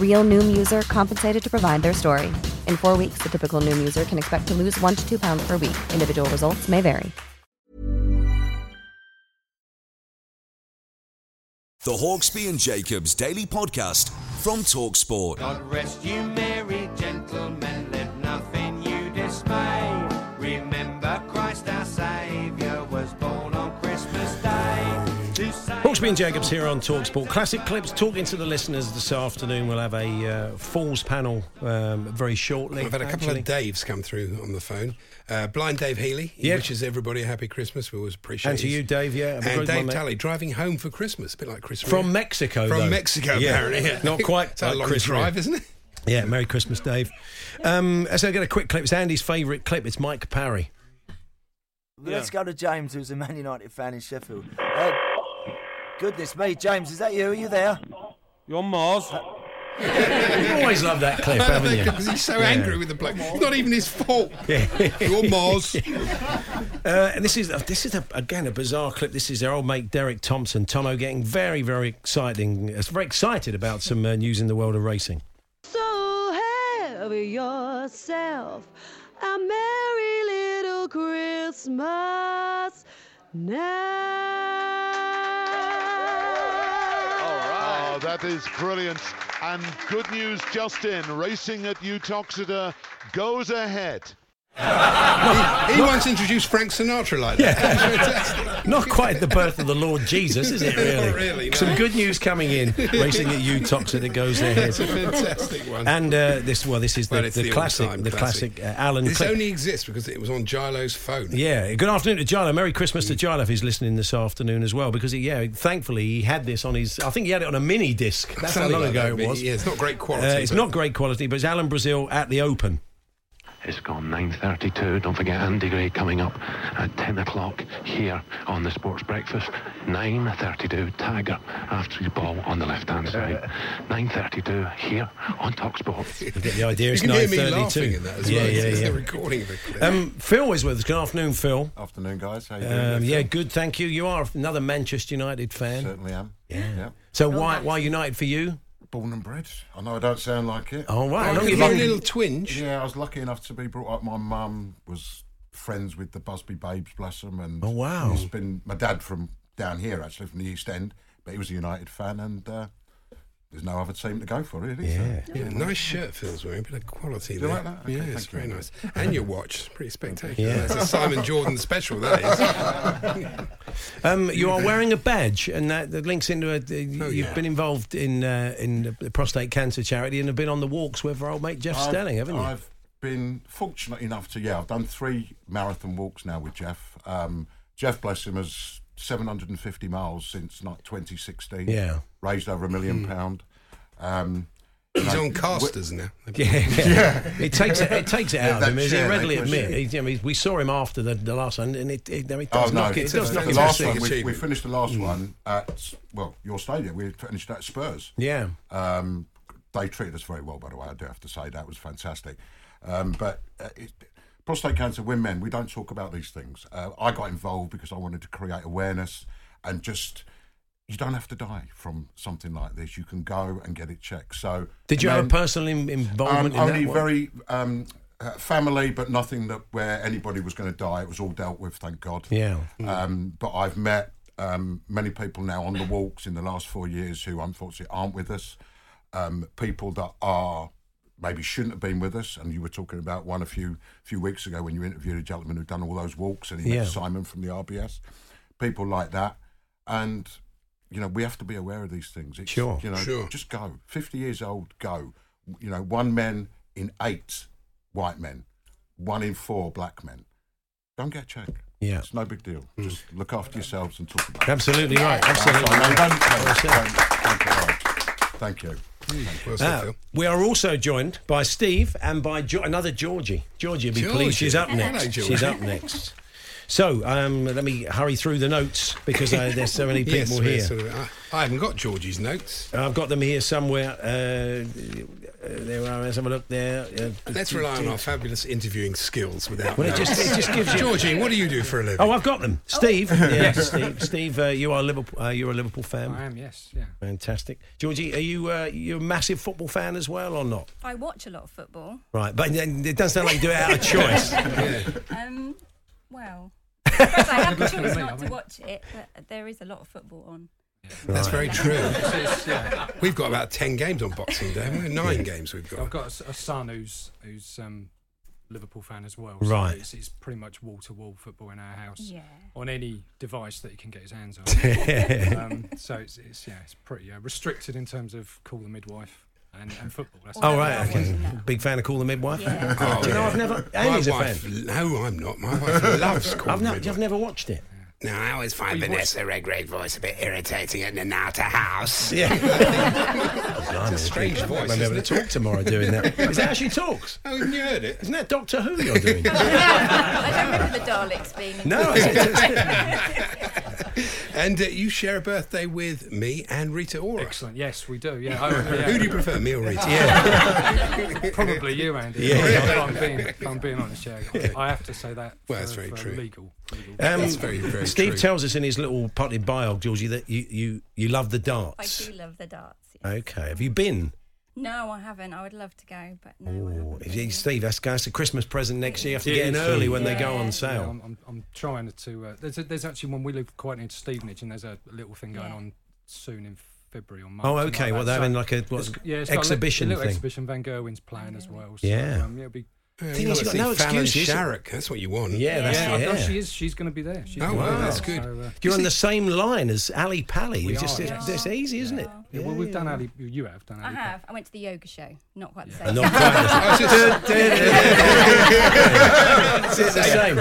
[SPEAKER 32] Real Noom user compensated to provide their story. In four weeks, the typical Noom user can expect to lose one to two pounds per week. Individual results may vary.
[SPEAKER 1] The Hawksby and Jacobs Daily Podcast from Talksport.
[SPEAKER 22] God rest you merry gentlemen, let nothing you dismay. Remember Christ our Saviour was born on Christmas Day. To save
[SPEAKER 2] Hawksby and Jacobs here on Talksport. Classic clips talking to the listeners this afternoon. We'll have a uh, Falls panel um, very shortly.
[SPEAKER 3] I've had a couple
[SPEAKER 2] actually.
[SPEAKER 3] of Daves come through on the phone. Uh, Blind Dave Healy, he
[SPEAKER 2] Yeah.
[SPEAKER 3] wishes everybody a happy Christmas. We always appreciate
[SPEAKER 2] And to
[SPEAKER 3] his-
[SPEAKER 2] you, Dave, yeah, have a
[SPEAKER 3] And
[SPEAKER 2] good one,
[SPEAKER 3] Dave
[SPEAKER 2] mate.
[SPEAKER 3] Tally, driving home for Christmas, a bit like Chris
[SPEAKER 2] From
[SPEAKER 3] Rea.
[SPEAKER 2] Mexico,
[SPEAKER 3] From
[SPEAKER 2] though.
[SPEAKER 3] Mexico,
[SPEAKER 2] Yeah.
[SPEAKER 3] apparently. Yeah.
[SPEAKER 2] Not quite
[SPEAKER 3] It's a
[SPEAKER 2] like
[SPEAKER 3] long
[SPEAKER 2] Chris Rea.
[SPEAKER 3] drive, isn't it?
[SPEAKER 2] Yeah, Merry Christmas, Dave. Um, so I get a quick clip. It's Andy's favourite clip. It's Mike Parry.
[SPEAKER 31] Let's go to James, who's a Man United fan in Sheffield. Uh, goodness me, James, is that you? Are you there? Uh, You're on Mars.
[SPEAKER 2] You always love that clip, haven't you?
[SPEAKER 3] Because he's so angry with the bloke. It's not even his fault.
[SPEAKER 2] Yeah.
[SPEAKER 3] You're Mars.
[SPEAKER 2] Uh, and this is this is a, again a bizarre clip. This is their old mate Derek Thompson. Tomo getting very very exciting. uh, Very excited about some uh, news in the world of racing.
[SPEAKER 33] So have yourself a merry little Christmas now.
[SPEAKER 34] Oh, that is brilliant. And good news just in. Racing at Utoxeter goes ahead.
[SPEAKER 3] He once introduced Frank Sinatra like that.
[SPEAKER 2] Not quite the birth of the Lord Jesus, is it really?
[SPEAKER 3] Not really, no.
[SPEAKER 2] Some good news coming in. Racing at Utox and it goes ahead.
[SPEAKER 3] That's a fantastic one.
[SPEAKER 2] And uh, this well, this is the,
[SPEAKER 3] Well, it's
[SPEAKER 2] the, classic,
[SPEAKER 3] all-time
[SPEAKER 2] the classic, uh, Alan
[SPEAKER 3] This
[SPEAKER 2] clip.
[SPEAKER 3] only exists because it was on Gilo's phone.
[SPEAKER 2] Yeah. Good afternoon to Gilo. Merry Christmas to Gilo if he's listening this afternoon as well. Because he, yeah, thankfully he had this on his. I think he had it on a mini disc. That's how
[SPEAKER 3] Something
[SPEAKER 2] long
[SPEAKER 3] like
[SPEAKER 2] ago
[SPEAKER 3] that,
[SPEAKER 2] it
[SPEAKER 3] but
[SPEAKER 2] was.
[SPEAKER 3] yeah, it's not great
[SPEAKER 2] Uh,
[SPEAKER 3] quality,
[SPEAKER 2] it's
[SPEAKER 3] but-
[SPEAKER 2] not great quality, but it's Alan Brazil at the Open.
[SPEAKER 6] It's gone 9.32. Don't forget Andy Gray coming up at 10 o'clock here on the Sports Breakfast. 9.32, Tiger after his ball on the left-hand side. 9.32 here on TalkSport.
[SPEAKER 2] get the idea.
[SPEAKER 6] You
[SPEAKER 2] It's
[SPEAKER 6] can hear me
[SPEAKER 2] 9:32.
[SPEAKER 6] laughing at that as
[SPEAKER 2] yeah,
[SPEAKER 6] well.
[SPEAKER 2] Yeah,
[SPEAKER 6] It's- it's
[SPEAKER 2] yeah.
[SPEAKER 6] the recording of it.
[SPEAKER 2] Um, Phil is with us. Good afternoon, Phil.
[SPEAKER 35] Afternoon, guys. How you doing?
[SPEAKER 2] Um, yeah, good. Thank you. You are another Manchester United fan.
[SPEAKER 35] Certainly am. Yeah.
[SPEAKER 2] So why why United for you?
[SPEAKER 35] Born and bred. I know I don't sound like it.
[SPEAKER 2] Oh wow!
[SPEAKER 35] I
[SPEAKER 2] Look,
[SPEAKER 35] could
[SPEAKER 2] you
[SPEAKER 35] be a
[SPEAKER 2] look-
[SPEAKER 35] little twinge. Yeah, I was lucky enough to be brought up. My mum was friends with the Busby Babes, bless them. And
[SPEAKER 2] Oh, wow.
[SPEAKER 35] It's been my dad from down here actually, from the East End, but he was a United fan, and uh, there's no other team to go for really.
[SPEAKER 3] Yeah.
[SPEAKER 35] so,
[SPEAKER 3] Yeah, nice shirt Phil's wearing, bit of quality
[SPEAKER 35] Do you
[SPEAKER 3] there.
[SPEAKER 35] like that? Okay,
[SPEAKER 3] yeah,
[SPEAKER 35] thank
[SPEAKER 3] it's
[SPEAKER 35] you.
[SPEAKER 3] very nice. And your watch, pretty spectacular.
[SPEAKER 2] Yeah.
[SPEAKER 3] That's a Simon Jordan special, that is.
[SPEAKER 2] Um, you are wearing a badge, and that, that links into a. you've
[SPEAKER 35] Oh, yeah.
[SPEAKER 2] been involved in uh, in the prostate cancer charity, and have been on the walks with our old mate Jeff
[SPEAKER 35] I've-
[SPEAKER 2] Stelling, haven't you?
[SPEAKER 35] I've been fortunate enough to, yeah, I've done three marathon walks now with Jeff. Um, Jeff, bless him, has 750 miles since not 2016.
[SPEAKER 2] Yeah.
[SPEAKER 35] Raised over a million pound. Um,
[SPEAKER 3] He's
[SPEAKER 35] you know,
[SPEAKER 3] on casters now.
[SPEAKER 2] Yeah, it takes it, it takes it out of
[SPEAKER 35] That
[SPEAKER 2] him. As he
[SPEAKER 35] chair,
[SPEAKER 2] readily
[SPEAKER 35] mate, was
[SPEAKER 2] admit,
[SPEAKER 35] it?
[SPEAKER 2] he, I mean, we saw him after the, the last one, and it, it, I mean, it
[SPEAKER 35] Oh
[SPEAKER 2] does
[SPEAKER 35] no!
[SPEAKER 2] knock it. It does
[SPEAKER 35] the,
[SPEAKER 2] knock
[SPEAKER 35] the
[SPEAKER 2] it
[SPEAKER 35] last
[SPEAKER 2] out.
[SPEAKER 35] one, we, we finished the
[SPEAKER 2] Hmm.
[SPEAKER 35] last one at well, your stadium. We finished at Spurs.
[SPEAKER 2] Yeah.
[SPEAKER 35] Um, they treated us very well, by the way. I do have to say that was fantastic. Um, but uh, it, prostate cancer, women, men, we don't talk about these things. Uh, I got involved because I wanted to create awareness and just. You don't have to die from something like this. You can go and get it checked. So,
[SPEAKER 2] Did you have a
[SPEAKER 35] men-
[SPEAKER 2] personal in,
[SPEAKER 35] um,
[SPEAKER 2] involvement in
[SPEAKER 35] only
[SPEAKER 2] that one?
[SPEAKER 35] very um, uh, family, but nothing that where anybody was going to die. It was all dealt with, thank God.
[SPEAKER 2] Yeah.
[SPEAKER 35] Um, but I've met um, many people now on the walks in the last four years who unfortunately aren't with us. Um, people that are maybe shouldn't have been with us, and you were talking about one a few few weeks ago when you interviewed a gentleman who'd done all those walks, and he
[SPEAKER 2] Yeah.
[SPEAKER 35] met Simon from the RBS. People like that, and you know we have to be aware of these things. It's,
[SPEAKER 2] Sure.
[SPEAKER 35] you know,
[SPEAKER 2] Sure.
[SPEAKER 35] just go. Fifty years old, go. You know, one man in eight white men, one in four black men. Don't get checked.
[SPEAKER 2] Yeah. Hmm.
[SPEAKER 35] It's no big deal. Just look after yourselves and talk about it.
[SPEAKER 2] Absolutely right,
[SPEAKER 35] That's
[SPEAKER 2] absolutely
[SPEAKER 35] all. No,
[SPEAKER 2] right.
[SPEAKER 35] don't- don't- Thank you. Thank you.
[SPEAKER 2] Ah, we are also joined by Steve and by jo- another Georgie. Georgie will be
[SPEAKER 35] Georgie.
[SPEAKER 2] pleased. She's up
[SPEAKER 35] Hello,
[SPEAKER 2] next.
[SPEAKER 35] Georgie.
[SPEAKER 2] She's up next. So um, let me hurry through the notes because uh, there's so many
[SPEAKER 3] Yes, we're
[SPEAKER 2] people here. Uh,
[SPEAKER 3] sort of- I, I haven't got Georgie's notes.
[SPEAKER 2] I've got them here somewhere. Uh, uh, there are. Let's have a look there. Uh,
[SPEAKER 3] Let's rely on our fabulous interviewing skills without.
[SPEAKER 2] Well, it just-
[SPEAKER 3] notes.
[SPEAKER 2] it just gives you-
[SPEAKER 3] Georgie, what do you do for a living?
[SPEAKER 2] Oh, I've got them. Steve.
[SPEAKER 3] Oh.
[SPEAKER 2] Yeah, Steve. Steve, uh, you are Liverpool. Uh, you're a Liverpool fan.
[SPEAKER 36] I am, yes, yeah.
[SPEAKER 2] Fantastic. Georgie, are you uh, you a massive football fan as well or not?
[SPEAKER 15] I watch a lot of football.
[SPEAKER 2] Right, but then it doesn't sound like you do it out of choice.
[SPEAKER 15] Um, well, I suppose I have the choice not to watch it, but there is a lot of football on.
[SPEAKER 3] That's very
[SPEAKER 15] Right.
[SPEAKER 3] true.
[SPEAKER 15] It's- yeah.
[SPEAKER 3] We've got about ten games on Boxing Day. haven't we? Nine games we've got.
[SPEAKER 36] I've got a s- a, son who's who's um, Liverpool fan as well. so
[SPEAKER 2] Right.
[SPEAKER 36] It's, it's pretty much wall to wall football in our house.
[SPEAKER 15] Yeah.
[SPEAKER 36] On any device that he can get his hands on. um, so it's, it's yeah, it's pretty uh, restricted in terms of call the midwife and, and football. That's
[SPEAKER 2] Oh, right, okay. Big fan of Call the Midwife.
[SPEAKER 3] Oh,
[SPEAKER 2] Do you know,
[SPEAKER 3] yeah.
[SPEAKER 2] I've never.
[SPEAKER 3] My
[SPEAKER 2] Amy's a
[SPEAKER 3] wife-
[SPEAKER 2] fan.
[SPEAKER 3] No, I'm not. My wife loves Call
[SPEAKER 2] I've
[SPEAKER 3] the
[SPEAKER 2] not-
[SPEAKER 3] Midwife.
[SPEAKER 2] I've never watched it.
[SPEAKER 3] No, I always find Vanessa Redgrave voice a bit irritating at Nanata House.
[SPEAKER 2] Oh, Blimey,
[SPEAKER 3] it's a strange
[SPEAKER 2] I
[SPEAKER 3] voice.
[SPEAKER 2] won't be able
[SPEAKER 3] isn't
[SPEAKER 2] to
[SPEAKER 3] it?
[SPEAKER 2] talk tomorrow doing that. Is that how she talks?
[SPEAKER 3] Oh, you heard it.
[SPEAKER 2] Isn't that Doctor Who you're doing?
[SPEAKER 15] I don't remember the Daleks being. in
[SPEAKER 2] No,
[SPEAKER 15] football.
[SPEAKER 2] it's-
[SPEAKER 3] And uh, you share a birthday with me and Rita Ora.
[SPEAKER 36] Excellent. Yes, we do. Yeah.
[SPEAKER 3] Who do you prefer, me or Rita?
[SPEAKER 36] Yeah. Probably you, Andy.
[SPEAKER 3] Yeah. Oh,
[SPEAKER 36] If I'm being, if I'm being honest, yeah. I have to say that.
[SPEAKER 3] Well,
[SPEAKER 36] for-
[SPEAKER 3] that's very
[SPEAKER 36] for
[SPEAKER 3] true.
[SPEAKER 36] Legal. legal.
[SPEAKER 2] Um, Steve
[SPEAKER 36] tells.
[SPEAKER 2] tells us in his little potted bio, Georgie, that you, you, you love the
[SPEAKER 15] I
[SPEAKER 2] darts.
[SPEAKER 15] do love the darts.
[SPEAKER 2] Okay. Have you been?
[SPEAKER 15] No, I haven't. I would love to go, but no.
[SPEAKER 2] Ooh, gee, Steve, that's, that's a Christmas present next year. You have to
[SPEAKER 36] Yeah,
[SPEAKER 2] get in
[SPEAKER 36] it's
[SPEAKER 2] early
[SPEAKER 36] true.
[SPEAKER 2] when they go
[SPEAKER 36] Yeah,
[SPEAKER 2] on sale.
[SPEAKER 36] I'm, I'm, I'm trying to. Uh, there's, a, there's actually one we live quite near to Stevenage, and there's a little thing going on soon in February or March.
[SPEAKER 2] Oh,
[SPEAKER 36] something
[SPEAKER 2] okay,
[SPEAKER 36] like
[SPEAKER 2] well,
[SPEAKER 36] that.
[SPEAKER 2] they're having like a- what,
[SPEAKER 36] it's- yeah, it's
[SPEAKER 2] exhibition
[SPEAKER 36] got a little,
[SPEAKER 2] thing.
[SPEAKER 36] exhibition. Van Gerwen's playing as well. So,
[SPEAKER 2] Yeah.
[SPEAKER 36] um, yeah, it'll be.
[SPEAKER 3] Yeah,
[SPEAKER 2] Thing
[SPEAKER 3] you
[SPEAKER 2] is,
[SPEAKER 3] wanna
[SPEAKER 2] you've got
[SPEAKER 3] see
[SPEAKER 2] no
[SPEAKER 3] Fallon
[SPEAKER 2] excuse, is it?
[SPEAKER 3] Sharrock, that's what you want.
[SPEAKER 2] Yeah, that's
[SPEAKER 36] yeah,
[SPEAKER 2] it,
[SPEAKER 36] I know
[SPEAKER 2] yeah.
[SPEAKER 36] she is. She's going to be there. She's
[SPEAKER 3] Oh,
[SPEAKER 36] gonna be
[SPEAKER 3] wow,
[SPEAKER 36] there,
[SPEAKER 3] that's good.
[SPEAKER 36] So, uh,
[SPEAKER 2] You're on the same line as Ali Pally.
[SPEAKER 36] We
[SPEAKER 2] It's just
[SPEAKER 36] are,
[SPEAKER 2] it's,
[SPEAKER 36] yes.
[SPEAKER 2] it's easy, isn't it?
[SPEAKER 36] yeah, well, we've done Ali. You have done
[SPEAKER 15] I
[SPEAKER 36] Ali.
[SPEAKER 15] have. I went to the yoga show. Not quite the
[SPEAKER 2] Uh,
[SPEAKER 15] same.
[SPEAKER 2] Not quite. It's the same.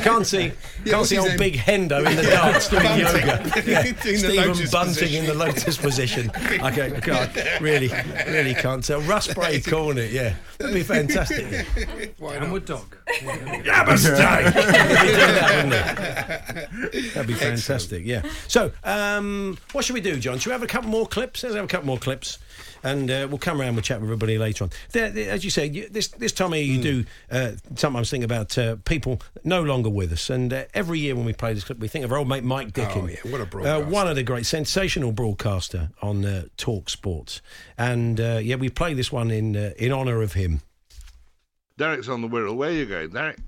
[SPEAKER 2] Can't see, can't see
[SPEAKER 36] what's his
[SPEAKER 2] old
[SPEAKER 36] name?
[SPEAKER 2] Big Hendo in the darts doing
[SPEAKER 36] Bunting.
[SPEAKER 2] yoga.
[SPEAKER 36] Doing the
[SPEAKER 2] Stephen
[SPEAKER 36] lotus
[SPEAKER 2] Bunting
[SPEAKER 36] position.
[SPEAKER 2] in the lotus position. I go, God, really, really can't tell. Russ Bray calling it, yeah. That'd be fantastic.
[SPEAKER 3] Why
[SPEAKER 36] Downward dog.
[SPEAKER 2] That'd be fantastic, yeah. So, um, what should we do, John? Should we have a couple more clips? Let's have a couple more clips, and uh, we'll come around. We'll chat with everybody later on. There, there- as you say, you, this this time of year, you
[SPEAKER 3] Hmm.
[SPEAKER 2] do uh, sometimes think about uh, people no longer with us, and uh, every year when we play this clip, we think of our old mate Mike Dickin.
[SPEAKER 3] Oh, yeah, what a
[SPEAKER 2] Uh,
[SPEAKER 3] broadcast.
[SPEAKER 2] one of the great, sensational broadcaster on uh, Talk Sports, and uh, yeah, we play this one in uh, in honour of him.
[SPEAKER 37] Derek's on the Wirral. Where are you going, Derek?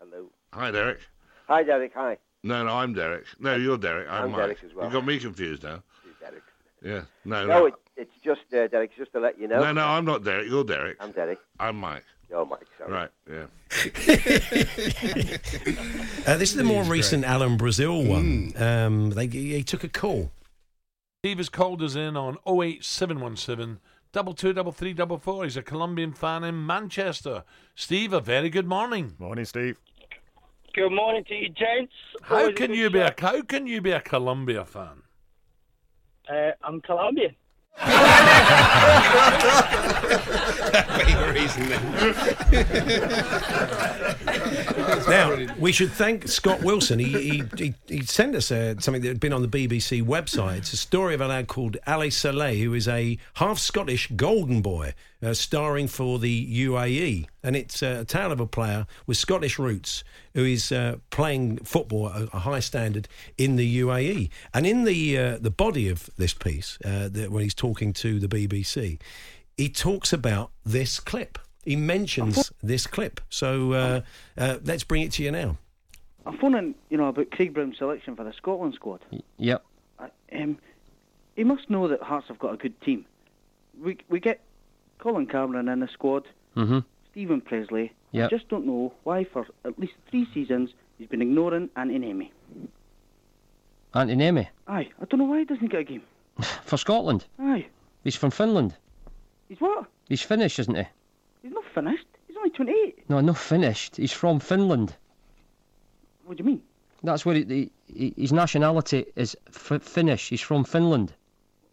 [SPEAKER 24] Hello.
[SPEAKER 37] Hi, Derek.
[SPEAKER 24] Hi, Derek. Hi.
[SPEAKER 37] No, no, I'm Derek. No, you're Derek. I'm,
[SPEAKER 24] I'm
[SPEAKER 37] Mike.
[SPEAKER 24] Derek as well.
[SPEAKER 37] You got me confused now.
[SPEAKER 24] Derek.
[SPEAKER 37] Yeah. No,
[SPEAKER 24] No,
[SPEAKER 37] no.
[SPEAKER 24] it, it's just uh, Derek. Just to let you know.
[SPEAKER 37] No, no, I'm not Derek. You're Derek.
[SPEAKER 24] I'm Derek.
[SPEAKER 37] I'm Mike.
[SPEAKER 24] You're Mike. Sorry.
[SPEAKER 37] Right. Yeah.
[SPEAKER 2] Uh, this is the more recent Alan Brazil one. Um, they he took a call.
[SPEAKER 6] Steve has called us in on 08717 223344. He's a Colombian fan in Manchester. Steve, a very good morning. Morning, Steve.
[SPEAKER 38] Good morning to you, James.
[SPEAKER 6] How
[SPEAKER 38] Always
[SPEAKER 6] can
[SPEAKER 38] good
[SPEAKER 6] you be a
[SPEAKER 38] chat.
[SPEAKER 6] how can you be a Colombia fan?
[SPEAKER 38] Uh, I'm Colombian.
[SPEAKER 2] Now we should thank Scott Wilson. He he, he, he sent us uh, something that had been on the BBC website. It's a story of a lad called Ali Saleh, who is a half Scottish golden boy, uh, starring for the UAE, and it's uh, a tale of a player with Scottish roots who is uh, playing football at a high standard in the UAE. And in the uh, the body of this piece, uh, that when he's talking to the BBC, he talks about this clip. He mentions this clip. So uh, uh, let's bring it to you now.
[SPEAKER 39] I'm phoning, you know, about Craig Brown's selection for the Scotland squad.
[SPEAKER 40] Yep.
[SPEAKER 39] Um, he must know that Hearts have got a good team. We we get Colin Cameron in the squad,
[SPEAKER 40] Mm-hmm.
[SPEAKER 39] Stephen Presley.
[SPEAKER 40] Yep.
[SPEAKER 39] I just don't know why for at least three seasons he's been ignoring Anthony Nemi.
[SPEAKER 40] Anthony Nemi
[SPEAKER 39] Aye, I don't know why he doesn't get a game.
[SPEAKER 40] for Scotland.
[SPEAKER 39] Aye,
[SPEAKER 40] He's from Finland.
[SPEAKER 39] he's what?
[SPEAKER 40] He's Finnish, isn't he?
[SPEAKER 39] He's not finished. He's only 28.
[SPEAKER 40] No, not finished. He's from Finland.
[SPEAKER 39] What do you mean?
[SPEAKER 40] That's where he, he, his nationality is f- Finnish. He's from Finland.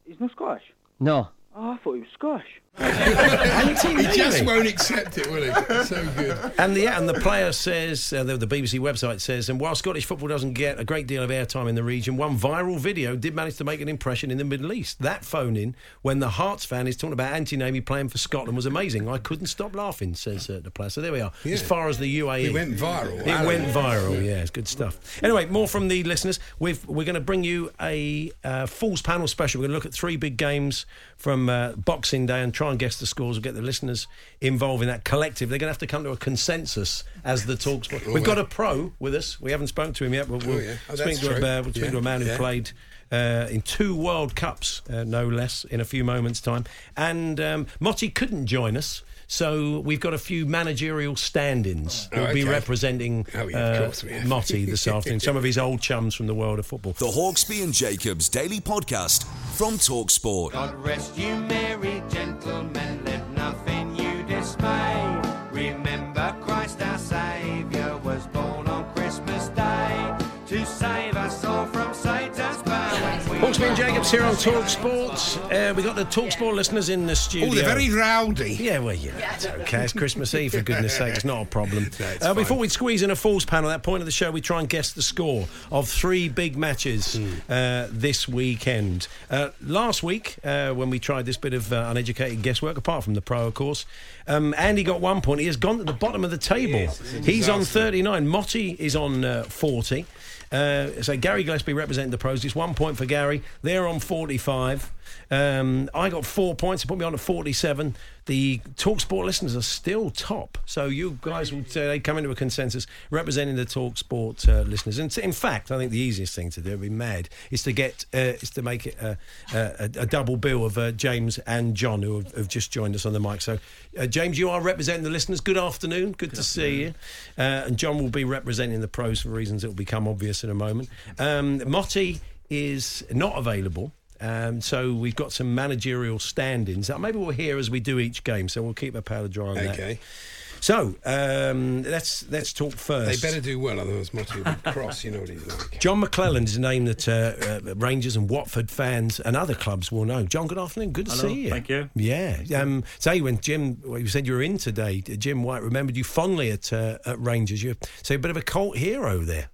[SPEAKER 39] He's not Scottish.
[SPEAKER 40] No.
[SPEAKER 39] Oh, I thought he was Scottish.
[SPEAKER 3] he just won't accept it, will he? So good.
[SPEAKER 2] And the and the player says uh, the, the BBC website says, and while Scottish football doesn't get a great deal of airtime in the region, one viral video did manage to make an impression in the Middle East. That phone in when the Hearts fan is talking about Anti Navy playing for Scotland was amazing. I couldn't stop laughing, says uh, the player. So there we are. As far as the UAE,
[SPEAKER 3] It went viral.
[SPEAKER 2] It
[SPEAKER 3] Alan.
[SPEAKER 2] went viral. Yeah, it's good stuff. Anyway, more from the listeners. We've, we're going to bring you a uh, Fools Panel special. We're going to look at three big games from uh, Boxing Day and try and guess the scores. We'll get the listeners involved in that collective. They're going to have to come to a consensus as the talks.
[SPEAKER 40] Oh,
[SPEAKER 2] We've got a pro with us. We haven't spoken to him yet, but we'll
[SPEAKER 3] Oh, yeah. Oh,
[SPEAKER 2] speak,
[SPEAKER 3] that's
[SPEAKER 2] to a,
[SPEAKER 3] true.
[SPEAKER 2] uh, we'll speak
[SPEAKER 3] Yeah,
[SPEAKER 2] to a man who
[SPEAKER 3] yeah. Mm,
[SPEAKER 2] played. Uh, in two World Cups, uh, no less, in a few moments' time. And um, Motti couldn't join us, so we've got a few managerial stand ins.
[SPEAKER 40] Oh,
[SPEAKER 2] We'll be
[SPEAKER 40] okay.
[SPEAKER 2] representing
[SPEAKER 40] Oh, yeah, of
[SPEAKER 2] uh,
[SPEAKER 40] course we have.
[SPEAKER 2] Motti this afternoon, some of his old chums from the world of football.
[SPEAKER 1] The Hawksby and Jacobs Daily Podcast from Talksport.
[SPEAKER 22] God rest you merry gentlemen, let nothing you dismay. Remember Christ our Saviour was born on Christmas Day to save us all from Satan's power. when we
[SPEAKER 2] Hawksby and Jacobs here on Talk Sports. Uh, we got the Talk Sport listeners in the studio.
[SPEAKER 3] Oh, they're very rowdy.
[SPEAKER 2] Yeah, well, yeah, it's okay. It's Christmas Eve, for goodness sake. It's not a problem.
[SPEAKER 3] it's
[SPEAKER 2] Uh,
[SPEAKER 3] fine.
[SPEAKER 2] before we squeeze in a falls panel, at that point of the show, we try and guess the score of three big matches
[SPEAKER 3] Hmm.
[SPEAKER 2] uh, this weekend. Uh, last week, uh, when we tried this bit of uh, uneducated guesswork, apart from the pro, of course, um, Andy got one point. He has gone to the bottom of the table. He's on 39. Motti is on uh, 40. Uh, so Gary Gillespie representing the pros. It's one point for Gary. They're on 45. Um, I got four points. It put me on at 47. The Talksport listeners are still top. So you guys will today come into a consensus representing the Talksport uh, listeners. And in fact, I think the easiest thing to do, it'd be mad, is to get uh, is to make it a, a, a double bill of uh, James and John who have, have just joined us on the mic. So uh, James, you are representing the listeners. Good afternoon. Good, to see you. Uh, and John will be representing the pros for reasons that will become obvious in a moment. Um, Motti is not available. Um, so we've got some managerial stand-ins. That maybe we'll hear as we do each game. So we'll keep a powder dry on that.
[SPEAKER 3] Okay.
[SPEAKER 2] So um, let's let's talk Uh, first.
[SPEAKER 3] They better do well, otherwise Motti will be cross. You know what he's like.
[SPEAKER 2] John McClellan is a name that uh, uh, Rangers and Watford fans and other clubs will know. John, good afternoon. Good to
[SPEAKER 11] Hello,
[SPEAKER 2] see you.
[SPEAKER 11] thank you.
[SPEAKER 2] Yeah. Um, say when Jim, well, you said you were in today. uh, Jim White remembered you fondly at uh, at Rangers. You so a bit of a cult hero there.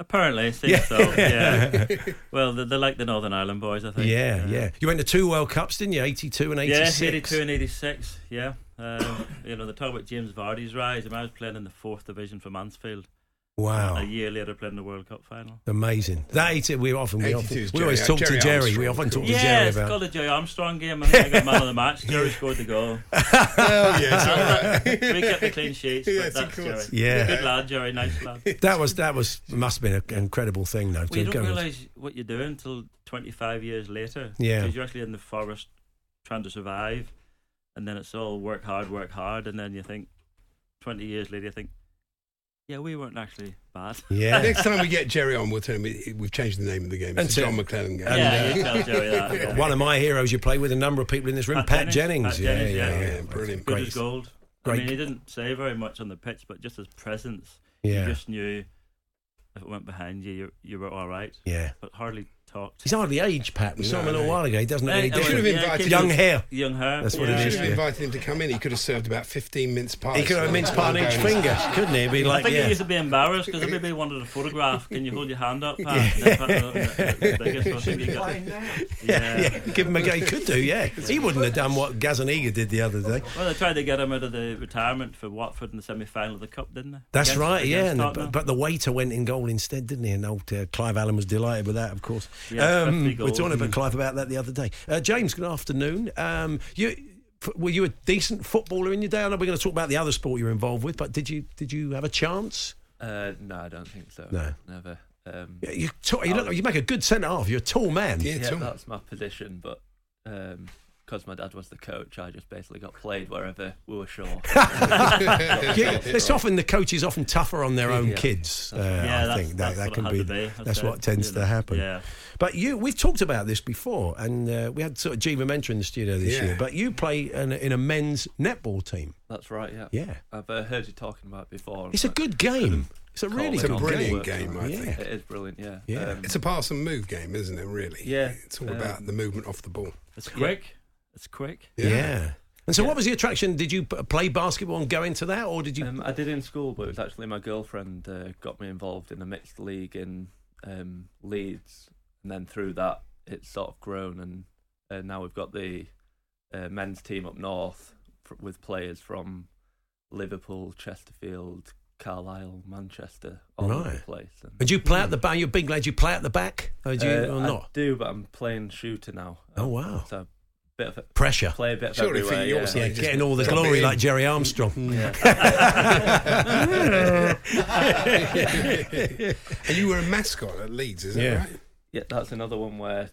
[SPEAKER 11] Apparently, I think
[SPEAKER 2] Yeah.
[SPEAKER 11] so. Yeah. well, they're, they're like the Northern Ireland boys, I think.
[SPEAKER 2] Yeah,
[SPEAKER 11] Uh,
[SPEAKER 2] yeah. You went to two World Cups, didn't you? Eighty two and eighty six.
[SPEAKER 11] Yeah, 82 and 86, yeah. Um, you know, they talk about James Vardy's rise. I mean, I was playing in the fourth division for Mansfield.
[SPEAKER 2] Wow.
[SPEAKER 11] A year later, playing the World Cup final.
[SPEAKER 2] Amazing. That 82, we often we,
[SPEAKER 11] 82
[SPEAKER 2] often,
[SPEAKER 11] is
[SPEAKER 2] we always
[SPEAKER 11] Jerry-
[SPEAKER 2] talk
[SPEAKER 11] Jerry
[SPEAKER 2] to Jerry. We
[SPEAKER 11] Armstrong,
[SPEAKER 2] often talk to
[SPEAKER 11] yeah,
[SPEAKER 2] Jerry
[SPEAKER 11] it's
[SPEAKER 2] about.
[SPEAKER 11] called the Jerry Armstrong game. I think I got man of the match. Jerry scored the goal.
[SPEAKER 2] Hell
[SPEAKER 11] yes, We kept the clean sheets. But
[SPEAKER 3] Yes, of
[SPEAKER 11] that's
[SPEAKER 3] course.
[SPEAKER 11] Jerry.
[SPEAKER 2] Yeah.
[SPEAKER 11] Good lad, Jerry. Nice lad.
[SPEAKER 2] That was that was must have been an incredible thing though.
[SPEAKER 11] Well,
[SPEAKER 2] to
[SPEAKER 11] you
[SPEAKER 2] go
[SPEAKER 12] don't
[SPEAKER 2] and-
[SPEAKER 11] realise what you're doing until 25 years later.
[SPEAKER 2] Yeah.
[SPEAKER 11] Because you're actually in the forest trying to survive, and then it's all work hard, work hard, and then you think 20 years later, you think, yeah, we weren't actually bad.
[SPEAKER 3] Next time we get Jerry on, we'll tell him we- we've changed the name of the game. It's the John
[SPEAKER 2] so-
[SPEAKER 3] McClellan game.
[SPEAKER 2] and, uh, One of my heroes you play with, a number of people in this room, Pat, Jennings.
[SPEAKER 11] Pat Jennings,
[SPEAKER 2] yeah, yeah,
[SPEAKER 11] Brilliant. Good
[SPEAKER 2] Great.
[SPEAKER 11] as gold. I
[SPEAKER 2] Great.
[SPEAKER 11] mean, he didn't say very much on the pitch, but just his presence.
[SPEAKER 2] Yeah.
[SPEAKER 11] You just knew if it went behind you, you, you were all right.
[SPEAKER 2] Yeah.
[SPEAKER 11] But hardly talked.
[SPEAKER 2] He's hardly aged, Pat. We saw him
[SPEAKER 3] No,
[SPEAKER 2] a little
[SPEAKER 3] no.
[SPEAKER 2] while ago. He doesn't have any
[SPEAKER 11] oh,
[SPEAKER 3] They should have
[SPEAKER 2] different-
[SPEAKER 3] invited
[SPEAKER 2] young
[SPEAKER 3] him-
[SPEAKER 2] hair.
[SPEAKER 11] Young hair.
[SPEAKER 2] That's what
[SPEAKER 3] They
[SPEAKER 2] it
[SPEAKER 3] should
[SPEAKER 2] is.
[SPEAKER 3] have
[SPEAKER 2] yeah.
[SPEAKER 3] invited him to come in. He could have served about 15 mince pies.
[SPEAKER 2] He could have minced pie on each finger. Couldn't he? It'd be
[SPEAKER 11] I
[SPEAKER 2] like,
[SPEAKER 11] think
[SPEAKER 2] yeah.
[SPEAKER 11] he used to be embarrassed because everybody wanted a photograph. Can you hold your hand up, Pat? And then Pat looked at it, so I think he got-
[SPEAKER 2] Yeah,
[SPEAKER 11] Yeah.
[SPEAKER 2] yeah. Give him a go. He could do, yeah. He wouldn't have done what Gazaniga did the other day.
[SPEAKER 11] Well, they tried to get him out of the retirement for Watford in the semi-final of the cup, didn't they?
[SPEAKER 2] That's
[SPEAKER 11] Against-
[SPEAKER 2] right, yeah.
[SPEAKER 11] against
[SPEAKER 2] And the-
[SPEAKER 11] Tottenham.
[SPEAKER 2] but, but the waiter went in goal instead, didn't he? And old uh, Clive Allen was delighted with that, of course.
[SPEAKER 11] Yeah, 50
[SPEAKER 2] um, we were
[SPEAKER 11] goals.
[SPEAKER 2] talking about Clive about that the other day. Uh, James, good afternoon. Um, you f- were you a decent footballer in your day? I know we're going to talk about the other sport you're involved with, but did you did you have a chance?
[SPEAKER 41] Uh, no, I don't think so.
[SPEAKER 2] No.
[SPEAKER 41] never. Um,
[SPEAKER 2] Yeah, You t- you,
[SPEAKER 11] Uh,
[SPEAKER 41] I
[SPEAKER 2] look,
[SPEAKER 41] was-
[SPEAKER 2] like you make a good centre half. You're a tall man.
[SPEAKER 41] yeah, that's my position, but because my dad was the coach, I just basically got played wherever we were short.
[SPEAKER 2] Yeah, it's often the coach is often tougher on their own
[SPEAKER 41] Yeah.
[SPEAKER 2] kids. Uh,
[SPEAKER 41] Yeah,
[SPEAKER 2] I
[SPEAKER 41] that's-
[SPEAKER 2] think that,
[SPEAKER 41] that's
[SPEAKER 2] that
[SPEAKER 41] what it
[SPEAKER 2] can
[SPEAKER 41] had
[SPEAKER 2] be,
[SPEAKER 41] to be, I'd
[SPEAKER 2] that's
[SPEAKER 41] say,
[SPEAKER 2] what tends
[SPEAKER 41] you
[SPEAKER 2] to
[SPEAKER 41] know.
[SPEAKER 2] happen.
[SPEAKER 41] Yeah.
[SPEAKER 2] But you, we've talked about this before, and uh, we had sort of Jeeva Mentor in the studio this
[SPEAKER 41] Yeah.
[SPEAKER 2] year. But you play in, a- in a men's netball team.
[SPEAKER 41] That's right. Yeah.
[SPEAKER 2] Yeah.
[SPEAKER 41] I've uh, heard you talking about it before.
[SPEAKER 2] It's a
[SPEAKER 41] but
[SPEAKER 2] good game. It's a
[SPEAKER 41] can't
[SPEAKER 2] really
[SPEAKER 41] wait
[SPEAKER 2] good
[SPEAKER 41] on
[SPEAKER 2] game.
[SPEAKER 41] to work on it. It is brilliant. Yeah. Um,
[SPEAKER 3] it's a pass and move game, isn't it? Really?
[SPEAKER 41] Yeah,
[SPEAKER 3] It's all
[SPEAKER 41] um,
[SPEAKER 3] about the movement off the ball.
[SPEAKER 41] It's
[SPEAKER 11] quick. It's quick.
[SPEAKER 2] Yeah. And so, what was the attraction? Did you p- play basketball and go into that, or did you?
[SPEAKER 41] Um, I did in school, but it was actually my girlfriend uh, got me involved in the mixed league in um, Leeds, and then through that, it's sort of grown, and uh, now we've got the uh, men's team up north fr with players from Liverpool, Chesterfield, Carlisle, Manchester, all over the place. And,
[SPEAKER 2] Did you play at the back? You're a big lad. You play at the back, or did Oh, you
[SPEAKER 41] Uh,
[SPEAKER 2] or
[SPEAKER 41] I
[SPEAKER 2] not?
[SPEAKER 41] do, but I'm playing shooter now.
[SPEAKER 2] Oh, wow.
[SPEAKER 41] So a bit of a-
[SPEAKER 2] Pressure.
[SPEAKER 41] Play a bit of
[SPEAKER 2] Surely for
[SPEAKER 41] everywhere.
[SPEAKER 2] your
[SPEAKER 41] yeah.
[SPEAKER 2] side, Yeah, just getting all the drop glory it in. like Jerry Armstrong.
[SPEAKER 3] Yeah. and you were a mascot at Leeds, isn't
[SPEAKER 41] yeah.
[SPEAKER 3] it? Right?
[SPEAKER 41] Yeah, that's another one where,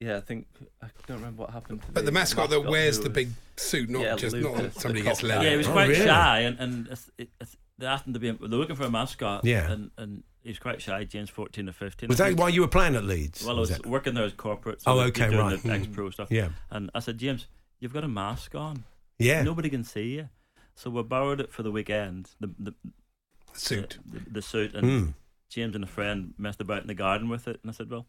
[SPEAKER 41] yeah, I think I don't remember what happened. To
[SPEAKER 3] But the mascot that wears
[SPEAKER 41] who
[SPEAKER 3] the
[SPEAKER 41] was-
[SPEAKER 3] big suit, not
[SPEAKER 41] yeah,
[SPEAKER 3] just
[SPEAKER 41] Lucas,
[SPEAKER 3] not
[SPEAKER 41] the
[SPEAKER 3] somebody gets
[SPEAKER 41] cop.
[SPEAKER 3] let.
[SPEAKER 41] Yeah,
[SPEAKER 3] out.
[SPEAKER 41] he was
[SPEAKER 3] Oh,
[SPEAKER 11] quite
[SPEAKER 3] really?
[SPEAKER 11] shy, and, and it's, it, it's, they happened to be they were looking for a mascot.
[SPEAKER 2] Yeah.
[SPEAKER 11] and, and he was quite shy. James fourteen or fifteen.
[SPEAKER 2] Was
[SPEAKER 11] I
[SPEAKER 2] that
[SPEAKER 11] think.
[SPEAKER 2] why you were playing at Leeds?
[SPEAKER 11] Well, I was
[SPEAKER 2] Was that-
[SPEAKER 11] working there as corporate.
[SPEAKER 2] Oh,
[SPEAKER 11] I was
[SPEAKER 2] okay,
[SPEAKER 11] doing
[SPEAKER 2] right.
[SPEAKER 11] The ex-pro stuff.
[SPEAKER 2] Yeah.
[SPEAKER 11] and I said, James, you've got a mask on.
[SPEAKER 2] Yeah.
[SPEAKER 11] nobody can see you. So we borrowed it for the weekend. The the
[SPEAKER 3] suit,
[SPEAKER 11] the, the suit, and
[SPEAKER 2] Mm.
[SPEAKER 11] James and a friend messed about in the garden with it, and I said, well.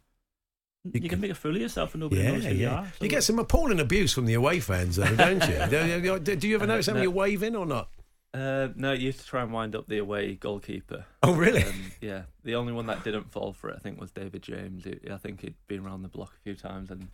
[SPEAKER 11] You, can, make a fool of yourself and nobody
[SPEAKER 2] Yeah,
[SPEAKER 11] knows who you
[SPEAKER 2] yeah.
[SPEAKER 11] are.
[SPEAKER 2] You, get some appalling abuse from the away fans, though, don't you? do, you- do- do you ever notice how
[SPEAKER 41] Uh, No.
[SPEAKER 2] many you're waving or not?
[SPEAKER 41] Uh, no, you used to try and wind up the away goalkeeper.
[SPEAKER 2] Oh, really?
[SPEAKER 41] Um, yeah, the only one that didn't fall for it, I think, was David James. He- I think he'd been round the block a few times and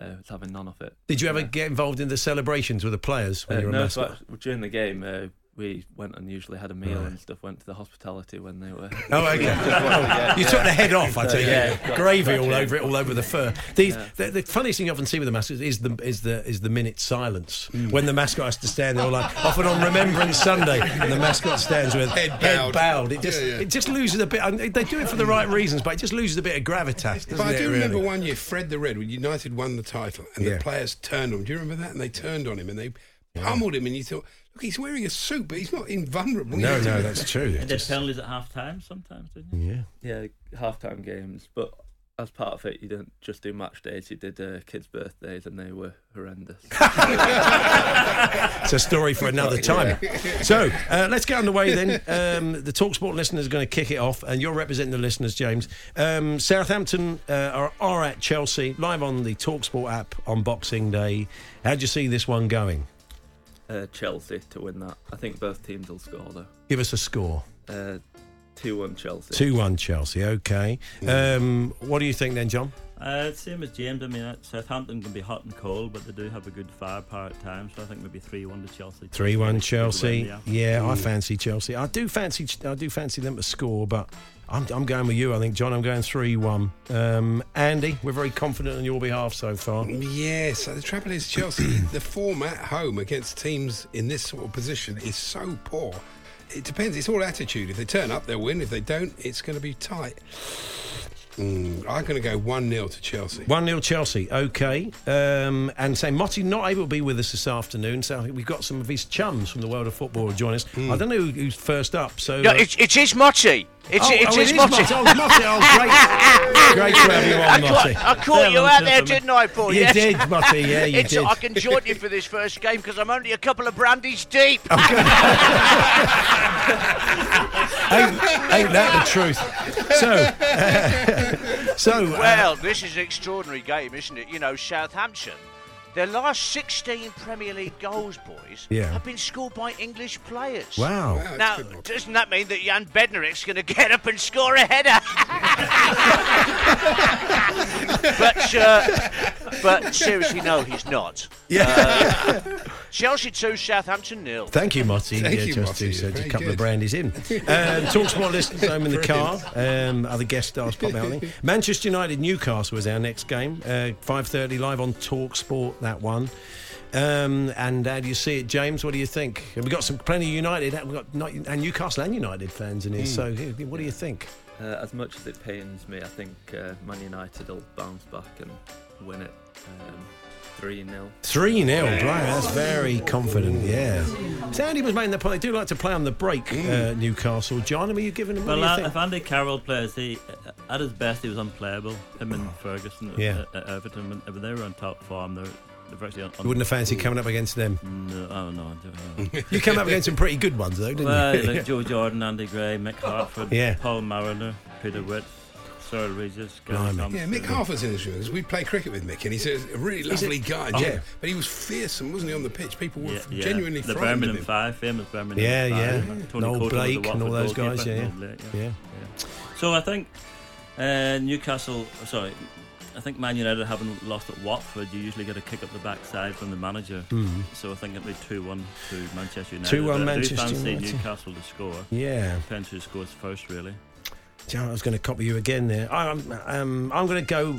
[SPEAKER 41] uh, was having none of it.
[SPEAKER 2] Did you ever get involved in the celebrations with the players when
[SPEAKER 41] Uh,
[SPEAKER 2] you were a
[SPEAKER 41] no, so
[SPEAKER 2] mascot?
[SPEAKER 41] I- during the game, uh, we went and usually had a meal
[SPEAKER 2] Right.
[SPEAKER 41] and stuff. Went to the hospitality when they were.
[SPEAKER 2] Oh, okay.
[SPEAKER 41] Yeah,
[SPEAKER 2] you took
[SPEAKER 41] yeah.
[SPEAKER 2] the head off, I
[SPEAKER 41] So,
[SPEAKER 2] tell you.
[SPEAKER 41] yeah, got-
[SPEAKER 2] Gravy
[SPEAKER 41] got
[SPEAKER 2] all
[SPEAKER 41] you.
[SPEAKER 2] over it, all over the fur. These,
[SPEAKER 41] Yeah.
[SPEAKER 2] the, the funniest thing you often see with the mascots is the is the is the minute silence when the mascot has to stand there, all like often on Remembrance Sunday, and the mascot stands with
[SPEAKER 3] Head bowed.
[SPEAKER 2] It just
[SPEAKER 3] Yeah, yeah.
[SPEAKER 2] it just loses a bit. and They do it for the right reasons, but it just loses a bit of gravitas. Doesn't
[SPEAKER 3] But I
[SPEAKER 2] it,
[SPEAKER 3] do
[SPEAKER 2] really?
[SPEAKER 3] remember one year Fred the Red, when United won the title, and
[SPEAKER 2] Yeah.
[SPEAKER 3] the players turned on him. Do you remember that? And they turned on him and they pummeled him, and you thought, look, he's wearing a suit, but he's not invulnerable.
[SPEAKER 2] No,
[SPEAKER 3] You
[SPEAKER 2] no,
[SPEAKER 3] know?
[SPEAKER 2] that's true.
[SPEAKER 11] And did penalties at half time sometimes, didn't you?
[SPEAKER 2] Yeah.
[SPEAKER 41] Yeah, halftime games. But as part of it, you didn't just do match days; you did uh, kids' birthdays, and they were horrendous.
[SPEAKER 2] It's a story for another time.
[SPEAKER 41] Yeah.
[SPEAKER 2] So uh, let's get underway then. Um, the Talksport listeners are going to kick it off, and you're representing the listeners, James. Um, Southampton uh, are, are at Chelsea, live on the Talksport app on Boxing Day. How do you see this one going?
[SPEAKER 41] Uh, Chelsea to win that. I think both teams will score though.
[SPEAKER 2] Give us a score.
[SPEAKER 41] Uh, Two-one Chelsea.
[SPEAKER 2] 2 1 Chelsea, okay. Um, what do you think then, John?
[SPEAKER 11] Uh, same as James. I mean, uh, Southampton can be hot and cold, but they do have a good firepower at times. So I think maybe three-one to Chelsea.
[SPEAKER 2] 3 1 Chelsea.
[SPEAKER 11] Yeah. Mm.
[SPEAKER 2] Yeah,
[SPEAKER 3] Mm.
[SPEAKER 2] I fancy Chelsea. I do fancy I do fancy them to score, but I'm, I'm going with you, I think, John. I'm going 3 1. Um, Andy, we're very confident on your behalf so far.
[SPEAKER 3] Yeah, so the trouble is, Chelsea, the form at home against teams in this sort of position is so poor. It depends, it's all attitude. If they turn up, they'll win. If they don't, it's going to be tight. Mm, I'm going to go 1 0 to Chelsea.
[SPEAKER 2] 1 0 Chelsea, okay. Um, and say Motti not able to be with us this afternoon, so we've got some of his chums from the world of football to join us.
[SPEAKER 23] Mm.
[SPEAKER 2] I don't know who, who's first up, so.
[SPEAKER 23] No,
[SPEAKER 2] uh,
[SPEAKER 23] it's, it is Motti. It's,
[SPEAKER 2] Oh,
[SPEAKER 23] it
[SPEAKER 2] oh,
[SPEAKER 23] is
[SPEAKER 2] it is
[SPEAKER 23] Motti.
[SPEAKER 2] Motti. Oh, Motti. Oh, great. Great to have you on,
[SPEAKER 23] I caught,
[SPEAKER 2] Motti.
[SPEAKER 23] I caught you
[SPEAKER 2] Hello,
[SPEAKER 23] out there,
[SPEAKER 2] gentlemen.
[SPEAKER 23] didn't I, Paul?
[SPEAKER 2] You
[SPEAKER 23] Yes.
[SPEAKER 2] did, Motti. Yeah, you
[SPEAKER 23] It's-
[SPEAKER 2] did.
[SPEAKER 23] I can join you for this first game because I'm only a couple of brandies deep.
[SPEAKER 2] ain't, ain't that the truth? So, so uh,
[SPEAKER 23] well, this is an extraordinary game, isn't it? You know, Southampton, their last 16 Premier League goals, boys,
[SPEAKER 2] Yeah.
[SPEAKER 23] have been scored by English players.
[SPEAKER 2] Wow. Wow, that's
[SPEAKER 23] now, doesn't that mean that Jan Bednarik's going to get up and score a header? but, uh, but seriously, no, he's not.
[SPEAKER 2] Yeah.
[SPEAKER 23] Uh, Chelsea 2, Southampton nil.
[SPEAKER 2] Thank you, Motti.
[SPEAKER 23] Thank
[SPEAKER 2] yeah,
[SPEAKER 23] you,
[SPEAKER 2] just
[SPEAKER 23] Motti.
[SPEAKER 2] two cents,
[SPEAKER 23] Very
[SPEAKER 2] a couple
[SPEAKER 23] good.
[SPEAKER 2] of brandies in. Um, talk to my listeners home in the car. Um, other guest stars pop out. I think. Manchester United Newcastle is our next game. Uh, Five thirty live on Talk Sport. That one. Um, and how do you see it, James? What do you think? We've got some plenty of United. We've got not, and Newcastle and United fans in here.
[SPEAKER 41] Mm.
[SPEAKER 2] So,
[SPEAKER 23] Hmm.
[SPEAKER 2] yeah, what do you think?
[SPEAKER 41] Uh, as much as it pains me, I think uh, Man United will bounce back and win it. Um, 3 0.
[SPEAKER 2] 3 0, Blimey, that's very confident, yeah. Sandy was making the point, they do like to play on the break,
[SPEAKER 23] Hmm.
[SPEAKER 2] uh, Newcastle. John, are you giving them what do
[SPEAKER 11] Well,
[SPEAKER 2] you
[SPEAKER 11] uh,
[SPEAKER 2] think?
[SPEAKER 11] if Andy Carroll plays, he uh, at his best he was unplayable. Him and Ferguson at-
[SPEAKER 2] Mm. Yeah.
[SPEAKER 11] at, at Everton, when, when they were on top form, they were, they were actually on.
[SPEAKER 2] You wouldn't have fancied coming up against them.
[SPEAKER 11] No, oh no, I don't know.
[SPEAKER 2] You came up against some pretty good ones, though, didn't
[SPEAKER 11] well,
[SPEAKER 2] you?
[SPEAKER 11] like Joe Jordan, Andy Gray, Mick Hartford,
[SPEAKER 2] Yeah.
[SPEAKER 11] Paul Mariner, Peter Witt, Cyril Regis, Gary Thompson.
[SPEAKER 3] Yeah, Mick Harper's in his room because we play cricket with Mick, and he's a a really
[SPEAKER 11] He's a-
[SPEAKER 3] lovely guy.
[SPEAKER 11] Oh.
[SPEAKER 3] Yeah, but he was fearsome, wasn't he, on the pitch? People were
[SPEAKER 11] Yeah, yeah.
[SPEAKER 3] genuinely
[SPEAKER 11] the
[SPEAKER 3] frightened
[SPEAKER 11] Birmingham
[SPEAKER 3] of him.
[SPEAKER 11] Five, famous Birmingham
[SPEAKER 2] Yeah,
[SPEAKER 11] Five.
[SPEAKER 2] yeah.
[SPEAKER 11] Tony
[SPEAKER 2] Noel
[SPEAKER 11] Coulter was the
[SPEAKER 2] Blake and
[SPEAKER 11] Watford
[SPEAKER 2] all those guys,
[SPEAKER 11] goalkeeper.
[SPEAKER 2] yeah,
[SPEAKER 11] Noel Blake,
[SPEAKER 2] yeah. Yeah.
[SPEAKER 11] So I think uh, Newcastle, oh, sorry, I think Man United haven't lost at Watford. You usually get a kick up the backside from the manager.
[SPEAKER 2] Mhm.
[SPEAKER 11] So I think it'll be two-one to Manchester United.
[SPEAKER 2] 2-1
[SPEAKER 11] But
[SPEAKER 2] Manchester
[SPEAKER 11] I do fancy
[SPEAKER 2] United.
[SPEAKER 11] Newcastle to score.
[SPEAKER 2] Yeah.
[SPEAKER 11] depends who scores first, really.
[SPEAKER 2] John, I was going to copy you again there. I, I'm, um, I'm going to go.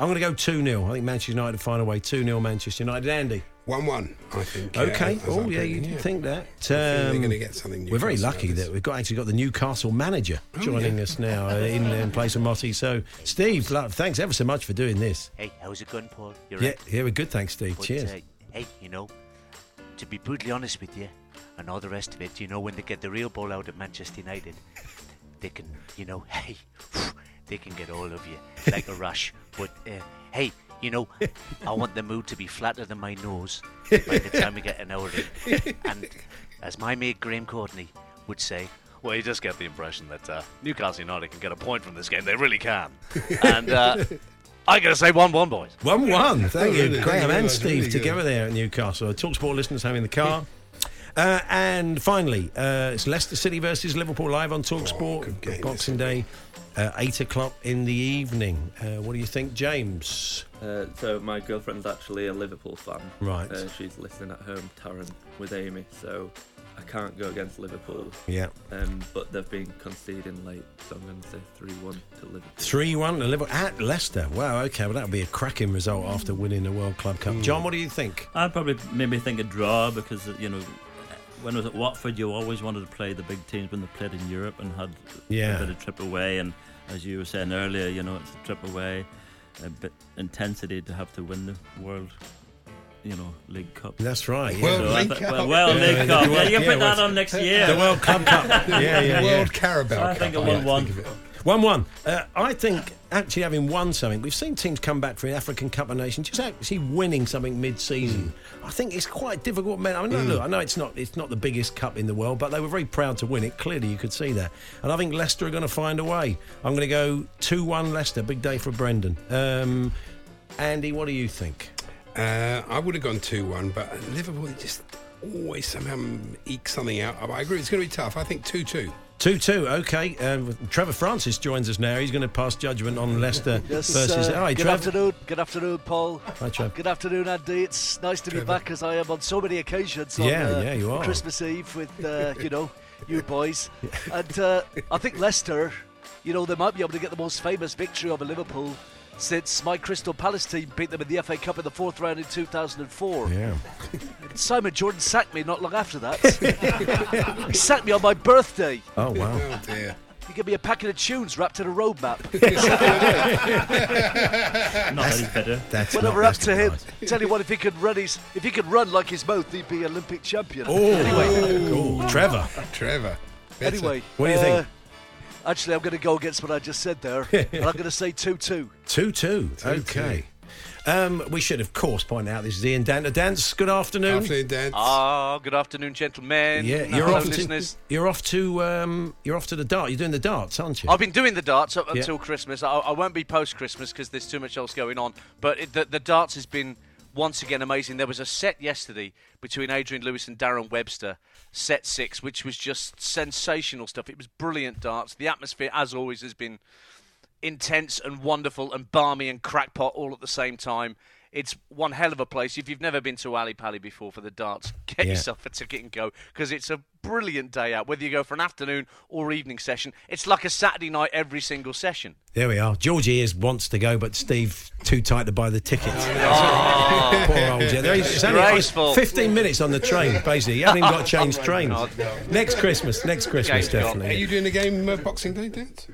[SPEAKER 2] I'm going to go 2 0. I think Manchester United find a way. 2 0 Manchester United. Andy?
[SPEAKER 3] 1 1, I think.
[SPEAKER 2] Okay.
[SPEAKER 3] as
[SPEAKER 2] oh,
[SPEAKER 3] I'm
[SPEAKER 2] yeah, you
[SPEAKER 3] thinking,
[SPEAKER 2] did
[SPEAKER 3] yeah.
[SPEAKER 2] think that.
[SPEAKER 3] I feel they're
[SPEAKER 2] Um,
[SPEAKER 3] gonna get something
[SPEAKER 2] We're very
[SPEAKER 3] Newcastle
[SPEAKER 2] lucky that we've got actually got the Newcastle manager
[SPEAKER 3] Oh,
[SPEAKER 2] joining
[SPEAKER 3] yeah.
[SPEAKER 2] us now uh, in, in place of Motti. So, Steve, lo- thanks ever so much for doing this.
[SPEAKER 23] Hey, how's it going, Paul? You're
[SPEAKER 2] yeah, yeah, we're good. Thanks, Steve.
[SPEAKER 23] But,
[SPEAKER 2] Cheers.
[SPEAKER 23] uh, hey, you know, to be brutally honest with you, and all the rest of it, you know, when they get the real ball out at Manchester United, they can, you know, hey, they can get all of you like a rush. But uh, hey, you know, I want the mood to be flatter than my nose by the time we get an hour in. And as my mate Graham Courtney would say,
[SPEAKER 12] Well, you just get the impression that uh, Newcastle United can get a point from this game. They really can. And uh, I'm going to say 1 1, boys.
[SPEAKER 2] 1 1. Thank
[SPEAKER 12] Oh,
[SPEAKER 2] you,
[SPEAKER 12] really?
[SPEAKER 2] Graham
[SPEAKER 12] Really
[SPEAKER 2] and
[SPEAKER 12] good,
[SPEAKER 2] Steve,
[SPEAKER 12] really good.
[SPEAKER 2] together there at Newcastle. Talk sport listeners having the car. Uh, and finally, uh, it's Leicester City versus Liverpool live
[SPEAKER 12] Oh,
[SPEAKER 2] on Talk Sport, Boxing Day, uh, 8 o'clock in the evening. Uh, what do you think, James?
[SPEAKER 41] Uh, so my girlfriend's actually a Liverpool fan.
[SPEAKER 2] Right.
[SPEAKER 41] Uh, she's listening at home, Taryn, with Amy. So I can't go against Liverpool.
[SPEAKER 2] Yeah.
[SPEAKER 41] Um, but they've been conceding late, so I'm going to say three-one to Liverpool.
[SPEAKER 2] 3 1 to Liverpool at Leicester. Wow, okay, well, that'll be a cracking result after winning the World Club
[SPEAKER 12] Hmm.
[SPEAKER 2] Cup. John, what do you think?
[SPEAKER 11] I'd probably maybe think a draw because you know when I was at Watford, you always wanted to play the big teams when they played in Europe and had
[SPEAKER 2] Yeah.
[SPEAKER 11] a bit of trip away. And as you were saying earlier, you know it's a trip away, a bit intensity to have to win the World. You know, League Cup. uh,
[SPEAKER 2] That's right.
[SPEAKER 11] Well,
[SPEAKER 2] yeah.
[SPEAKER 11] League Cup. Well, World League Cup. Yeah, you can put that
[SPEAKER 2] what's-
[SPEAKER 11] on next year.
[SPEAKER 2] The World Club Cup. Yeah, yeah, yeah.
[SPEAKER 11] I think it won one.
[SPEAKER 2] One one. Uh, I think actually having won something, we've seen teams come back for an African Cup of Nations just actually winning something mid-season.
[SPEAKER 11] Hmm.
[SPEAKER 2] I think it's quite difficult. Man, I mean,
[SPEAKER 29] Mm.
[SPEAKER 2] look, I know it's not it's not the biggest cup in the world, but they were very proud to win it. Clearly, you could see that. And I think Leicester are going to find a way. I'm going to go two-one Leicester. Big day for Brendan. Um, Andy, what do you think?
[SPEAKER 3] Uh, I would have gone 2 1, but Liverpool just always somehow eke something out. I agree, it's going to be tough. I think 2 2.
[SPEAKER 2] 2 2, okay. Um, Trevor Francis joins us now. He's going to pass judgment on Leicester
[SPEAKER 31] Yes,
[SPEAKER 2] versus.
[SPEAKER 31] uh,
[SPEAKER 2] Hi,
[SPEAKER 31] good
[SPEAKER 2] Trev.
[SPEAKER 31] afternoon. Good afternoon, Paul.
[SPEAKER 2] Hi, Trev.
[SPEAKER 31] Good afternoon, Andy. It's nice to be back as I am on so many occasions. On,
[SPEAKER 2] Yeah,
[SPEAKER 31] uh,
[SPEAKER 2] yeah, you are.
[SPEAKER 31] Christmas Eve with uh, you know you boys, and uh, I think Leicester, you know, they might be able to get the most famous victory over Liverpool since my Crystal Palace team beat them in the FA Cup in the fourth round in 2004.
[SPEAKER 2] Yeah.
[SPEAKER 31] Simon Jordan sacked me not long after that. he sacked me on my birthday.
[SPEAKER 2] Oh, wow.
[SPEAKER 3] Oh, dear.
[SPEAKER 31] He gave me a packet of tunes wrapped in a roadmap.
[SPEAKER 12] Not that he's better.
[SPEAKER 2] That's
[SPEAKER 31] Whatever up to him. Tell you what, if he could run his, if he could run like his mouth, he'd be Olympic champion.
[SPEAKER 2] Oh,
[SPEAKER 31] anyway,
[SPEAKER 2] oh, Trevor.
[SPEAKER 3] Trevor. Better.
[SPEAKER 31] anyway,
[SPEAKER 2] What do you think?
[SPEAKER 31] uh, Actually, I'm going to go against what I just said there, and I'm going to say two-two.
[SPEAKER 2] 2 2, okay. Um, we should, of course, point out this is Ian Danta Dance. Good afternoon.
[SPEAKER 3] Afternoon, Dance.
[SPEAKER 42] Ah, good afternoon, gentlemen.
[SPEAKER 2] Yeah, you're
[SPEAKER 42] Hello,
[SPEAKER 2] off, to,
[SPEAKER 42] listeners.
[SPEAKER 2] you're off to um, you're off to the dart. You're doing the darts, aren't you?
[SPEAKER 42] I've been doing the darts up
[SPEAKER 2] Yeah.
[SPEAKER 42] until Christmas. I, I won't be post Christmas because there's too much else going on. But it, the, the darts has been once again amazing. There was a set yesterday between Adrian Lewis and Darren Webster, set six, which was just sensational stuff. It was brilliant darts. The atmosphere, as always, has been intense and wonderful and balmy and crackpot all at the same time. It's one hell of a place. If you've never been to Ali Pali before for the darts, get
[SPEAKER 2] Yeah.
[SPEAKER 42] yourself a ticket and go because it's a brilliant day out. Whether you go for an afternoon or evening session, it's like a Saturday night every single session.
[SPEAKER 2] There we are. Georgie is wants to go, but Steve too tight to buy the tickets.
[SPEAKER 42] Oh.
[SPEAKER 2] Poor old gent. There he is. It's only-
[SPEAKER 42] Disgraceful.
[SPEAKER 2] 15 minutes on the train, basically. He hasn't even got to change
[SPEAKER 42] Oh my
[SPEAKER 2] trains.
[SPEAKER 42] God.
[SPEAKER 2] Next Christmas. Next Christmas,
[SPEAKER 42] Game's gone.
[SPEAKER 2] definitely.
[SPEAKER 3] Are you doing the game uh, Boxing Day, Dance?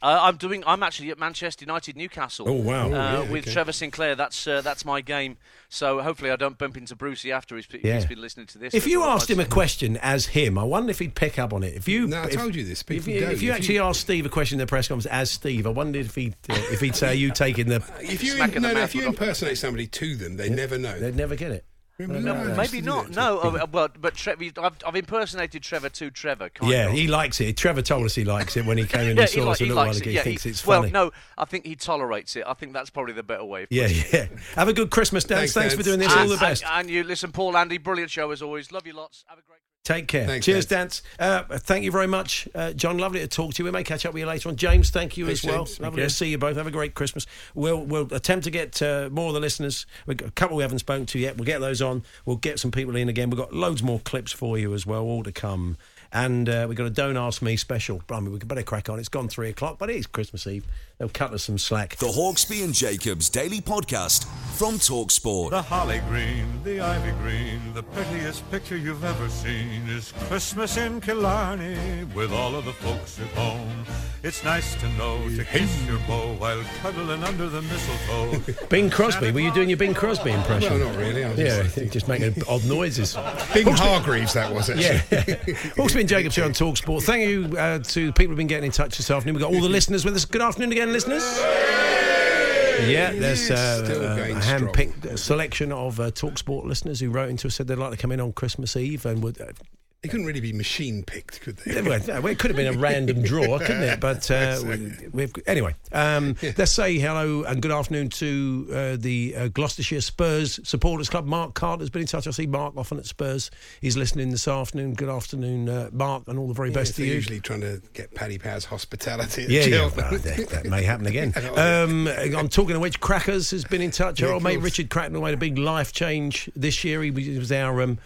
[SPEAKER 42] Uh, I'm doing. I'm actually at Manchester United Newcastle.
[SPEAKER 2] Oh, wow.
[SPEAKER 42] Uh,
[SPEAKER 2] Oh, yeah,
[SPEAKER 42] with
[SPEAKER 2] okay.
[SPEAKER 42] Trevor Sinclair. That's uh, that's my game. So hopefully I don't bump into Brucey after he's,
[SPEAKER 2] Yeah.
[SPEAKER 42] he's been listening to this.
[SPEAKER 2] If you
[SPEAKER 42] Otherwise-
[SPEAKER 2] asked him a question as him, I wonder if he'd pick up on it. If you,
[SPEAKER 42] No, I
[SPEAKER 2] if-
[SPEAKER 42] told you this,
[SPEAKER 2] If
[SPEAKER 42] people
[SPEAKER 2] you,
[SPEAKER 42] don't.
[SPEAKER 2] if you
[SPEAKER 42] If
[SPEAKER 2] actually asked Steve a question in the press conference as Steve, I wondered if he'd uh, if he'd say, "Are you taking the?"
[SPEAKER 3] If you, no, no, if you impersonate somebody to them, they never know.
[SPEAKER 2] They'd never get it.
[SPEAKER 3] Remember that? I used
[SPEAKER 42] Maybe
[SPEAKER 3] to do
[SPEAKER 42] not.
[SPEAKER 3] that.
[SPEAKER 42] No. Oh, uh, well, but Trevor, I've, I've impersonated Trevor to Trevor. Kind
[SPEAKER 2] Yeah,
[SPEAKER 42] of.
[SPEAKER 2] he likes it. Trevor told us he likes it when he came in and saw
[SPEAKER 42] li-
[SPEAKER 2] us a little while ago. He
[SPEAKER 42] yeah,
[SPEAKER 2] thinks it's
[SPEAKER 42] well,
[SPEAKER 2] funny.
[SPEAKER 42] no, I think he tolerates it. I think that's probably the better way. of
[SPEAKER 2] Yeah, yeah. Have a good Christmas, Dan. Thanks, for doing this.
[SPEAKER 42] And-
[SPEAKER 2] All the best.
[SPEAKER 42] And, and you listen, Paul, Andy, brilliant show as always. Love you lots. Have a great.
[SPEAKER 2] Take care. Cheers, Dance. Uh, thank you very much, uh, John. Lovely to talk to you. We may catch up with you later on. James, thank you
[SPEAKER 42] Thanks,
[SPEAKER 2] as well.
[SPEAKER 42] James.
[SPEAKER 2] Lovely
[SPEAKER 42] Thank you.
[SPEAKER 2] to see you both. Have a great Christmas. We'll we'll attempt to get uh, more of the listeners. We've got a couple we haven't spoken to yet. We'll get those on. We'll get some people in again. We've got loads more clips for you as well, all to come. And uh, we've got a Don't Ask Me special. I mean, we could better crack on. It's gone three o'clock, but it is Christmas Eve. They'll cut us some slack.
[SPEAKER 1] The Hawksby and Jacobs Daily Podcast from Talksport.
[SPEAKER 9] The holly green, the ivy green, the prettiest picture you've ever seen is Christmas in Killarney with all of the folks at home. It's nice to know to kiss your beau while cuddling under the mistletoe.
[SPEAKER 2] Bing Crosby, were you doing your Bing Crosby impression?
[SPEAKER 9] Well, not really, I was
[SPEAKER 2] yeah, just making odd noises.
[SPEAKER 3] Bing Hargreaves, that was actually.
[SPEAKER 2] Yeah. Hawksby and Jacobs here on Talksport. Thank you uh, to the people who've been getting in touch this afternoon. We've got all the listeners with us. Good afternoon again, listeners. Yeah, there's
[SPEAKER 3] Still
[SPEAKER 2] uh, a
[SPEAKER 3] going strong.
[SPEAKER 2] hand-picked selection of uh, Talksport listeners who wrote into us said they'd like to come in on Christmas Eve and would. Uh,
[SPEAKER 3] They couldn't really be machine picked, could they?
[SPEAKER 2] well, no, it could have been a random draw, couldn't it? But uh, we, we've anyway. Um, Let's say hello and good afternoon to uh, the uh, Gloucestershire Spurs supporters club. Mark Carter's been in touch. I see Mark often at Spurs. He's listening this afternoon. Good afternoon, uh, Mark, and all the very
[SPEAKER 3] Yeah,
[SPEAKER 2] best
[SPEAKER 3] they're
[SPEAKER 2] to you.
[SPEAKER 3] usually trying to get Paddy Power's hospitality. at
[SPEAKER 2] Yeah, yeah.
[SPEAKER 3] Cheltenham.
[SPEAKER 2] well, that, that may happen again. Um, I'm talking of which, Crackers has been in touch.
[SPEAKER 3] Yeah,
[SPEAKER 2] Our
[SPEAKER 3] of
[SPEAKER 2] old mate
[SPEAKER 3] course.
[SPEAKER 2] Richard Cracknell made a big life change this year. He was, he was our um,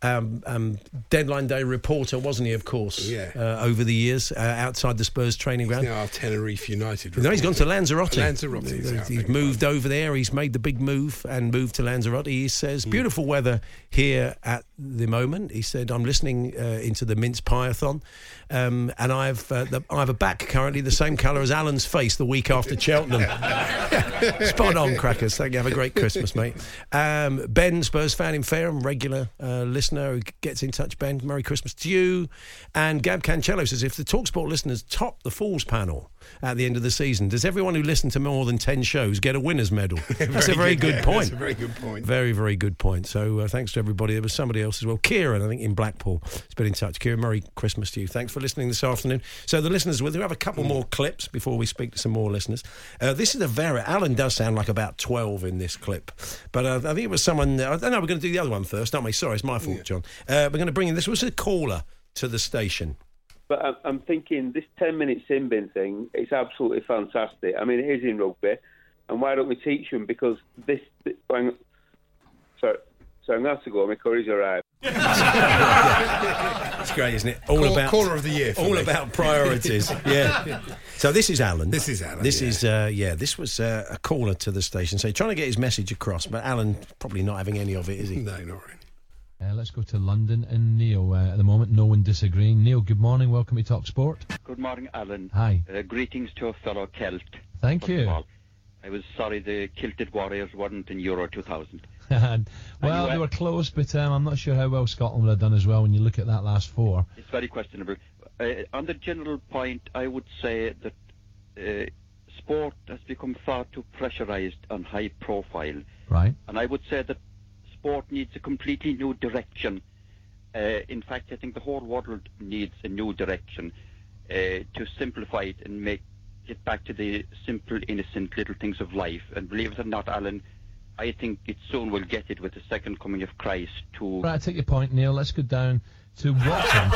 [SPEAKER 2] um, um, deadline day reporter, wasn't he? Of course.
[SPEAKER 3] Yeah.
[SPEAKER 2] Uh, over the years, uh, outside the Spurs training ground.
[SPEAKER 3] now Tenerife United.
[SPEAKER 2] No, he's gone to Lanzarote.
[SPEAKER 3] Lanzarote,
[SPEAKER 2] He's-
[SPEAKER 3] yeah, I
[SPEAKER 2] He's moved over there. He's made the big move and moved to Lanzarote. He says, beautiful weather here at the moment. He said, I'm listening uh, into the mince pie-a-thon, um, and I've uh, the, I have a back currently the same colour as Alan's face the week after Cheltenham. Spot on, crackers. Thank you. Have a great Christmas, mate. Um, ben, Spurs fan in Fairham, regular uh, listener who gets in touch. Ben, Merry Christmas to you. And Gab Cancello says, if the Talksport listeners top the Falls panel at the end of the season, does everyone who listened to more than 10 shows get a winner's medal? That's a very good
[SPEAKER 3] yeah,
[SPEAKER 2] point.
[SPEAKER 3] That's a very good point.
[SPEAKER 2] Very, very good point. So uh, thanks to everybody. There was somebody else as well. Kieran, I think, in Blackpool, has been in touch. Kieran, Merry Christmas to you. Thanks for listening this afternoon. So the listeners, we'll have a couple more clips before we speak to some more listeners. Uh, this is a very... Alan does sound like about 12 in this clip. But uh, I think it was someone... I don't know, we're going to do the other one first, aren't we? Sorry, it's my fault, John. Uh, we're going to bring in... This was a caller to the station.
[SPEAKER 43] But I'm, I'm thinking this 10 minute sin bin thing is absolutely fantastic. I mean, it is in rugby, and why don't we teach them? Because this. th- hang on. sorry, so I'm going to have to go. My curry's arrived.
[SPEAKER 2] It's great, isn't it? All
[SPEAKER 43] Call-
[SPEAKER 2] about
[SPEAKER 43] caller of the year for
[SPEAKER 2] All
[SPEAKER 43] me.
[SPEAKER 2] about priorities. Yeah. So this is Alan. This
[SPEAKER 3] is Alan.
[SPEAKER 2] This is uh, yeah. This was uh, a caller to the station, so trying to get his message across. But Alan probably not having any of it, is he?
[SPEAKER 3] No, not really.
[SPEAKER 18] Uh, let's go to London and Neil. Uh, at the moment, no one disagreeing. Neil, good morning. Welcome to Talk Sport.
[SPEAKER 19] Good morning, Alan.
[SPEAKER 18] Hi.
[SPEAKER 19] Uh, greetings to a fellow Celt.
[SPEAKER 18] Thank you.
[SPEAKER 19] I was sorry the Kilted Warriors weren't in Euro 2000.
[SPEAKER 18] And,
[SPEAKER 19] you
[SPEAKER 18] well,
[SPEAKER 19] went-
[SPEAKER 18] they were close, but um, I'm not sure how well Scotland would have done as well when you look at that last four.
[SPEAKER 19] It's very questionable. Uh, on the general point, I would say that uh, sport has become far too pressurized and high profile.
[SPEAKER 18] Right.
[SPEAKER 19] And I would say that sport needs a completely new direction. Uh, in fact, I think the whole world needs a new direction uh, to simplify it and make it back to the simple, innocent little things of life. And believe it or not, Alan, I think it soon will get it with the second coming of Christ to
[SPEAKER 18] Right, I take your point, Neil. Let's go down to Watton.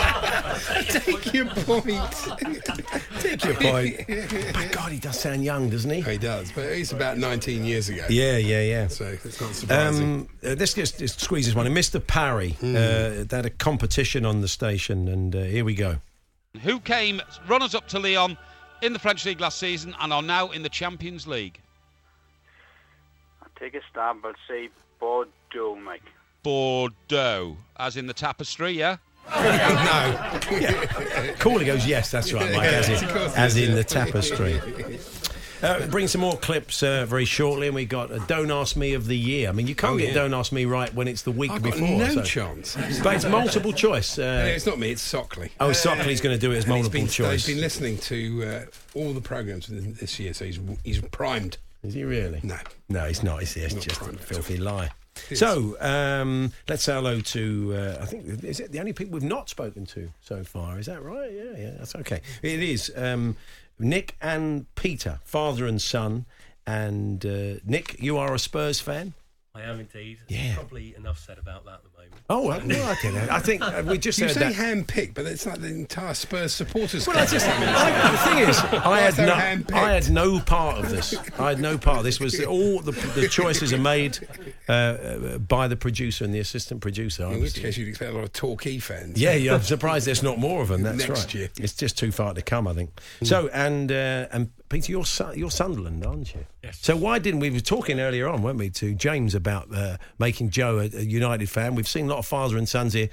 [SPEAKER 3] Take your point.
[SPEAKER 2] Take your point. My God, he does sound young, doesn't he?
[SPEAKER 3] He does, but it's about 19 years ago.
[SPEAKER 2] Yeah, yeah, yeah.
[SPEAKER 3] So it's not surprising. Hmm.
[SPEAKER 2] Um, uh, this just, just squeezes one. in. Mr. Parry, uh, they had a competition on the station, and uh, here we go.
[SPEAKER 20] who came runners up to Lyon in the French League last season and are now in the Champions League.
[SPEAKER 22] Take a stab, but say Bordeaux, Mike.
[SPEAKER 20] Bordeaux, as in the tapestry, yeah?
[SPEAKER 2] Caller goes, yes, that's right, Mike, as
[SPEAKER 20] Yes, of
[SPEAKER 2] in,
[SPEAKER 20] course he
[SPEAKER 2] as
[SPEAKER 20] is,
[SPEAKER 2] in
[SPEAKER 20] yeah.
[SPEAKER 2] the tapestry. Uh, bring some more clips uh, very shortly, and we got a Don't Ask Me of the Year. I mean, you can't
[SPEAKER 3] Oh,
[SPEAKER 2] get
[SPEAKER 3] yeah.
[SPEAKER 2] Don't Ask Me right when it's the week
[SPEAKER 3] I've got
[SPEAKER 2] before.
[SPEAKER 3] no
[SPEAKER 2] so-
[SPEAKER 3] chance.
[SPEAKER 2] But it's multiple choice.
[SPEAKER 3] No,
[SPEAKER 2] Uh,
[SPEAKER 3] it's not me, it's Sockley.
[SPEAKER 2] Oh, Sockley's going to do it as
[SPEAKER 3] And he's
[SPEAKER 2] multiple
[SPEAKER 3] been-
[SPEAKER 2] choice.
[SPEAKER 3] He's been listening to uh, all the programmes this this year, so he's, he's primed.
[SPEAKER 2] Is he really?
[SPEAKER 3] No.
[SPEAKER 2] No, he's not. He's, he's just a filthy lie. So um, let's say hello to. Uh, I think is it the only people we've not spoken to so far? Is that right? Yeah, yeah, that's okay. It is um, Nick and Peter, father and son. And uh, Nick, you are a Spurs fan.
[SPEAKER 28] I am indeed.
[SPEAKER 2] Yeah.
[SPEAKER 28] Probably enough said about that at the moment.
[SPEAKER 2] Oh, well, no, I don't know. I think uh, we just
[SPEAKER 3] you
[SPEAKER 2] heard
[SPEAKER 3] say
[SPEAKER 2] that.
[SPEAKER 3] hand-picked, but it's like the entire Spurs supporters.
[SPEAKER 2] Well, I
[SPEAKER 3] club.
[SPEAKER 2] just I, the thing is, I
[SPEAKER 3] Why
[SPEAKER 2] had
[SPEAKER 3] so
[SPEAKER 2] no,
[SPEAKER 3] hand-picked?
[SPEAKER 2] I had no part of this. I had no part of this. Was all the, the choices are made uh, uh, by the producer and the assistant producer. I
[SPEAKER 3] In
[SPEAKER 2] was-
[SPEAKER 3] which case, you'd expect a lot of Torquay fans.
[SPEAKER 2] yeah, yeah, I'm surprised there's not more of them. That's
[SPEAKER 3] Next
[SPEAKER 2] right.
[SPEAKER 3] year.
[SPEAKER 2] It's just too far to come, I think.
[SPEAKER 28] Mm.
[SPEAKER 2] So, and uh, and Peter, you're Su- you're Sunderland, aren't you? Yes. So why didn't we we were talking earlier on, weren't we, to James about uh, making Joe a, a United fan? We've seen a lot of father and sons here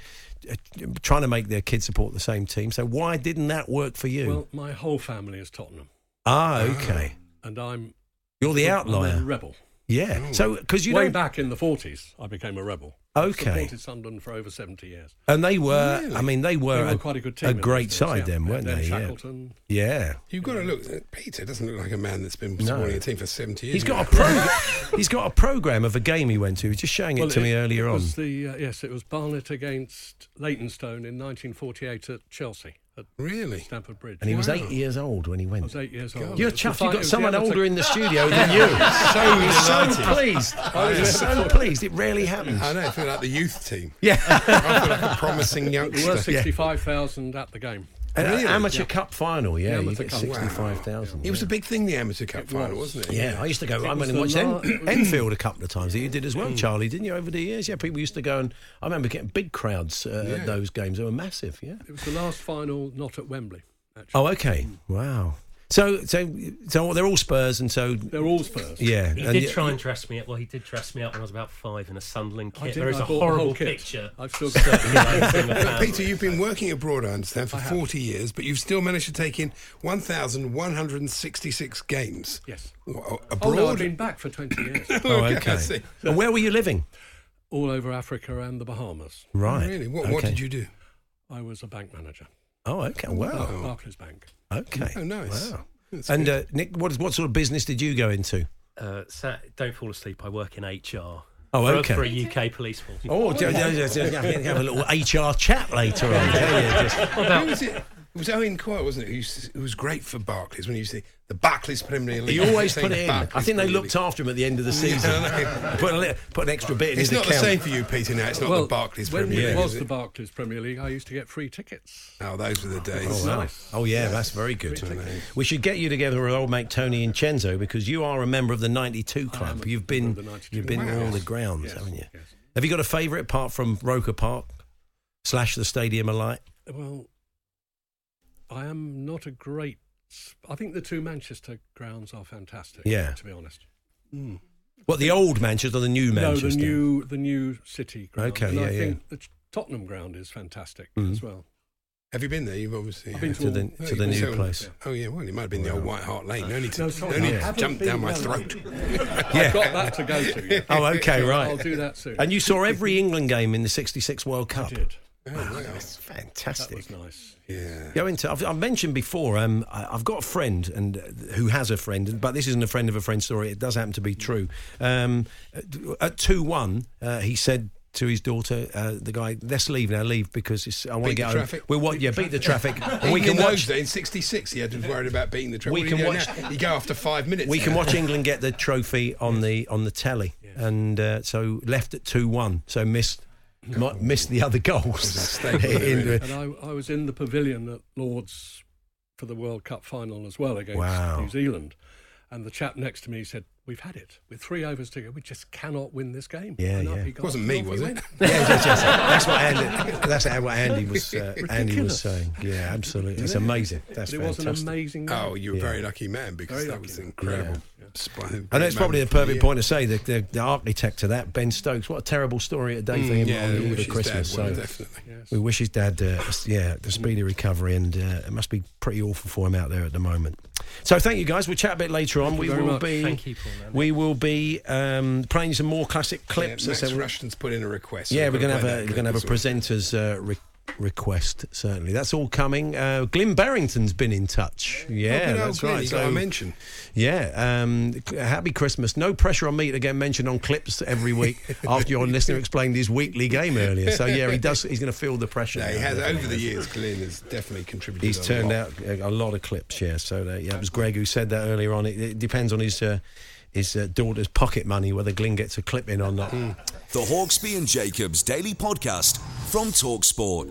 [SPEAKER 2] uh, trying to make their kids support the same team. So why didn't that work for you?
[SPEAKER 28] Well, my whole family is Tottenham,
[SPEAKER 2] ah, okay.
[SPEAKER 28] and I'm
[SPEAKER 2] You're the
[SPEAKER 28] I'm a
[SPEAKER 2] outlier.
[SPEAKER 28] rebel. Oh.
[SPEAKER 2] Yeah. So because you
[SPEAKER 28] way
[SPEAKER 2] don't,
[SPEAKER 28] back in the forties, I became a rebel.
[SPEAKER 2] Okay.
[SPEAKER 28] supported Sunderland for over seventy years.
[SPEAKER 2] and they were. I mean, they were,
[SPEAKER 28] were quite a good team
[SPEAKER 2] a
[SPEAKER 28] in those
[SPEAKER 2] great
[SPEAKER 28] days,
[SPEAKER 2] side
[SPEAKER 28] yeah.
[SPEAKER 2] then, weren't
[SPEAKER 28] Then
[SPEAKER 2] they? Yeah.
[SPEAKER 28] Shackleton.
[SPEAKER 2] Yeah.
[SPEAKER 3] You've got to look. at Peter doesn't look like a man that's been
[SPEAKER 2] No.
[SPEAKER 3] supporting a team for 70 years.
[SPEAKER 2] He's got a
[SPEAKER 3] now.
[SPEAKER 2] pro. he's got a program of a game he went to. He was just showing it
[SPEAKER 28] Well,
[SPEAKER 2] to me earlier
[SPEAKER 28] it
[SPEAKER 2] on.
[SPEAKER 28] was the, uh, yes, it was Barnet against Leytonstone in 1948 at Chelsea. At
[SPEAKER 3] really?
[SPEAKER 28] Stamford Bridge.
[SPEAKER 2] And he was eight years old when he
[SPEAKER 28] I
[SPEAKER 2] went.
[SPEAKER 28] was eight years old.
[SPEAKER 2] You're
[SPEAKER 28] It was the
[SPEAKER 2] chuffed.
[SPEAKER 28] fi-
[SPEAKER 2] You've
[SPEAKER 28] it
[SPEAKER 2] got
[SPEAKER 28] was
[SPEAKER 2] someone
[SPEAKER 28] the
[SPEAKER 2] older in the studio than you.
[SPEAKER 3] So
[SPEAKER 2] He's so
[SPEAKER 3] delighted.
[SPEAKER 2] pleased.
[SPEAKER 3] I
[SPEAKER 2] He's
[SPEAKER 3] was-
[SPEAKER 2] so pleased. It rarely happens.
[SPEAKER 3] I know, I feel like the youth team.
[SPEAKER 2] Yeah.
[SPEAKER 3] I feel like a promising youngster.
[SPEAKER 28] There were 65,000 at the game.
[SPEAKER 2] An Uh, amateur cup final,
[SPEAKER 28] The
[SPEAKER 2] yeah, you
[SPEAKER 28] amateur
[SPEAKER 2] get
[SPEAKER 28] cup.
[SPEAKER 2] sixty-five thousand.
[SPEAKER 3] It was a big thing, the Amateur Cup final,
[SPEAKER 28] was.
[SPEAKER 3] wasn't it?
[SPEAKER 2] Yeah, I used to go.
[SPEAKER 3] It
[SPEAKER 2] I
[SPEAKER 3] was
[SPEAKER 2] went and
[SPEAKER 3] the
[SPEAKER 2] watched
[SPEAKER 3] la-
[SPEAKER 2] En- Enfield a couple of times. You did as well, Charlie, didn't you? Over the years, yeah, people used to go and I remember getting big crowds uh,
[SPEAKER 28] Yeah.
[SPEAKER 2] at those games. They were massive. Yeah.
[SPEAKER 28] It was the last final not at Wembley.
[SPEAKER 2] Oh, okay. Wow. So, so, so they're all Spurs, and so
[SPEAKER 28] They're all Spurs.
[SPEAKER 2] Yeah.
[SPEAKER 29] He
[SPEAKER 2] and
[SPEAKER 29] did
[SPEAKER 2] you-
[SPEAKER 29] try and dress me up. Well, he did dress me up when I was about five in a Sunderland
[SPEAKER 28] I
[SPEAKER 29] kit.
[SPEAKER 28] did,
[SPEAKER 29] There is
[SPEAKER 28] I
[SPEAKER 29] a
[SPEAKER 28] bought the
[SPEAKER 29] horrible
[SPEAKER 28] whole kit.
[SPEAKER 29] picture.
[SPEAKER 28] I've still
[SPEAKER 29] circulating in the
[SPEAKER 3] But
[SPEAKER 29] family.
[SPEAKER 3] Peter, you've been working abroad, I understand, for 40 years, but you've still managed to take in 1,166 games.
[SPEAKER 28] Yes.
[SPEAKER 3] Abroad?
[SPEAKER 28] Oh, no, I've been back for 20 years.
[SPEAKER 2] Oh, okay. And where were you living?
[SPEAKER 28] All over Africa and the Bahamas.
[SPEAKER 2] Right.
[SPEAKER 3] Really? What- what
[SPEAKER 2] okay.
[SPEAKER 3] did you do?
[SPEAKER 28] I was a bank manager.
[SPEAKER 2] Oh, okay. Wow.
[SPEAKER 28] At Barclays Bank.
[SPEAKER 2] Okay.
[SPEAKER 28] Oh, nice.
[SPEAKER 2] Wow.
[SPEAKER 28] That's
[SPEAKER 2] and uh,
[SPEAKER 28] good.
[SPEAKER 2] Nick, what, is- what sort of business did you go into?
[SPEAKER 29] Uh, sa don't fall asleep. I work in HR.
[SPEAKER 2] Oh,
[SPEAKER 29] For a-
[SPEAKER 2] okay.
[SPEAKER 29] For a UK police force.
[SPEAKER 2] Oh, do- do- do- do- do- have a little HR chat later on. don't you? Just-
[SPEAKER 3] Who was it? It was Owen Coyle, wasn't it? Who, used to- who was great for Barclays when he used to the Barclays Premier League.
[SPEAKER 2] He always
[SPEAKER 3] Saying
[SPEAKER 2] put it in. I
[SPEAKER 3] Barclays
[SPEAKER 2] think they
[SPEAKER 3] Premier
[SPEAKER 2] looked
[SPEAKER 3] League.
[SPEAKER 2] after him at the end of the
[SPEAKER 3] Yeah,
[SPEAKER 2] season.
[SPEAKER 3] I know.
[SPEAKER 2] put, a li- put an extra bit in
[SPEAKER 3] It's
[SPEAKER 2] his
[SPEAKER 3] not the
[SPEAKER 2] account.
[SPEAKER 3] same for you, Peter. Now it's not
[SPEAKER 28] well,
[SPEAKER 3] the Barclays
[SPEAKER 28] when it
[SPEAKER 3] Premier League.
[SPEAKER 28] was
[SPEAKER 3] is
[SPEAKER 28] the
[SPEAKER 3] it?
[SPEAKER 28] Barclays Premier League, I used to get free tickets.
[SPEAKER 3] Oh, those were the days.
[SPEAKER 2] Oh, wow. oh yeah, that's very good. We should get you together with old mate Tony and Chenzo because you are a member of the '92 club. You've been you've been
[SPEAKER 28] club.
[SPEAKER 2] all the grounds, haven't you? Have you got a favourite apart from Roker Park slash the Stadium alike?
[SPEAKER 28] Well, I am not a great. I think the two Manchester grounds are fantastic.
[SPEAKER 2] Yeah.
[SPEAKER 28] to be honest.
[SPEAKER 3] Hmm.
[SPEAKER 2] What the old Manchester or the new Manchester?
[SPEAKER 28] No, the new the new City ground.
[SPEAKER 2] Okay,
[SPEAKER 28] and I
[SPEAKER 2] yeah,
[SPEAKER 28] think the Ch- Tottenham ground is fantastic
[SPEAKER 2] Mhm.
[SPEAKER 28] as well.
[SPEAKER 3] Have you been there? You've obviously
[SPEAKER 28] I've been
[SPEAKER 2] to the- to the new place.
[SPEAKER 3] Oh yeah, well, it might have been the old White Hart Lane. No need to,
[SPEAKER 28] No,
[SPEAKER 3] no,
[SPEAKER 28] sorry, I
[SPEAKER 3] need to
[SPEAKER 28] haven't
[SPEAKER 3] jump
[SPEAKER 28] been
[SPEAKER 3] down my
[SPEAKER 28] there.
[SPEAKER 3] throat.
[SPEAKER 2] Yeah.
[SPEAKER 28] I've got that to go to.
[SPEAKER 2] Oh, okay, right.
[SPEAKER 28] I'll do that soon.
[SPEAKER 2] And you saw every England game in the '66 World Cup.
[SPEAKER 28] did.
[SPEAKER 3] Oh,
[SPEAKER 2] Ah, That's fantastic.
[SPEAKER 28] That was nice.
[SPEAKER 3] Yeah.
[SPEAKER 2] Go into. I've, I've mentioned before. Um, I, I've got a friend and uh, who has a friend, but this isn't a friend of a friend story. It does happen to be true. Um, at two one, uh, he said to his daughter, uh, the guy, "Let's leave now. Leave because it's, I want to
[SPEAKER 3] Beat
[SPEAKER 2] get
[SPEAKER 3] the
[SPEAKER 2] home.
[SPEAKER 3] traffic.
[SPEAKER 2] We're what? Yeah, beat the traffic. and we
[SPEAKER 3] Even
[SPEAKER 2] can
[SPEAKER 3] in those
[SPEAKER 2] watch.
[SPEAKER 3] days, in '66, he had to be worried about beating the traffic.
[SPEAKER 2] We
[SPEAKER 3] What
[SPEAKER 2] can
[SPEAKER 3] do you do
[SPEAKER 2] watch-
[SPEAKER 3] now? You go after five minutes.
[SPEAKER 2] We can
[SPEAKER 3] now.
[SPEAKER 2] watch England get the trophy on the on the telly, and uh, so left at two one. So missed." mi- Missed the other goals. In-
[SPEAKER 28] and I, I was in the pavilion at Lord's for the World Cup final as well against
[SPEAKER 2] Wow.
[SPEAKER 28] New Zealand. And the chap next to me said, "We've had it. With three overs to go, we just cannot win this game."
[SPEAKER 2] Yeah,
[SPEAKER 28] And up
[SPEAKER 2] yeah.
[SPEAKER 28] he got,
[SPEAKER 3] Wasn't
[SPEAKER 28] and
[SPEAKER 3] me,
[SPEAKER 28] off he
[SPEAKER 3] was it?
[SPEAKER 28] went.
[SPEAKER 2] Yeah, yes, yes. that's what Andy. That's what Andy was. Uh, Andy was
[SPEAKER 28] Ridiculous.
[SPEAKER 2] saying. Yeah, absolutely. It's amazing. That's
[SPEAKER 28] But it was
[SPEAKER 2] fantastic.
[SPEAKER 28] an amazing game.
[SPEAKER 3] Oh, you were a
[SPEAKER 2] Yeah.
[SPEAKER 3] very lucky man because
[SPEAKER 28] Very
[SPEAKER 3] that
[SPEAKER 28] lucky
[SPEAKER 3] was
[SPEAKER 28] man.
[SPEAKER 3] incredible. Splendid
[SPEAKER 2] and it's
[SPEAKER 3] moment
[SPEAKER 2] probably the
[SPEAKER 3] for
[SPEAKER 2] perfect
[SPEAKER 3] year.
[SPEAKER 2] point to say that the, the architect to that, Ben Stokes. What a terrible story at day for
[SPEAKER 3] Mm,
[SPEAKER 2] him
[SPEAKER 3] yeah,
[SPEAKER 2] on
[SPEAKER 3] we
[SPEAKER 2] the eve
[SPEAKER 3] wish
[SPEAKER 2] of
[SPEAKER 3] his
[SPEAKER 2] Christmas.
[SPEAKER 3] dad would,
[SPEAKER 2] so
[SPEAKER 3] definitely.
[SPEAKER 28] Yes.
[SPEAKER 2] we wish his dad, uh, s- yeah, the speedy recovery, and uh, it must be pretty awful for him out there at the moment. So thank you guys. We'll chat a bit later on.
[SPEAKER 29] Thank you
[SPEAKER 2] we
[SPEAKER 29] very
[SPEAKER 2] will
[SPEAKER 29] much.
[SPEAKER 2] be.
[SPEAKER 29] Thank you, Paul, Andy.
[SPEAKER 2] we will be um, playing some more classic
[SPEAKER 3] Yeah,
[SPEAKER 2] clips.
[SPEAKER 3] Max
[SPEAKER 2] as I said.
[SPEAKER 3] Rushton's put in a request. so
[SPEAKER 2] yeah,
[SPEAKER 3] we've
[SPEAKER 2] we're
[SPEAKER 3] got
[SPEAKER 2] gonna have
[SPEAKER 3] play
[SPEAKER 2] a
[SPEAKER 3] that
[SPEAKER 2] we're gonna have a
[SPEAKER 3] clip as well.
[SPEAKER 2] presenters uh, re- request certainly. That's all coming. Uh, Glyn Barrington's been in touch. Yeah,
[SPEAKER 3] Oh, good old
[SPEAKER 2] that's
[SPEAKER 3] Glenn,
[SPEAKER 2] right.
[SPEAKER 3] he got a mention.
[SPEAKER 2] yeah, um, c- happy Christmas. No pressure on me to get mentioned on clips every week after your listener explained his weekly game earlier. So yeah, he does. He's going to feel the pressure.
[SPEAKER 3] No, he
[SPEAKER 2] now,
[SPEAKER 3] has
[SPEAKER 2] definitely.
[SPEAKER 3] over the years. Glenn has definitely contributed.
[SPEAKER 2] He's
[SPEAKER 3] a
[SPEAKER 2] turned
[SPEAKER 3] lot.
[SPEAKER 2] out a a lot of clips, yeah. So uh, yeah, it was Greg who said that earlier on. It, it depends on his uh, his uh, daughter's pocket money whether Glyn gets a clip in or not.
[SPEAKER 3] Hmm.
[SPEAKER 1] The Hawksby and Jacobs Daily Podcast from Talksport.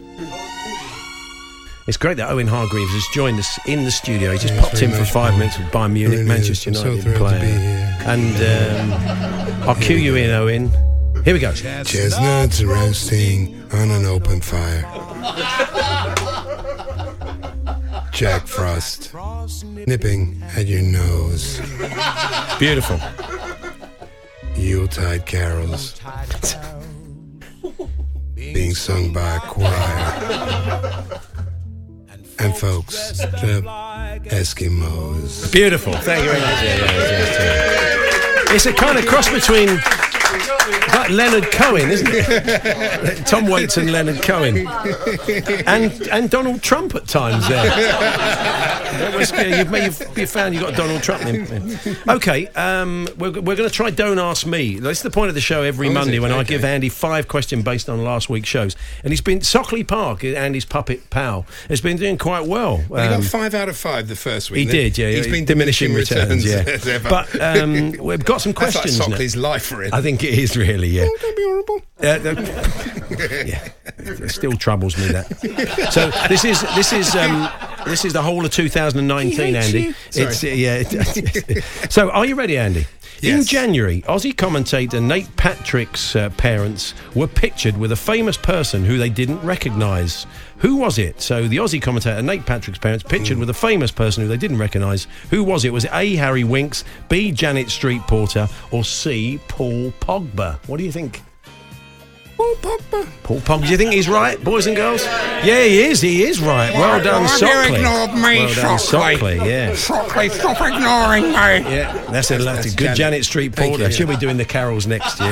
[SPEAKER 2] It's great that Owen Hargreaves has joined us in the studio. He just popped in for five minutes with Bayern Munich, Manchester
[SPEAKER 3] I'm so
[SPEAKER 2] United
[SPEAKER 3] thrilled to
[SPEAKER 2] player.
[SPEAKER 3] be here.
[SPEAKER 2] And um, I'll cue you in, Owen. Here we go.
[SPEAKER 3] Chestnuts roasting on an open fire. Jack Frost nipping at your nose.
[SPEAKER 2] Beautiful.
[SPEAKER 3] Yuletide carols being sung by a choir. And folks, the Eskimos.
[SPEAKER 2] Beautiful. Thank you very much. Yeah, yeah, yeah, yeah. It's a kind of cross between like Leonard Cohen, isn't it? Tom Waits and Leonard Cohen. And and Donald Trump at times there. That was- yeah, you've, made- you've, you've found you've got Donald Trump in. Okay, um, we're, we're going to try Don't Ask Me. This is the point of the show every
[SPEAKER 3] Oh, is
[SPEAKER 2] Monday
[SPEAKER 3] it?
[SPEAKER 2] when I
[SPEAKER 3] Okay.
[SPEAKER 2] give Andy five questions based on last week's shows. And he's been, Sockley Park, Andy's puppet pal, has been doing quite well.
[SPEAKER 3] Well, he
[SPEAKER 2] Um,
[SPEAKER 3] got five out of five the first week.
[SPEAKER 2] he
[SPEAKER 3] didn't
[SPEAKER 2] did, yeah.
[SPEAKER 3] He's
[SPEAKER 2] yeah,
[SPEAKER 3] been diminishing, returns, as
[SPEAKER 2] yeah.
[SPEAKER 3] ever.
[SPEAKER 2] But um, we've got some
[SPEAKER 3] That's like
[SPEAKER 2] questions. now.
[SPEAKER 3] Sockley's life for him.
[SPEAKER 2] I think it is really, yeah.
[SPEAKER 3] Oh, don't be horrible.
[SPEAKER 2] Uh, the- yeah. It still troubles me that. So this is this is um, this is the whole of 2019,
[SPEAKER 3] He hates
[SPEAKER 2] Andy.
[SPEAKER 3] you.
[SPEAKER 2] It's uh, yeah. it- so are you ready, Andy? In
[SPEAKER 3] Yes.
[SPEAKER 2] January, Aussie commentator Nate Patrick's uh, parents were pictured with a famous person who they didn't recognise. Who was it? So the Aussie commentator Nate Patrick's parents
[SPEAKER 3] Mm.
[SPEAKER 2] pictured with a famous person who they didn't recognise. Who was it? Was it A. Harry Winks, B. Janet Street Porter, or C. Paul Pogba? What do you think?
[SPEAKER 3] Paul Paul Pogba.
[SPEAKER 2] Paul Pogba, do you think he's right, boys and girls? Yeah, he is. He is right. Well
[SPEAKER 3] Why-
[SPEAKER 2] done,
[SPEAKER 3] why have you
[SPEAKER 2] Sockley.
[SPEAKER 3] ignored me,
[SPEAKER 2] well done,
[SPEAKER 3] Sockley?
[SPEAKER 2] Sockley. Yeah.
[SPEAKER 3] Sockley, stop ignoring me.
[SPEAKER 2] Yeah, that's a lovely.
[SPEAKER 3] that's
[SPEAKER 2] Good Janet,
[SPEAKER 3] Janet.
[SPEAKER 2] Street
[SPEAKER 3] Thank
[SPEAKER 2] Porter.
[SPEAKER 3] you.
[SPEAKER 2] She'll be doing the carols next year.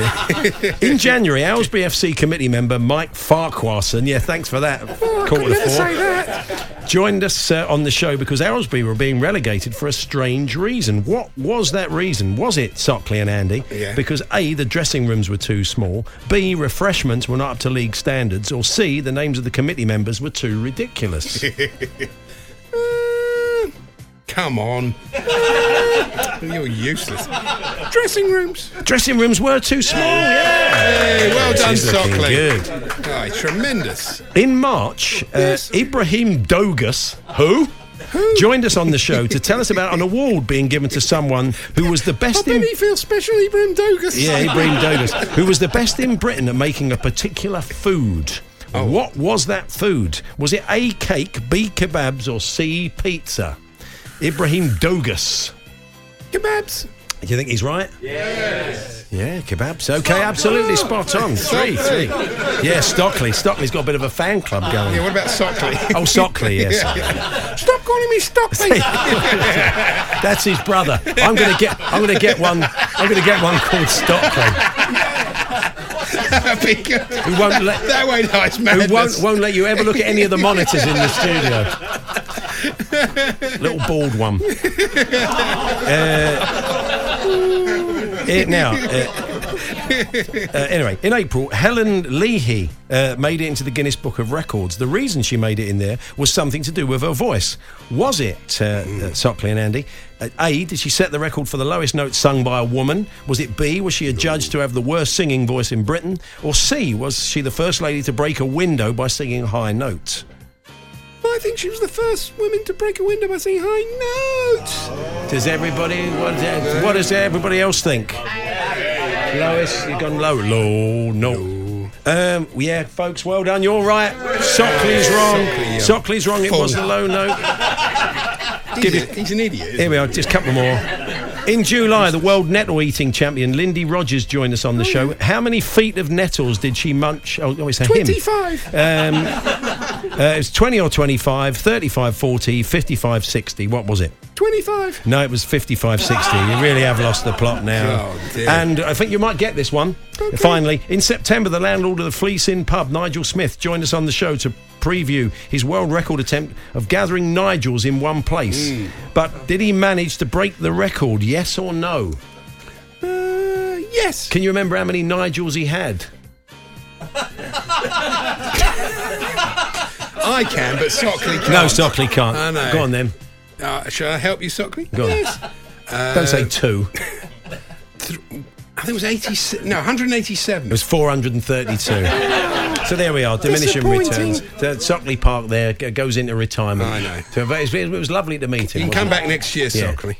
[SPEAKER 2] In January, Owlsbury FC committee member Mike Farquharson, yeah, thanks for
[SPEAKER 3] Oh,
[SPEAKER 2] that. Quarter to
[SPEAKER 3] Let's
[SPEAKER 2] four.
[SPEAKER 3] say that.
[SPEAKER 2] Joined us uh, on the show because Owlsbury were being relegated for a strange reason. What was that reason? Was it Sockley and Andy?
[SPEAKER 3] Yeah.
[SPEAKER 2] Because A, the dressing rooms were too small, B, refreshments were not up to league standards, or C, the names of the committee members were too ridiculous.
[SPEAKER 3] Come on. You're useless. Dressing rooms.
[SPEAKER 2] dressing rooms were too small, yeah.
[SPEAKER 3] Hey, well
[SPEAKER 2] This
[SPEAKER 3] done,
[SPEAKER 2] is looking
[SPEAKER 3] Sockley.
[SPEAKER 2] good.
[SPEAKER 3] Aye, tremendous.
[SPEAKER 2] In March, uh, Ibrahim Dogus, who? Joined us on the show to tell us about an award being given to someone who was the
[SPEAKER 3] Oh,
[SPEAKER 2] best in
[SPEAKER 3] He feels special, Ibrahim Dogus.
[SPEAKER 2] yeah Ibrahim Dogus, who was the best in Britain at making a particular food.
[SPEAKER 3] Oh.
[SPEAKER 2] What was that food? Was it A cake, B kebabs, or C pizza? Ibrahim Dogus.
[SPEAKER 3] Kebabs.
[SPEAKER 2] Do you think he's right? Yes. Yeah, kebabs. Okay, absolutely spot on. Three, three. Yeah, Stockley. Stockley's got a bit of a fan club going.
[SPEAKER 3] Ah, Yeah, what about Sockley?
[SPEAKER 2] Oh, Sockley, yes.
[SPEAKER 3] Stop calling me Stockley.
[SPEAKER 2] That's his brother. I'm gonna get. I'm gonna get one. I'm gonna get one called Stockley,
[SPEAKER 3] That'd be good.
[SPEAKER 2] who won't let
[SPEAKER 3] That way, nice man.
[SPEAKER 2] who won't won't let you ever look at any of the monitors in the studio. Little bald one. Uh, eh, now, uh, uh, anyway, in April, Helen Leahy uh, made it into the Guinness Book of Records. The reason she made it in there was something to do with her voice. Was it, uh, uh, Sockley and Andy? Uh, a, did she set the record for the lowest note sung by a woman? Was it B, was she adjudged to have the worst singing voice in Britain? Or C, was she the first lady to break a window by singing high notes?
[SPEAKER 3] I think she was the first woman to break a window by saying high notes.
[SPEAKER 2] Does everybody, what does, what does everybody else think? Lois, you've gone low. Low, no. Um, yeah, folks, well done. You're right. Sockley's wrong. Sockley's wrong. It
[SPEAKER 3] Full.
[SPEAKER 2] was a low note.
[SPEAKER 3] He's, a- he's an idiot.
[SPEAKER 2] Here we are, just a couple more. In July, the world nettle eating champion Lindy Rogers joined us on the show. How many feet of nettles did she munch? Oh, no, it's a him.
[SPEAKER 3] 25.
[SPEAKER 2] Um, uh, it was 20 or 25, 35, 40, 55, 60. What was it?
[SPEAKER 3] 25.
[SPEAKER 2] No, it was 55 60. You really have lost the plot now.
[SPEAKER 3] Oh, dear.
[SPEAKER 2] and I think you might get this one. Finally, in September, the landlord of the Fleece Inn pub, Nigel Smith, joined us on the show to preview his world record attempt of gathering Nigels in one place.
[SPEAKER 3] Hmm.
[SPEAKER 2] But did he manage to break the record, yes or no?
[SPEAKER 3] Uh, yes.
[SPEAKER 2] Can you remember how many Nigels he had?
[SPEAKER 3] I can, but Sockley can't.
[SPEAKER 2] No, Stockley can't.
[SPEAKER 3] I know.
[SPEAKER 2] Go on then.
[SPEAKER 3] Uh, shall I help you, Sockley?
[SPEAKER 2] Go on.
[SPEAKER 3] Yes. Uh,
[SPEAKER 2] Don't say two.
[SPEAKER 3] I think it was 87. No, 187.
[SPEAKER 2] It was 432. So there we are, diminishing
[SPEAKER 3] Disappointing.
[SPEAKER 2] returns. So Sockley Park there g- goes into retirement.
[SPEAKER 3] I know.
[SPEAKER 2] So, but it's- it was lovely to meet him.
[SPEAKER 3] You can come
[SPEAKER 2] wasn't
[SPEAKER 3] back
[SPEAKER 2] it?
[SPEAKER 3] next year,
[SPEAKER 2] Yeah.
[SPEAKER 3] Sockley.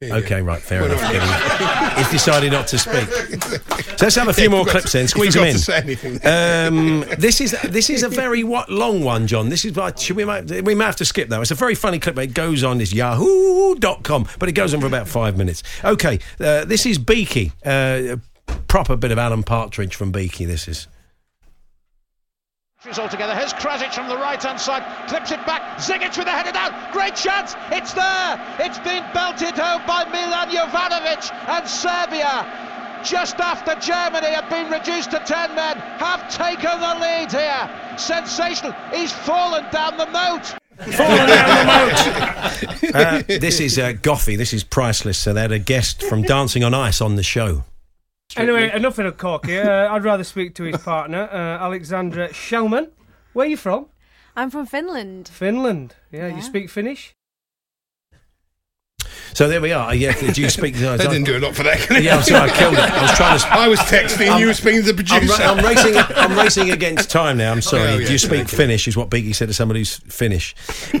[SPEAKER 3] Yeah, yeah.
[SPEAKER 2] Okay, right, fair
[SPEAKER 3] Well,
[SPEAKER 2] enough.
[SPEAKER 3] not
[SPEAKER 2] Kevin. He's decided not to speak. So let's have a few more
[SPEAKER 3] forgot
[SPEAKER 2] clips
[SPEAKER 3] to-
[SPEAKER 2] then.
[SPEAKER 3] he
[SPEAKER 2] Squeeze them
[SPEAKER 3] forgot
[SPEAKER 2] in.
[SPEAKER 3] to say anything.
[SPEAKER 2] Um, this is this is a very what long one, John. This is like should we might we may have to skip that. It's a very funny clip. But it goes on this Yahoo.com, but it goes on for about five minutes. Okay, uh, this is Beaky. Uh, a proper bit of Alan Partridge from Beaky. This is.
[SPEAKER 44] Countries altogether. Here's Krasic from the right hand side, clips it back. Zigic with a header down. Great chance. It's there. It's been belted home by Milan Jovanovic and Serbia. Just after Germany had been reduced to 10 men, have taken the lead here. Sensational. He's fallen down the moat.
[SPEAKER 2] Uh, this is uh, Goffy. This is priceless. So they had a guest from Dancing on Ice on the show.
[SPEAKER 35] Anyway, enough of the cock here. Uh, I'd rather speak to his partner, uh, Alexandra Shellman. Where are you from?
[SPEAKER 4] I'm from Finland.
[SPEAKER 35] Finland. Yeah,
[SPEAKER 4] Yeah.
[SPEAKER 35] you speak Finnish?
[SPEAKER 2] So there we are. Yeah, do you speak?
[SPEAKER 3] They didn't do a lot for that.
[SPEAKER 2] Yeah, I'm sorry, I killed it. I was trying to.
[SPEAKER 3] I was texting. you were speaking to the
[SPEAKER 2] I'm, ra-
[SPEAKER 3] producer.
[SPEAKER 2] I'm racing. I'm racing against time now. I'm sorry.
[SPEAKER 3] Oh,
[SPEAKER 2] Do
[SPEAKER 3] yeah,
[SPEAKER 2] you speak Finnish? Is what Beaky said to somebody who's Finnish. Um,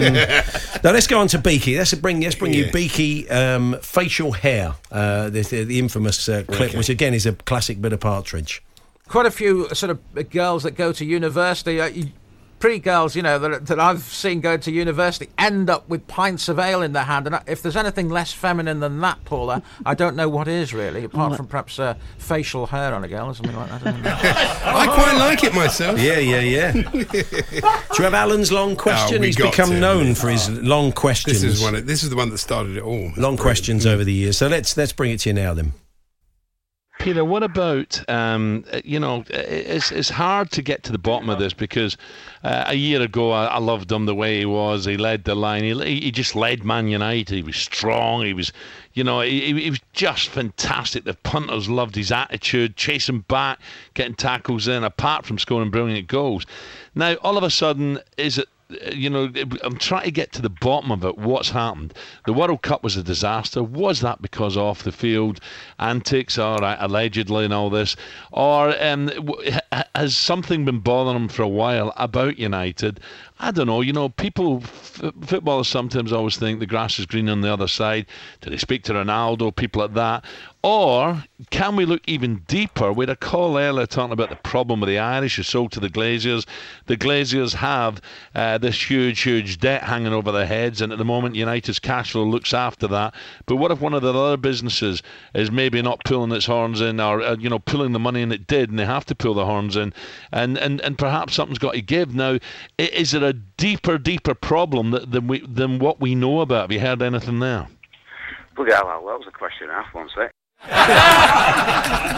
[SPEAKER 2] now let's go on to Beaky. Let's bring. Let's bring you
[SPEAKER 3] Yeah.
[SPEAKER 2] Beaky um, facial hair. Uh, the, the, the infamous uh, clip,
[SPEAKER 5] Okay.
[SPEAKER 2] which again is a classic bit of Partridge.
[SPEAKER 44] uh,
[SPEAKER 5] quite a few sort of girls that go to university. Uh, you
[SPEAKER 44] pretty girls, you know, that, that I've seen go to university end up with pints of ale in their hand. And I- if there's anything less feminine than that, Paula, I don't know what is really, apart from perhaps uh, facial hair on a girl or something like that. I don't know.
[SPEAKER 3] I quite like it myself.
[SPEAKER 2] Yeah, yeah, yeah. Do you have Alan's long question?
[SPEAKER 3] Oh, we
[SPEAKER 2] He's
[SPEAKER 3] got
[SPEAKER 2] become
[SPEAKER 3] to. Ah.
[SPEAKER 2] known for his long questions.
[SPEAKER 3] This is one. of- This is the one that started it all.
[SPEAKER 2] long questions over the years. So let's let's bring it to you now, then.
[SPEAKER 6] Peter, what about um, uh, you know? i- It's it's hard to get to the bottom of this because uh, a year ago I, I loved him the way he was. He led the line. He he just led Man United. He was strong. He was, you know, he, he- he was just fantastic. The punters loved his attitude, chasing back, getting tackles in. Apart from scoring brilliant goals, now all of a sudden is it you know, I'm trying to get to the bottom of it. What's happened? The World Cup was a disaster. Was that because off the field antics, all right, allegedly, and all this, or um, w- ha- has something been bothering him for a while about United? I don't know. You know, people, f- footballers sometimes always think the grass is green on the other side. Do they speak to Ronaldo? People like that, or can we look even deeper? We had a call earlier talking about the problem with the Irish who sold to the Glaziers. The Glaziers have uh, this huge, huge debt hanging over their heads, and at the moment, United's cash flow looks after that. But what if one of the other businesses is maybe not pulling its horns in, or uh, you know, pulling the money and it did, and they have to pull the horns in, and and, and perhaps something's got to give. Now, i- is there a deeper, deeper problem that, than we than what we know about? Have you heard anything there?
[SPEAKER 45] Bloody hell, well, that was a question and a half, one sec.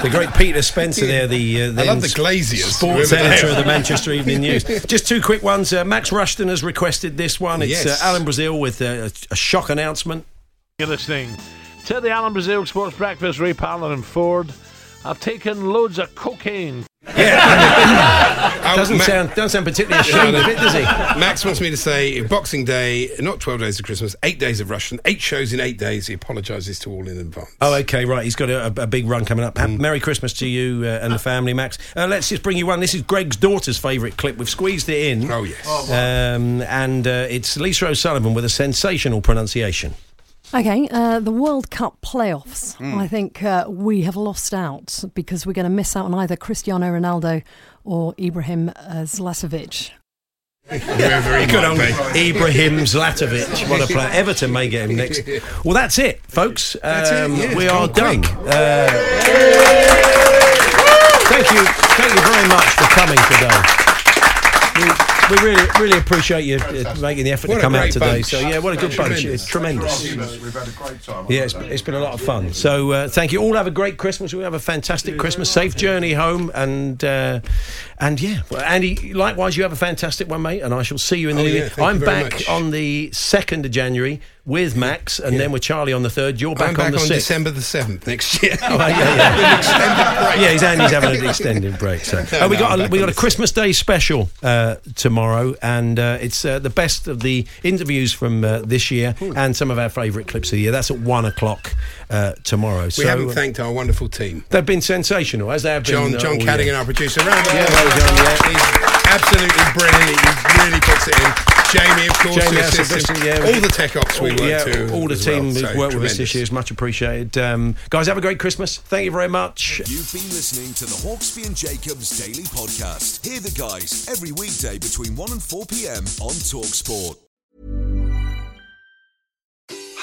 [SPEAKER 2] The great Peter Spencer there, the, uh, then
[SPEAKER 3] love the glaziers.
[SPEAKER 2] sports
[SPEAKER 3] Remember
[SPEAKER 2] editor
[SPEAKER 3] that?
[SPEAKER 2] of the Manchester Evening News. Just two quick ones. Uh, Max Rushton has requested this one. It's
[SPEAKER 30] Yes.
[SPEAKER 2] uh, Alan Brazil with uh, a, a shock announcement.
[SPEAKER 30] You're listening to the Alan Brazil Sports Breakfast, Ray Palin and Ford. I've taken loads of cocaine.
[SPEAKER 3] Uh,
[SPEAKER 2] doesn't sound doesn't sound particularly ashamed of it, does he?
[SPEAKER 3] Max wants me to say Boxing Day, not 12 days of Christmas, eight days of Russian, eight shows in eight days. He apologises to all in advance.
[SPEAKER 2] Oh, okay, right. He's got a, a- a big run coming up. Ha- Merry Christmas to you uh, and the family, Max. Uh, let's just bring you one. This is Greg's daughter's favourite clip. We've squeezed it in. Oh, yes. um, and uh, it's Lisa O'Sullivan with a sensational pronunciation.
[SPEAKER 33] Okay, uh, the World Cup playoffs.
[SPEAKER 2] Mm.
[SPEAKER 33] I think uh, we have lost out because we're going to miss out on either Cristiano Ronaldo or Ibrahim uh, Zlasevic.
[SPEAKER 2] Whoever he Good old Ibrahim Zlatovic. What a player. Everton may get him next. Well, that's it, folks. Um,
[SPEAKER 30] yeah,
[SPEAKER 2] we
[SPEAKER 30] it's
[SPEAKER 2] are
[SPEAKER 30] gone
[SPEAKER 2] done. Uh, thank you. Thank you very much for coming today. We, we really, really appreciate you uh, making the effort
[SPEAKER 30] What
[SPEAKER 2] to
[SPEAKER 30] a
[SPEAKER 2] come out
[SPEAKER 30] great
[SPEAKER 2] today.
[SPEAKER 30] bunch.
[SPEAKER 2] So yeah, what a good bunch! It's tremendous.
[SPEAKER 30] We've had a great time.
[SPEAKER 2] Yeah, it's, it's been a lot of fun. So uh, thank you. All have a great Christmas. We have a fantastic Christmas. Safe journey home, and uh, and yeah, well, Andy. Likewise, you have a fantastic one, mate. And I shall see you in the
[SPEAKER 3] Oh,
[SPEAKER 2] new
[SPEAKER 3] yeah,
[SPEAKER 2] year.
[SPEAKER 3] thank you
[SPEAKER 2] I'm
[SPEAKER 3] very
[SPEAKER 2] back
[SPEAKER 3] much.
[SPEAKER 2] on the second of January with Max, and then with Charlie on the third. You're back
[SPEAKER 3] I'm back
[SPEAKER 2] on
[SPEAKER 3] on,
[SPEAKER 2] the sixth.
[SPEAKER 3] December the 7th next year.
[SPEAKER 2] Oh, yeah, yeah.
[SPEAKER 3] break.
[SPEAKER 2] yeah, he's, Andy's having an extended break. So
[SPEAKER 3] No,
[SPEAKER 2] Uh, we
[SPEAKER 3] no, I'm
[SPEAKER 2] got a,
[SPEAKER 3] back
[SPEAKER 2] we
[SPEAKER 3] on
[SPEAKER 2] got a
[SPEAKER 3] the
[SPEAKER 2] Christmas Day special uh, tomorrow, and uh, it's uh, the best of the interviews from uh, this year
[SPEAKER 3] Hmm.
[SPEAKER 2] and some of our favourite clips of the year. That's at one o'clock uh, tomorrow.
[SPEAKER 3] We
[SPEAKER 2] so,
[SPEAKER 3] haven't
[SPEAKER 2] uh,
[SPEAKER 3] thanked our wonderful team.
[SPEAKER 2] They've been sensational, as they have
[SPEAKER 3] John,
[SPEAKER 2] been. uh,
[SPEAKER 3] John
[SPEAKER 2] all
[SPEAKER 3] Cadogan,
[SPEAKER 2] year.
[SPEAKER 3] our producer. Round of
[SPEAKER 2] Yeah,
[SPEAKER 3] applause.
[SPEAKER 2] well done, yeah.
[SPEAKER 3] He's absolutely brilliant. He really puts it in. Jamie, of course,
[SPEAKER 2] Jamie
[SPEAKER 3] who
[SPEAKER 2] Alsop,
[SPEAKER 3] assists him.
[SPEAKER 2] Bristol, yeah.
[SPEAKER 3] all the tech ops we work
[SPEAKER 2] yeah,
[SPEAKER 3] to.
[SPEAKER 2] All the
[SPEAKER 3] as
[SPEAKER 2] team
[SPEAKER 3] well,
[SPEAKER 2] who've
[SPEAKER 3] so
[SPEAKER 2] worked with us
[SPEAKER 3] tremendous.
[SPEAKER 2] this year is much appreciated. Um, guys, have a great Christmas. Thank you very much.
[SPEAKER 1] You've been listening to the Hawksby and Jacobs Daily Podcast. Hear the guys every weekday between 1 and 4 p.m. on Talksport.